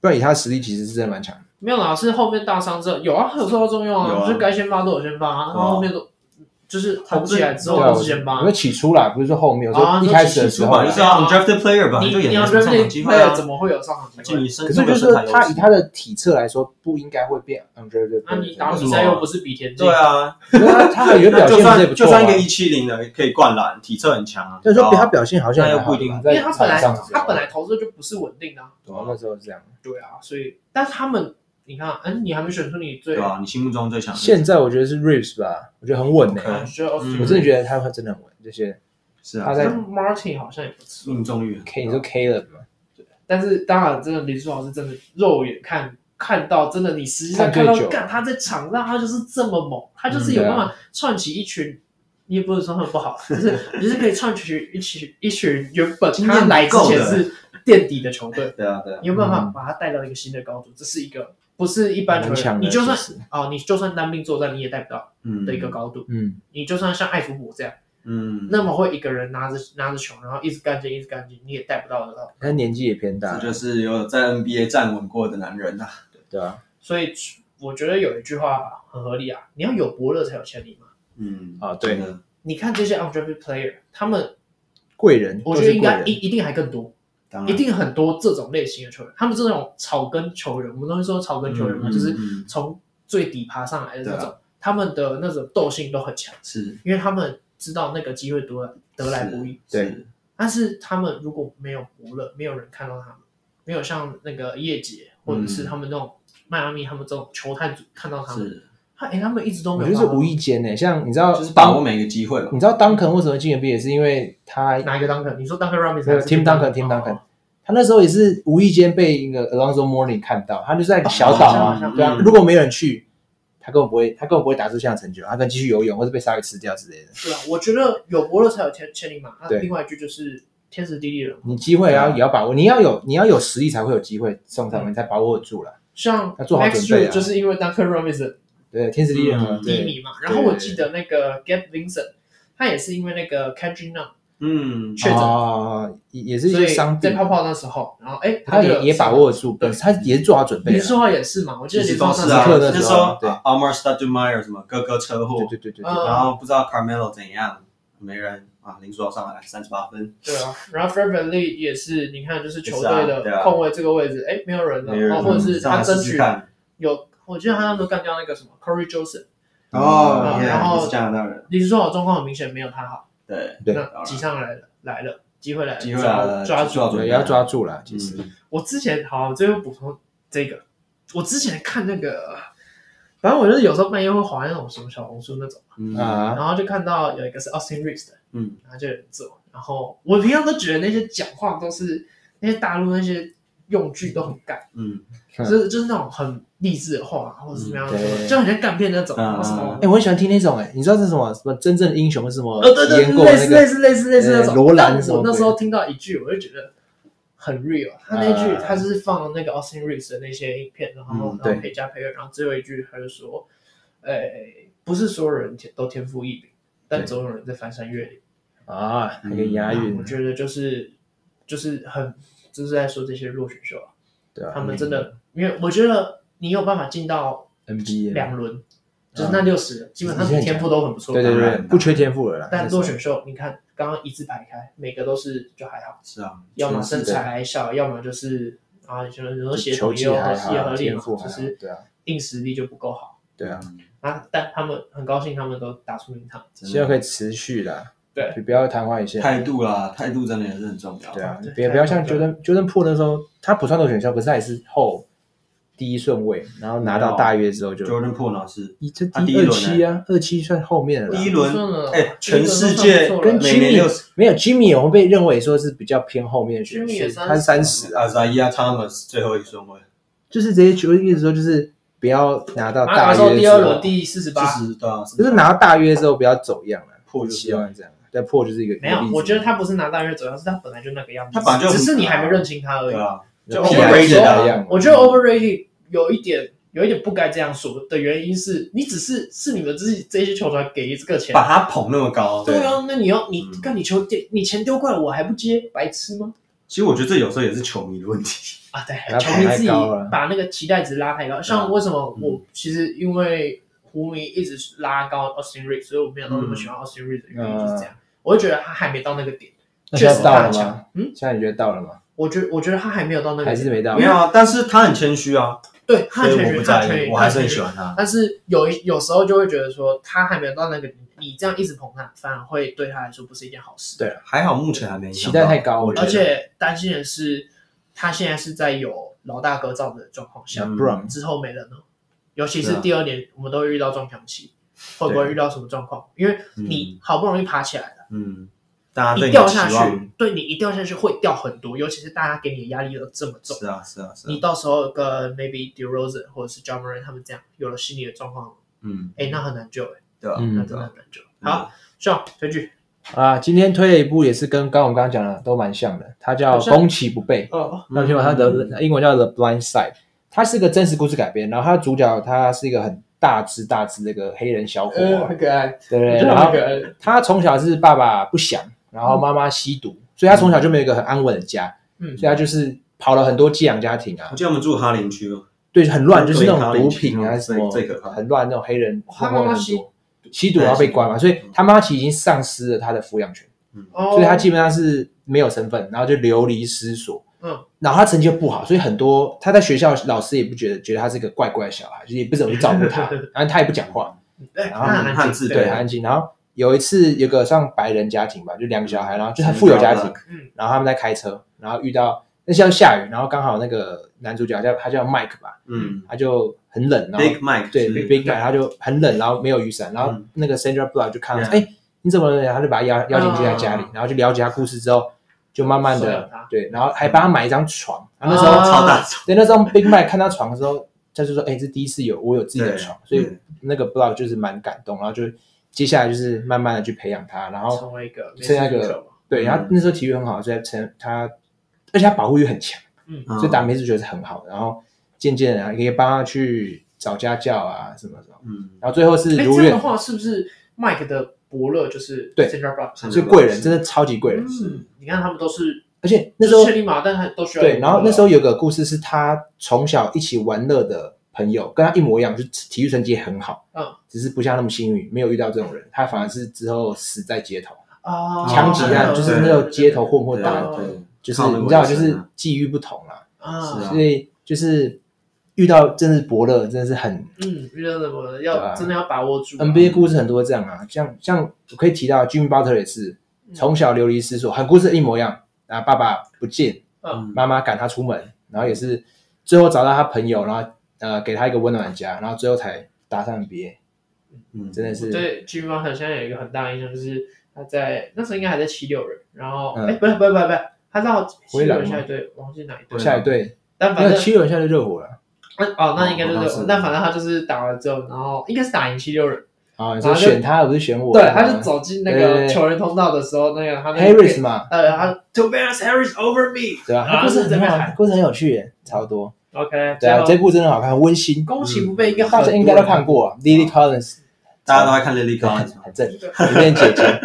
[SPEAKER 1] 不然以他的实力，其实是真的蛮强的。
[SPEAKER 3] 没有啦，是后面大伤之后有啊，他有受到重用
[SPEAKER 4] 有
[SPEAKER 3] 啊，
[SPEAKER 4] 啊哦
[SPEAKER 3] 就是该先发都有先发啊，然后后面都就是红起来之
[SPEAKER 1] 对
[SPEAKER 3] 后
[SPEAKER 1] 啊，
[SPEAKER 3] 都是先
[SPEAKER 1] 我
[SPEAKER 3] 发
[SPEAKER 1] 因为。起初啦，不是说后面，我
[SPEAKER 3] 啊
[SPEAKER 1] 说一开始的
[SPEAKER 4] 主
[SPEAKER 1] 时候
[SPEAKER 4] 管
[SPEAKER 1] 啦，
[SPEAKER 4] 就是要 undrafted player 吧，
[SPEAKER 3] 你
[SPEAKER 4] 就也
[SPEAKER 3] 你
[SPEAKER 4] 没
[SPEAKER 3] 要
[SPEAKER 4] 有什么上场
[SPEAKER 3] Rebley
[SPEAKER 4] 机会啊
[SPEAKER 3] 怎，么会有上场
[SPEAKER 4] 而
[SPEAKER 3] 机
[SPEAKER 4] 且
[SPEAKER 3] 会？
[SPEAKER 4] 你身
[SPEAKER 1] 可是就是说他以他的体测来说，不应该会变 under 对
[SPEAKER 3] 那你打
[SPEAKER 4] 为什
[SPEAKER 3] 比
[SPEAKER 4] 么
[SPEAKER 3] 赛又不是比田径
[SPEAKER 4] 对，啊，
[SPEAKER 1] 他他还有表
[SPEAKER 4] 就
[SPEAKER 1] 现不是也
[SPEAKER 4] 算
[SPEAKER 1] 不
[SPEAKER 4] 就
[SPEAKER 1] 错
[SPEAKER 4] 算一
[SPEAKER 1] 啊
[SPEAKER 4] 个一七零的可以灌篮，体测很强啊，
[SPEAKER 1] 但是说
[SPEAKER 4] 对啊
[SPEAKER 1] 他表现好像
[SPEAKER 4] 那又
[SPEAKER 1] 还好
[SPEAKER 4] 不一定
[SPEAKER 1] 吧
[SPEAKER 3] 因
[SPEAKER 1] 在
[SPEAKER 3] 为他本来
[SPEAKER 1] 场上是
[SPEAKER 3] 他本来投射就不是稳定的啊。
[SPEAKER 1] 对啊那时候是这样。
[SPEAKER 3] 对啊，所以但是他们你看，嗯，你还没选出你最，
[SPEAKER 4] 对啊吧？你心目中最强的
[SPEAKER 1] 现在我觉得是 Reeves 吧，我觉得很稳呢、
[SPEAKER 4] OK
[SPEAKER 3] 我觉得 Austin-
[SPEAKER 4] 嗯
[SPEAKER 1] 我真的觉得他会真的很稳。这些
[SPEAKER 4] 是啊，
[SPEAKER 1] 他在
[SPEAKER 3] 跟 Martin 好像也不错，
[SPEAKER 4] 命中率很高
[SPEAKER 1] K，你说 Caleb 嘛，
[SPEAKER 3] 但是当然，真的林书豪是真的肉眼看看到，真的你实际上看
[SPEAKER 1] 看最
[SPEAKER 3] 到，
[SPEAKER 1] 久
[SPEAKER 3] 干他在场上他就是这么猛，他就是有办
[SPEAKER 1] 嗯对
[SPEAKER 3] 法串起一群，你也不是说很不好， 就是你是可以串起一群一群原本
[SPEAKER 4] 经验
[SPEAKER 3] 他来之前
[SPEAKER 4] 不够的
[SPEAKER 3] 是垫底的球队，
[SPEAKER 4] 对啊对啊，
[SPEAKER 3] 你有办法把他带到一个新的高度，这是一个不是一般球
[SPEAKER 1] 蛮
[SPEAKER 3] 员，
[SPEAKER 1] 强的
[SPEAKER 3] 你就算
[SPEAKER 1] 其实
[SPEAKER 3] 哦，你就算单兵作战你也带不到
[SPEAKER 4] 嗯
[SPEAKER 3] 的一个高度，
[SPEAKER 1] 嗯，
[SPEAKER 3] 你就算像艾弗伯这样，
[SPEAKER 4] 嗯，
[SPEAKER 3] 那么会一个人拿着拿着球，然后一直干进一直干进，你也带不到的高度。
[SPEAKER 1] 他年纪也偏大
[SPEAKER 4] 这，就是有在 NBA 站稳过的男人啊呐，
[SPEAKER 1] 对啊吧、
[SPEAKER 3] 所以我觉得有一句话很合理啊，你要有伯乐才有千里嘛。
[SPEAKER 4] 嗯
[SPEAKER 1] 啊对
[SPEAKER 4] 真的
[SPEAKER 3] 你看这些 undrafted player，他们
[SPEAKER 1] 贵人，
[SPEAKER 3] 我觉得应该
[SPEAKER 1] 都
[SPEAKER 3] 一
[SPEAKER 1] 是
[SPEAKER 3] 一定还更多，
[SPEAKER 4] 当然
[SPEAKER 3] 一定很多这种类型的球员，他们这种草根球员，我们都会说草根球员嘛，
[SPEAKER 4] 嗯
[SPEAKER 3] 就是
[SPEAKER 4] 嗯嗯
[SPEAKER 3] 从最底爬上来的这
[SPEAKER 4] 对啊
[SPEAKER 3] 种，他们的那种斗性都很强，
[SPEAKER 4] 是
[SPEAKER 3] 因为他们知道那个机会得来得来不易。
[SPEAKER 1] 对
[SPEAKER 4] 是
[SPEAKER 3] 但是他们如果没有伯乐，没有人看到他们，没有像那个叶姐或者
[SPEAKER 4] 嗯
[SPEAKER 3] 是他们那种迈阿密他们这种球探组看到他们，
[SPEAKER 4] 是，
[SPEAKER 3] 他哎、他们一直都
[SPEAKER 1] 我
[SPEAKER 3] 没
[SPEAKER 1] 觉
[SPEAKER 3] 有
[SPEAKER 1] 得
[SPEAKER 3] 办
[SPEAKER 1] 是
[SPEAKER 3] 法。
[SPEAKER 1] 无意间呢，像你知道，
[SPEAKER 4] 就是把握每个机会嘛。
[SPEAKER 1] 呃你知道当肯为什么进 NBA 也是因为他
[SPEAKER 3] 哪一个 Duncan？你说 Duncan 哦 Robinson？
[SPEAKER 1] 没有
[SPEAKER 3] 还是
[SPEAKER 1] Tim Duncan，Tim Duncan 他那时候也是无意间被那个 Alonso Mourning 看到，他就在小岛
[SPEAKER 3] 哦好
[SPEAKER 1] 啊
[SPEAKER 3] 像，
[SPEAKER 1] 对啊
[SPEAKER 4] 好，像嗯
[SPEAKER 1] 如果没有人去，他根本不会，他根本不会打出这样的成就，他可能继续游泳或者被鲨鱼吃掉之类的。
[SPEAKER 3] 对啊，我觉得有伯乐才有千千里马。那
[SPEAKER 1] 对
[SPEAKER 3] 另外一句就是天时地利人和。
[SPEAKER 1] 你机会啊也要
[SPEAKER 3] 啊
[SPEAKER 1] 也要把握，你要有你要有实力才会有机会送
[SPEAKER 3] 嗯
[SPEAKER 1] 上门，你才把握得住了。
[SPEAKER 3] 像
[SPEAKER 1] 要做好
[SPEAKER 3] Max
[SPEAKER 1] 准备啊
[SPEAKER 3] Strus 就是因为 Duncan Robinson
[SPEAKER 1] 对，天时地利人和，
[SPEAKER 4] 嗯
[SPEAKER 3] 低
[SPEAKER 1] 对，
[SPEAKER 3] 迷嘛，然后我记得那个 Gabe Vincent，他也是因为那个 c a t r i n a
[SPEAKER 4] 嗯，
[SPEAKER 3] 确诊
[SPEAKER 1] 哦，也也是一
[SPEAKER 3] 所
[SPEAKER 1] 些
[SPEAKER 3] 以
[SPEAKER 1] 伤
[SPEAKER 3] 在
[SPEAKER 1] 病，
[SPEAKER 3] 泡泡那时候，然后哎，
[SPEAKER 1] 他
[SPEAKER 3] 就
[SPEAKER 1] 也
[SPEAKER 3] 有
[SPEAKER 1] 也把握得啊住，本
[SPEAKER 3] 对
[SPEAKER 1] 身他也是做好准备
[SPEAKER 3] 林
[SPEAKER 1] 了。
[SPEAKER 3] 书豪也是嘛，我记得
[SPEAKER 4] 其
[SPEAKER 3] 林
[SPEAKER 4] 实
[SPEAKER 3] 书
[SPEAKER 4] 都
[SPEAKER 3] 豪那
[SPEAKER 1] 时候，时
[SPEAKER 4] 是啊那时
[SPEAKER 1] 候
[SPEAKER 4] 候
[SPEAKER 1] 对
[SPEAKER 4] Armor Stoudemire 什么哥哥车祸
[SPEAKER 1] 对，对对对对，
[SPEAKER 3] 嗯
[SPEAKER 4] 然后不知道 Carmelo 怎样，没人啊，林书豪上来三十八分，
[SPEAKER 3] 对啊，然后 f r e d v a n l e 也是，你看就是球
[SPEAKER 4] 也
[SPEAKER 3] 队
[SPEAKER 4] 是啊对
[SPEAKER 3] 的
[SPEAKER 4] 啊
[SPEAKER 3] 控卫这个位置，哎，没有人了，
[SPEAKER 4] 没人
[SPEAKER 1] 哦
[SPEAKER 3] 然后或者是
[SPEAKER 4] 上
[SPEAKER 3] 他
[SPEAKER 4] 来
[SPEAKER 3] 争
[SPEAKER 4] 试试
[SPEAKER 3] 取
[SPEAKER 4] 看。
[SPEAKER 3] 有，我记得他那时候干掉那个什么 Corey Joseph，
[SPEAKER 1] 嗯啊
[SPEAKER 4] 哦，
[SPEAKER 3] 然后
[SPEAKER 4] yeah，是加拿大人，
[SPEAKER 3] 林书豪状况很明显没有他好，
[SPEAKER 4] 对，
[SPEAKER 1] 对
[SPEAKER 3] 那挤上来了，来了，机会来了，
[SPEAKER 4] 机会来了
[SPEAKER 3] 抓
[SPEAKER 4] 就
[SPEAKER 3] 住
[SPEAKER 4] 抓。
[SPEAKER 1] 对也要抓住了，其
[SPEAKER 4] 其
[SPEAKER 1] 实
[SPEAKER 4] 实。
[SPEAKER 3] 我之前好，最后补充这个，我之前看那个，反正我就是有时候半夜会滑那种什么小红书那种，
[SPEAKER 4] 嗯
[SPEAKER 1] 啊，
[SPEAKER 3] 然后就看到有一个是 Austin Reeves 的。
[SPEAKER 4] 嗯，
[SPEAKER 3] 然后就有人做。然后我平常都觉得那些讲话都是那些大陆那些用具都很干，
[SPEAKER 4] 嗯，
[SPEAKER 1] 嗯
[SPEAKER 3] 就是就是那种很励志的话，或者是怎么样，
[SPEAKER 1] 嗯对
[SPEAKER 3] 就很像干片那种，
[SPEAKER 4] 嗯
[SPEAKER 3] 然后什么
[SPEAKER 1] 哎、。我很喜欢听那种哎、你知道是什么什么真正的英雄是什么？
[SPEAKER 3] 呃，对对
[SPEAKER 1] 体验过
[SPEAKER 3] 对，类似
[SPEAKER 1] 那
[SPEAKER 3] 类
[SPEAKER 1] 个
[SPEAKER 3] 似类似类似那
[SPEAKER 1] 呃
[SPEAKER 3] 种。
[SPEAKER 1] 罗兰
[SPEAKER 3] 但
[SPEAKER 1] 什么
[SPEAKER 3] 我
[SPEAKER 1] 鬼
[SPEAKER 3] 那时候听到一句，我就觉得很 real。他那句
[SPEAKER 1] 啊
[SPEAKER 3] 他就是放那个 Austin Reeves 的那些影片，然后
[SPEAKER 4] 嗯
[SPEAKER 3] 然
[SPEAKER 1] 对
[SPEAKER 3] 后配加配乐，然后最后一句他就说，哎，不是所有人天都天赋异禀，但
[SPEAKER 1] 对
[SPEAKER 3] 总有人在翻山越岭。
[SPEAKER 1] 啊，还可以押韵
[SPEAKER 3] 我，觉得就是就是很就是在说这些弱选秀啊，
[SPEAKER 1] 对
[SPEAKER 3] 他
[SPEAKER 1] 吧
[SPEAKER 3] 们真的，
[SPEAKER 1] 嗯
[SPEAKER 3] 因为我觉得你有办法进到
[SPEAKER 1] ？NBA，
[SPEAKER 3] 两轮，就是
[SPEAKER 1] 嗯
[SPEAKER 3] 那六十，基本上你天赋都很不错。
[SPEAKER 1] 对对
[SPEAKER 4] 当
[SPEAKER 1] 对，
[SPEAKER 4] 然
[SPEAKER 1] 不缺天赋了啦。
[SPEAKER 3] 但
[SPEAKER 1] 多
[SPEAKER 3] 弱选秀，你看刚刚一字排开，每个都是就还好，
[SPEAKER 4] 是啊，
[SPEAKER 3] 要么
[SPEAKER 4] 真
[SPEAKER 3] 身
[SPEAKER 4] 的是
[SPEAKER 3] 材还小，要么就是啊，就是说协
[SPEAKER 1] 球
[SPEAKER 3] 同
[SPEAKER 1] 技
[SPEAKER 3] 也有
[SPEAKER 1] 还
[SPEAKER 3] 也
[SPEAKER 1] 好，
[SPEAKER 3] 合理
[SPEAKER 1] 天
[SPEAKER 3] 嘛
[SPEAKER 1] 赋，还
[SPEAKER 3] 就
[SPEAKER 1] 好，
[SPEAKER 3] 是
[SPEAKER 1] 对啊，
[SPEAKER 3] 硬实力就不够好
[SPEAKER 1] 对啊，，
[SPEAKER 4] 嗯
[SPEAKER 3] 啊。但他们很高兴，他们都打出名堂。
[SPEAKER 4] 真的
[SPEAKER 1] 希望可以持续啦，
[SPEAKER 3] 对
[SPEAKER 1] 就不要昙花一现。
[SPEAKER 4] 态度啦，态度真的也是很重要。
[SPEAKER 1] 对啊
[SPEAKER 3] 对，
[SPEAKER 1] 别
[SPEAKER 3] 态
[SPEAKER 1] 不要
[SPEAKER 3] 度
[SPEAKER 1] 像
[SPEAKER 3] 对
[SPEAKER 1] Jordan Jordan p o o 那时候，他不算投选秀，可是他也是后第一顺位，然后拿到大约之后就
[SPEAKER 4] ，Jordan p o o 老师，
[SPEAKER 1] 一这
[SPEAKER 4] 他
[SPEAKER 1] 第
[SPEAKER 4] 第一
[SPEAKER 1] 二
[SPEAKER 4] 轮
[SPEAKER 1] 期啊，二期算后面了啦。
[SPEAKER 4] 第一
[SPEAKER 3] 不算了
[SPEAKER 4] 轮，哎，全世
[SPEAKER 3] 第一
[SPEAKER 4] 界
[SPEAKER 3] 轮都
[SPEAKER 1] 跟
[SPEAKER 3] 算不错了
[SPEAKER 4] 每年
[SPEAKER 1] Jimmy
[SPEAKER 4] 六十，
[SPEAKER 1] 没有 Jimmy 也会被认为说是比较偏后面的选
[SPEAKER 3] Jimmy 也
[SPEAKER 1] 手，他是三
[SPEAKER 3] 30
[SPEAKER 1] 十啊
[SPEAKER 4] 阿，扎伊亚 Thomas 最后一顺位，
[SPEAKER 1] 就是这些球队一直说就是不要拿到
[SPEAKER 3] 啊，那
[SPEAKER 1] 大
[SPEAKER 3] 时候
[SPEAKER 1] 约
[SPEAKER 3] 第
[SPEAKER 1] 之
[SPEAKER 3] 二轮
[SPEAKER 1] 后，
[SPEAKER 3] 第四十八，
[SPEAKER 4] 四十对啊，
[SPEAKER 1] 就是拿到大约之后不要走样了，
[SPEAKER 4] 破就是
[SPEAKER 1] 希望这样。但破就是一个
[SPEAKER 3] 没有
[SPEAKER 1] 一个例，子
[SPEAKER 3] 我觉得他不是拿大约走样，是他本来就那个样子。
[SPEAKER 4] 他本来就
[SPEAKER 3] 只是你还没认清他而已
[SPEAKER 4] 对。啊，
[SPEAKER 1] 就
[SPEAKER 3] 就
[SPEAKER 1] overrated
[SPEAKER 4] 啊
[SPEAKER 1] 一 E 样。
[SPEAKER 3] 我觉得 overrated 有一点有一点不该这样说的原因是你只是是你们自己这些球团给这个钱。
[SPEAKER 4] 把他捧那么高，
[SPEAKER 3] 对啊，那你要你
[SPEAKER 4] 嗯
[SPEAKER 3] 看你球丢你钱丢过来我还不接，白痴吗？
[SPEAKER 4] 其实我觉得这有时候也是球迷的问题。
[SPEAKER 3] 啊，对
[SPEAKER 1] 把，它
[SPEAKER 3] 球迷自己
[SPEAKER 1] 捧太高了
[SPEAKER 3] 把那个期待值拉太高。
[SPEAKER 4] 嗯
[SPEAKER 3] 像为什么我其实因为湖迷一直拉高 Austin Reed，所以我没有那
[SPEAKER 4] 嗯
[SPEAKER 3] 么喜欢 Austin Reed 的原
[SPEAKER 4] 啊
[SPEAKER 3] 因就是这样。我就觉得他还没到那个点，
[SPEAKER 1] 那
[SPEAKER 3] 确
[SPEAKER 1] 现
[SPEAKER 3] 实
[SPEAKER 1] 在到
[SPEAKER 3] 他
[SPEAKER 1] 了
[SPEAKER 3] 很强
[SPEAKER 1] 吗。？
[SPEAKER 3] 嗯，
[SPEAKER 1] 现在你觉得到了吗？
[SPEAKER 3] 我觉我觉得他还没有到那个
[SPEAKER 1] 还
[SPEAKER 3] 点，
[SPEAKER 1] 是没到
[SPEAKER 4] 没？有啊，但是他很谦虚啊，
[SPEAKER 3] 对，他
[SPEAKER 4] 所以
[SPEAKER 3] 很全
[SPEAKER 4] 我
[SPEAKER 3] 员
[SPEAKER 4] 不
[SPEAKER 3] 他
[SPEAKER 4] 在
[SPEAKER 3] 很全
[SPEAKER 4] 意，
[SPEAKER 3] 员
[SPEAKER 4] 我还是很喜
[SPEAKER 3] 他全员
[SPEAKER 4] 欢他。
[SPEAKER 3] 但是有一有时候就会觉得说他还没有到那个点，你这样一直捧他，反而会对他来说不是一件好事。
[SPEAKER 1] 对
[SPEAKER 4] 还好目前还没影
[SPEAKER 1] 期
[SPEAKER 4] 响
[SPEAKER 1] 待
[SPEAKER 4] 到
[SPEAKER 1] 太高了
[SPEAKER 4] 我觉
[SPEAKER 3] 而
[SPEAKER 4] 得
[SPEAKER 3] 且担心的是，他现在是在有老大哥罩的状况下，
[SPEAKER 1] 像
[SPEAKER 4] 嗯
[SPEAKER 1] Brom
[SPEAKER 3] 之后没人了。尤其
[SPEAKER 4] 对
[SPEAKER 3] 是
[SPEAKER 4] 啊
[SPEAKER 3] 第二年，我们都会遇到撞墙期，会不会遇到什么状况？因为你好不容易爬起来了，
[SPEAKER 4] 嗯，大家对你
[SPEAKER 3] 你
[SPEAKER 4] 的
[SPEAKER 3] 掉下
[SPEAKER 4] 期
[SPEAKER 3] 去
[SPEAKER 4] 望，
[SPEAKER 3] 对你一掉下去会掉很多，尤其是大家给你的压力又这么重。
[SPEAKER 4] 是啊是啊是啊
[SPEAKER 3] 你，到时候跟 maybe DeRozan 或者是 j a m a r a n 他们这样有了心理的状况，
[SPEAKER 4] 嗯，
[SPEAKER 3] 哎，那很难救哎，
[SPEAKER 4] 对啊，
[SPEAKER 1] 嗯
[SPEAKER 3] 那真的很难救。好，上推剧，
[SPEAKER 1] 啊，今天推了一部也是跟刚刚我们刚刚讲的都蛮像的，它叫
[SPEAKER 3] 好
[SPEAKER 1] 《
[SPEAKER 3] 像
[SPEAKER 1] 攻其不备》，
[SPEAKER 3] 哦，
[SPEAKER 1] 那篇文它
[SPEAKER 4] 嗯
[SPEAKER 1] 的英文叫《The Blind Side》，它是个真实故事改编，然后它的主角他是一个很大只大只的一个黑人小伙、啊，
[SPEAKER 3] 可爱，嗯
[SPEAKER 1] 对不对？然后他从小是爸爸不祥，然后妈妈吸毒，所以他从小就没有一个很安稳的家，
[SPEAKER 3] 嗯
[SPEAKER 1] 所以他就是跑了很多寄养家庭啊
[SPEAKER 4] 我，记得我们住哈林区哦，
[SPEAKER 1] 对，很乱，就是那
[SPEAKER 4] 对
[SPEAKER 1] 种
[SPEAKER 4] 对
[SPEAKER 1] 毒品啊
[SPEAKER 4] 对
[SPEAKER 1] 什么，
[SPEAKER 4] 最最可怕
[SPEAKER 1] 很乱那种黑人，
[SPEAKER 3] 他妈
[SPEAKER 1] 很
[SPEAKER 3] 妈
[SPEAKER 1] 多
[SPEAKER 3] 吸毒
[SPEAKER 1] 吸毒然后被关嘛，所
[SPEAKER 4] 嗯
[SPEAKER 1] 以他妈其实已经丧失了他的抚养权，
[SPEAKER 3] 哦，
[SPEAKER 1] 所以他基本上是没有身份，然后就流离失所。
[SPEAKER 3] 嗯，
[SPEAKER 1] 然后他成绩又不好，所以很 多他在学校老师也不觉得觉得他是个怪怪的小孩，就是也不怎么照顾他，然后他也不讲话，
[SPEAKER 3] 哎
[SPEAKER 1] 然后
[SPEAKER 3] 那很
[SPEAKER 4] 汉
[SPEAKER 3] 紧
[SPEAKER 4] 字
[SPEAKER 1] 对，很安静。然后有一次有个像白人家庭吧，就两个小孩，然后就是富有家庭，
[SPEAKER 3] 嗯
[SPEAKER 1] 然后他们在开车，然后遇到那像下雨，然后刚好那个男主角叫他叫 Mike 吧，
[SPEAKER 4] 嗯
[SPEAKER 1] 他就很冷，然后
[SPEAKER 4] ，Big Mike
[SPEAKER 1] 对
[SPEAKER 4] 是
[SPEAKER 1] Big Big Mike 他就很冷，然后没有雨伞，然后
[SPEAKER 4] 嗯
[SPEAKER 1] 那个 Sandra Block 就看到
[SPEAKER 4] Yeah
[SPEAKER 1] 哎你怎么了？然后就把他邀邀请进来家里
[SPEAKER 4] 啊，
[SPEAKER 1] 然后就了解他故事之后，就慢慢
[SPEAKER 3] 收养
[SPEAKER 1] 的
[SPEAKER 3] 他
[SPEAKER 1] 对，然后还帮他买一张床，然后那时
[SPEAKER 3] 啊
[SPEAKER 1] 候
[SPEAKER 4] 超大 众，
[SPEAKER 1] 对那时候 Big Mike 看他床的时候。他就说：“哎、这第一次有我有自己的
[SPEAKER 4] 对
[SPEAKER 1] 床，所以
[SPEAKER 4] 嗯
[SPEAKER 1] 那个 blog 就是蛮感动，然后就接下来就是慢慢的去培养他，然后
[SPEAKER 3] 成为一个美
[SPEAKER 1] 剩下一个
[SPEAKER 3] 式足球嘛
[SPEAKER 1] 对，
[SPEAKER 4] 嗯
[SPEAKER 1] 然后那时候体育很好，所以成他，而且他保护欲很强，
[SPEAKER 3] 嗯
[SPEAKER 4] 嗯
[SPEAKER 1] 所以打美式足球是很好的。然后渐渐的啊，也可以帮他去找家教啊什么什么，
[SPEAKER 4] 嗯，
[SPEAKER 1] 然后最后是
[SPEAKER 3] 哎，
[SPEAKER 1] 如
[SPEAKER 3] 这样的
[SPEAKER 1] 愿，
[SPEAKER 3] 话是不是 Mike 的伯乐就是
[SPEAKER 1] 对
[SPEAKER 3] Sandra Block？
[SPEAKER 1] 是贵人，真的超级贵人。
[SPEAKER 3] 嗯，你看他们都是
[SPEAKER 1] 而且那
[SPEAKER 3] 就
[SPEAKER 1] 时
[SPEAKER 3] 是
[SPEAKER 1] 候
[SPEAKER 3] 千里马，但他都需要
[SPEAKER 1] 对，然后那时候
[SPEAKER 3] 有
[SPEAKER 1] 有个故事是他从小一起玩乐的朋友，跟他一模一样，就是体育成绩也很好，
[SPEAKER 3] 嗯，
[SPEAKER 1] 只是不像那么幸运，没有遇到这种人，他反而是之后死在街头。
[SPEAKER 3] 啊
[SPEAKER 1] 枪击案，
[SPEAKER 4] 哦
[SPEAKER 1] 就是那种街头混混打，
[SPEAKER 3] 对
[SPEAKER 4] 对，
[SPEAKER 1] 就是
[SPEAKER 4] 靠那个
[SPEAKER 1] 你知道，
[SPEAKER 4] 为
[SPEAKER 1] 就
[SPEAKER 4] 生
[SPEAKER 1] 是
[SPEAKER 4] 啊
[SPEAKER 1] 际遇不同啦，
[SPEAKER 4] 是
[SPEAKER 3] 啊
[SPEAKER 4] 啊，
[SPEAKER 1] 所以就是遇到真的是伯乐，真的是很
[SPEAKER 3] 嗯，遇到什么
[SPEAKER 1] 对
[SPEAKER 3] 要
[SPEAKER 1] 啊
[SPEAKER 3] 真的要把握住啊
[SPEAKER 1] NBA 故事很多这样啊，像像我可以提到 Jimmy Butler 也是
[SPEAKER 3] 嗯
[SPEAKER 1] 从小流离失所，很故事一模一样啊，爸爸不见，
[SPEAKER 3] 嗯
[SPEAKER 1] 妈妈赶他出门，然后也是最后找到他朋友，然后呃给他一个温暖的家，然后最后才搭上 NBA，
[SPEAKER 4] 嗯，
[SPEAKER 1] 真的是
[SPEAKER 3] 对 Jimmy Butler 现在有一个很大的印象，就是他在那时候应该还在七六人，然后
[SPEAKER 1] 嗯
[SPEAKER 3] 哎、不是不是不是不是，他到七
[SPEAKER 1] 灰
[SPEAKER 3] 六
[SPEAKER 1] 狼
[SPEAKER 3] 人
[SPEAKER 1] 吗
[SPEAKER 3] 下一队，忘记哪一队，
[SPEAKER 1] 下一队
[SPEAKER 3] 但
[SPEAKER 1] 那
[SPEAKER 3] 啊反
[SPEAKER 1] 个
[SPEAKER 3] 正
[SPEAKER 1] 七人下就热火了
[SPEAKER 3] 那哦，那应该
[SPEAKER 4] 哦
[SPEAKER 3] 就是
[SPEAKER 4] 好像是
[SPEAKER 3] 但反正他就是打完之后，然后应该是打赢七六人，
[SPEAKER 1] 啊，你
[SPEAKER 3] 然
[SPEAKER 1] 说
[SPEAKER 3] 后就
[SPEAKER 1] 选他而不是选我，啊
[SPEAKER 3] 对，他就走进那
[SPEAKER 1] 对对
[SPEAKER 3] 个
[SPEAKER 1] 对
[SPEAKER 3] 球员通道的时候，那个他那个
[SPEAKER 1] Harris 嘛，
[SPEAKER 3] 呃，他 Two Bands Harris over me。
[SPEAKER 1] 对吧？
[SPEAKER 3] 然
[SPEAKER 1] 他
[SPEAKER 3] 后
[SPEAKER 1] 故事
[SPEAKER 3] 啊就
[SPEAKER 1] 很
[SPEAKER 3] 在那边
[SPEAKER 1] 好，
[SPEAKER 3] 喊
[SPEAKER 1] 故事很有趣耶，超多。
[SPEAKER 3] OK，
[SPEAKER 1] 对啊，这
[SPEAKER 3] 最
[SPEAKER 1] 嗯
[SPEAKER 3] 后
[SPEAKER 1] 部真的很好看，很温馨，
[SPEAKER 3] 攻其不备，应该
[SPEAKER 1] 大家应该都看过啊。Lily Collins，
[SPEAKER 4] 大家都在看
[SPEAKER 1] 对
[SPEAKER 4] Lily Collins
[SPEAKER 1] 很
[SPEAKER 4] 嘛
[SPEAKER 1] 很正，
[SPEAKER 3] 对
[SPEAKER 1] 里面姐姐，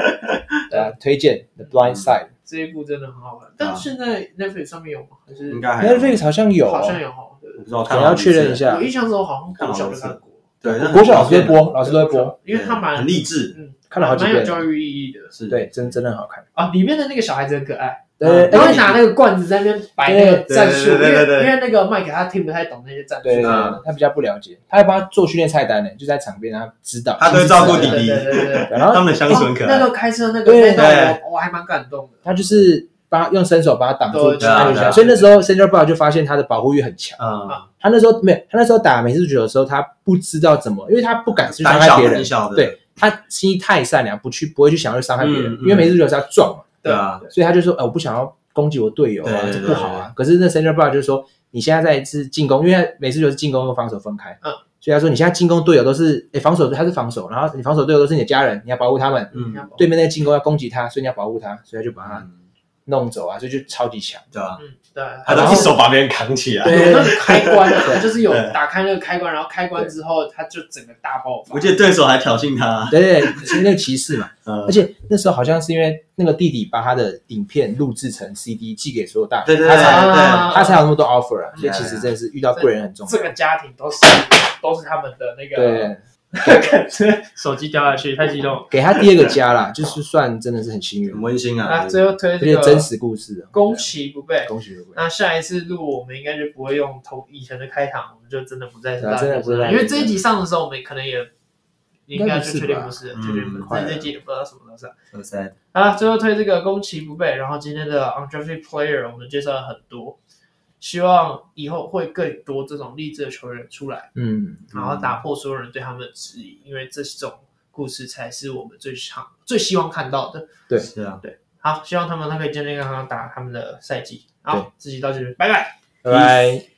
[SPEAKER 1] 对啊，推荐 The Blind Side。
[SPEAKER 3] 这一部真的很
[SPEAKER 1] 啊
[SPEAKER 3] 好玩。但现在 Netflix 上面有吗？还是
[SPEAKER 4] 应该还有
[SPEAKER 1] Netflix 好像有，
[SPEAKER 3] 哎
[SPEAKER 1] 啊
[SPEAKER 3] 好像有哈？对
[SPEAKER 4] 我不知道，
[SPEAKER 1] 可
[SPEAKER 4] 看
[SPEAKER 1] 能
[SPEAKER 4] 了
[SPEAKER 1] 要
[SPEAKER 4] 好几
[SPEAKER 1] 确认一
[SPEAKER 4] 次
[SPEAKER 1] 下
[SPEAKER 3] 我。印象中好像国小就看过，
[SPEAKER 4] 对，那很
[SPEAKER 1] 国小老师
[SPEAKER 4] 推
[SPEAKER 1] 会
[SPEAKER 4] 荐
[SPEAKER 1] 播，老师都会播，
[SPEAKER 3] 因为他蛮
[SPEAKER 4] 很励志，
[SPEAKER 3] 嗯，
[SPEAKER 1] 看了好几
[SPEAKER 3] 啊蛮有
[SPEAKER 1] 遍。
[SPEAKER 3] 教育意义的
[SPEAKER 4] 是，
[SPEAKER 1] 对，真真的很好看。呃
[SPEAKER 3] 啊。里面的那个小孩子很可爱，
[SPEAKER 1] 对，
[SPEAKER 4] 嗯
[SPEAKER 3] 然
[SPEAKER 1] 而
[SPEAKER 3] 后
[SPEAKER 1] 且
[SPEAKER 3] 拿那个罐子在那边摆那个战术，
[SPEAKER 4] 对
[SPEAKER 3] 因
[SPEAKER 4] 对对对对
[SPEAKER 3] 为
[SPEAKER 4] 对
[SPEAKER 3] 因为那个麦克他听不太懂那些战术，
[SPEAKER 1] 对，对
[SPEAKER 4] 嗯
[SPEAKER 1] 对他比较不了解，他还帮他做训练菜单呢，就在场边，他指导，
[SPEAKER 4] 他都会照顾弟弟
[SPEAKER 3] 对对对对对。
[SPEAKER 1] 对然
[SPEAKER 4] 他
[SPEAKER 1] 后
[SPEAKER 4] 们的相处很可
[SPEAKER 3] 哦那
[SPEAKER 4] 爱，
[SPEAKER 3] 个开车那个
[SPEAKER 1] 对
[SPEAKER 3] 那段我我还蛮感动的。
[SPEAKER 1] 他就是帮他用伸手把他挡住，
[SPEAKER 3] 对
[SPEAKER 4] 对啊
[SPEAKER 1] 按一
[SPEAKER 4] 对
[SPEAKER 1] 下。
[SPEAKER 4] 啊
[SPEAKER 1] 所以那时候 Sandra b l o 就发现他的保护欲很强。
[SPEAKER 4] 嗯，
[SPEAKER 1] 他那时候没有，他那时候打美式足球的时候，他不知道怎么，因为他不敢去伤
[SPEAKER 4] 胆
[SPEAKER 1] 害
[SPEAKER 4] 小
[SPEAKER 1] 别人
[SPEAKER 4] 胆，小的，
[SPEAKER 1] 对他心太善良，不去不会去想要去伤害别人，
[SPEAKER 4] 嗯嗯
[SPEAKER 1] 因为每次足球是要撞嘛，
[SPEAKER 4] 对啊，
[SPEAKER 1] 所以他就说，呃，我不想要攻击我队友啊，
[SPEAKER 4] 对
[SPEAKER 1] 这
[SPEAKER 4] 对
[SPEAKER 1] 不好啊。可是那 center bar 就说，你现在在是进攻，因为每次球是进攻和防守分开，
[SPEAKER 3] 嗯，
[SPEAKER 1] 所以他说你现在进攻队友都是，诶，防守他是防守，然后你防守队友都是你的家人，你要保护他们，
[SPEAKER 4] 嗯，
[SPEAKER 1] 对面那个进攻要攻击他，所以你要保护他，所以他就把他
[SPEAKER 4] 嗯
[SPEAKER 1] 弄走啊，所以就超级 强，
[SPEAKER 4] 对啊，
[SPEAKER 3] 嗯，对，
[SPEAKER 4] 他
[SPEAKER 1] 然
[SPEAKER 4] 都
[SPEAKER 1] 后
[SPEAKER 4] 一手把别人扛起来，
[SPEAKER 1] 对
[SPEAKER 3] 有那个开关啊，
[SPEAKER 1] 对
[SPEAKER 3] 就是有
[SPEAKER 4] 对
[SPEAKER 3] 打开那个开关，然后开关之后，他就整个大爆发
[SPEAKER 4] 我。记得对手还挑衅他，
[SPEAKER 1] 对对，对其实那个骑士嘛，
[SPEAKER 4] 嗯
[SPEAKER 1] 而，且那时候好像是因为那个弟弟把他的影片录制成 CD 寄给所有大学，
[SPEAKER 4] 对对
[SPEAKER 1] 他
[SPEAKER 4] 对
[SPEAKER 1] 才
[SPEAKER 3] 啊
[SPEAKER 1] 他才有那么多 offer 啊，
[SPEAKER 4] 嗯
[SPEAKER 1] 所以其实真的是遇到贵人很重要。
[SPEAKER 3] 这个家庭都是都是他们的那个，
[SPEAKER 1] 对，
[SPEAKER 3] 对，手机掉下去太激动
[SPEAKER 1] 给他第二个家啦， 就是算真的是很幸运
[SPEAKER 4] 很，温馨
[SPEAKER 3] 啊！
[SPEAKER 4] 啊，
[SPEAKER 3] 最后推
[SPEAKER 1] 而
[SPEAKER 3] 这
[SPEAKER 1] 且
[SPEAKER 3] 个
[SPEAKER 1] 真实故事，啊
[SPEAKER 3] 攻其不备。
[SPEAKER 1] 恭喜各位。
[SPEAKER 3] 那下一次录我们应该就不会用同以前的开场，我们就真的不再是
[SPEAKER 1] 对啊真的不是大
[SPEAKER 3] 大
[SPEAKER 1] 学
[SPEAKER 3] 因为这一集上的时候，我们可能也应该就确定
[SPEAKER 1] 应该
[SPEAKER 3] 不
[SPEAKER 1] 不
[SPEAKER 3] 是，
[SPEAKER 4] 吧
[SPEAKER 3] 确定
[SPEAKER 4] 嗯
[SPEAKER 3] 不
[SPEAKER 1] 快
[SPEAKER 3] 是，
[SPEAKER 1] 了
[SPEAKER 3] 这一集也不知道什么时候上。
[SPEAKER 4] 很 sad
[SPEAKER 3] 啊，最后推这个攻其不备，然后今天的 undrafted player 我们介绍了很多，希望以后会更多这种励志的球员出来，
[SPEAKER 1] 嗯，
[SPEAKER 3] 然后打破所有人对他们的质疑，因为这种故事才是我们最想、最希望看到的。
[SPEAKER 4] 是啊，
[SPEAKER 3] 好，希望他们都可以健健康康打他们的赛季。好，自己到这边，拜拜。
[SPEAKER 1] 拜拜。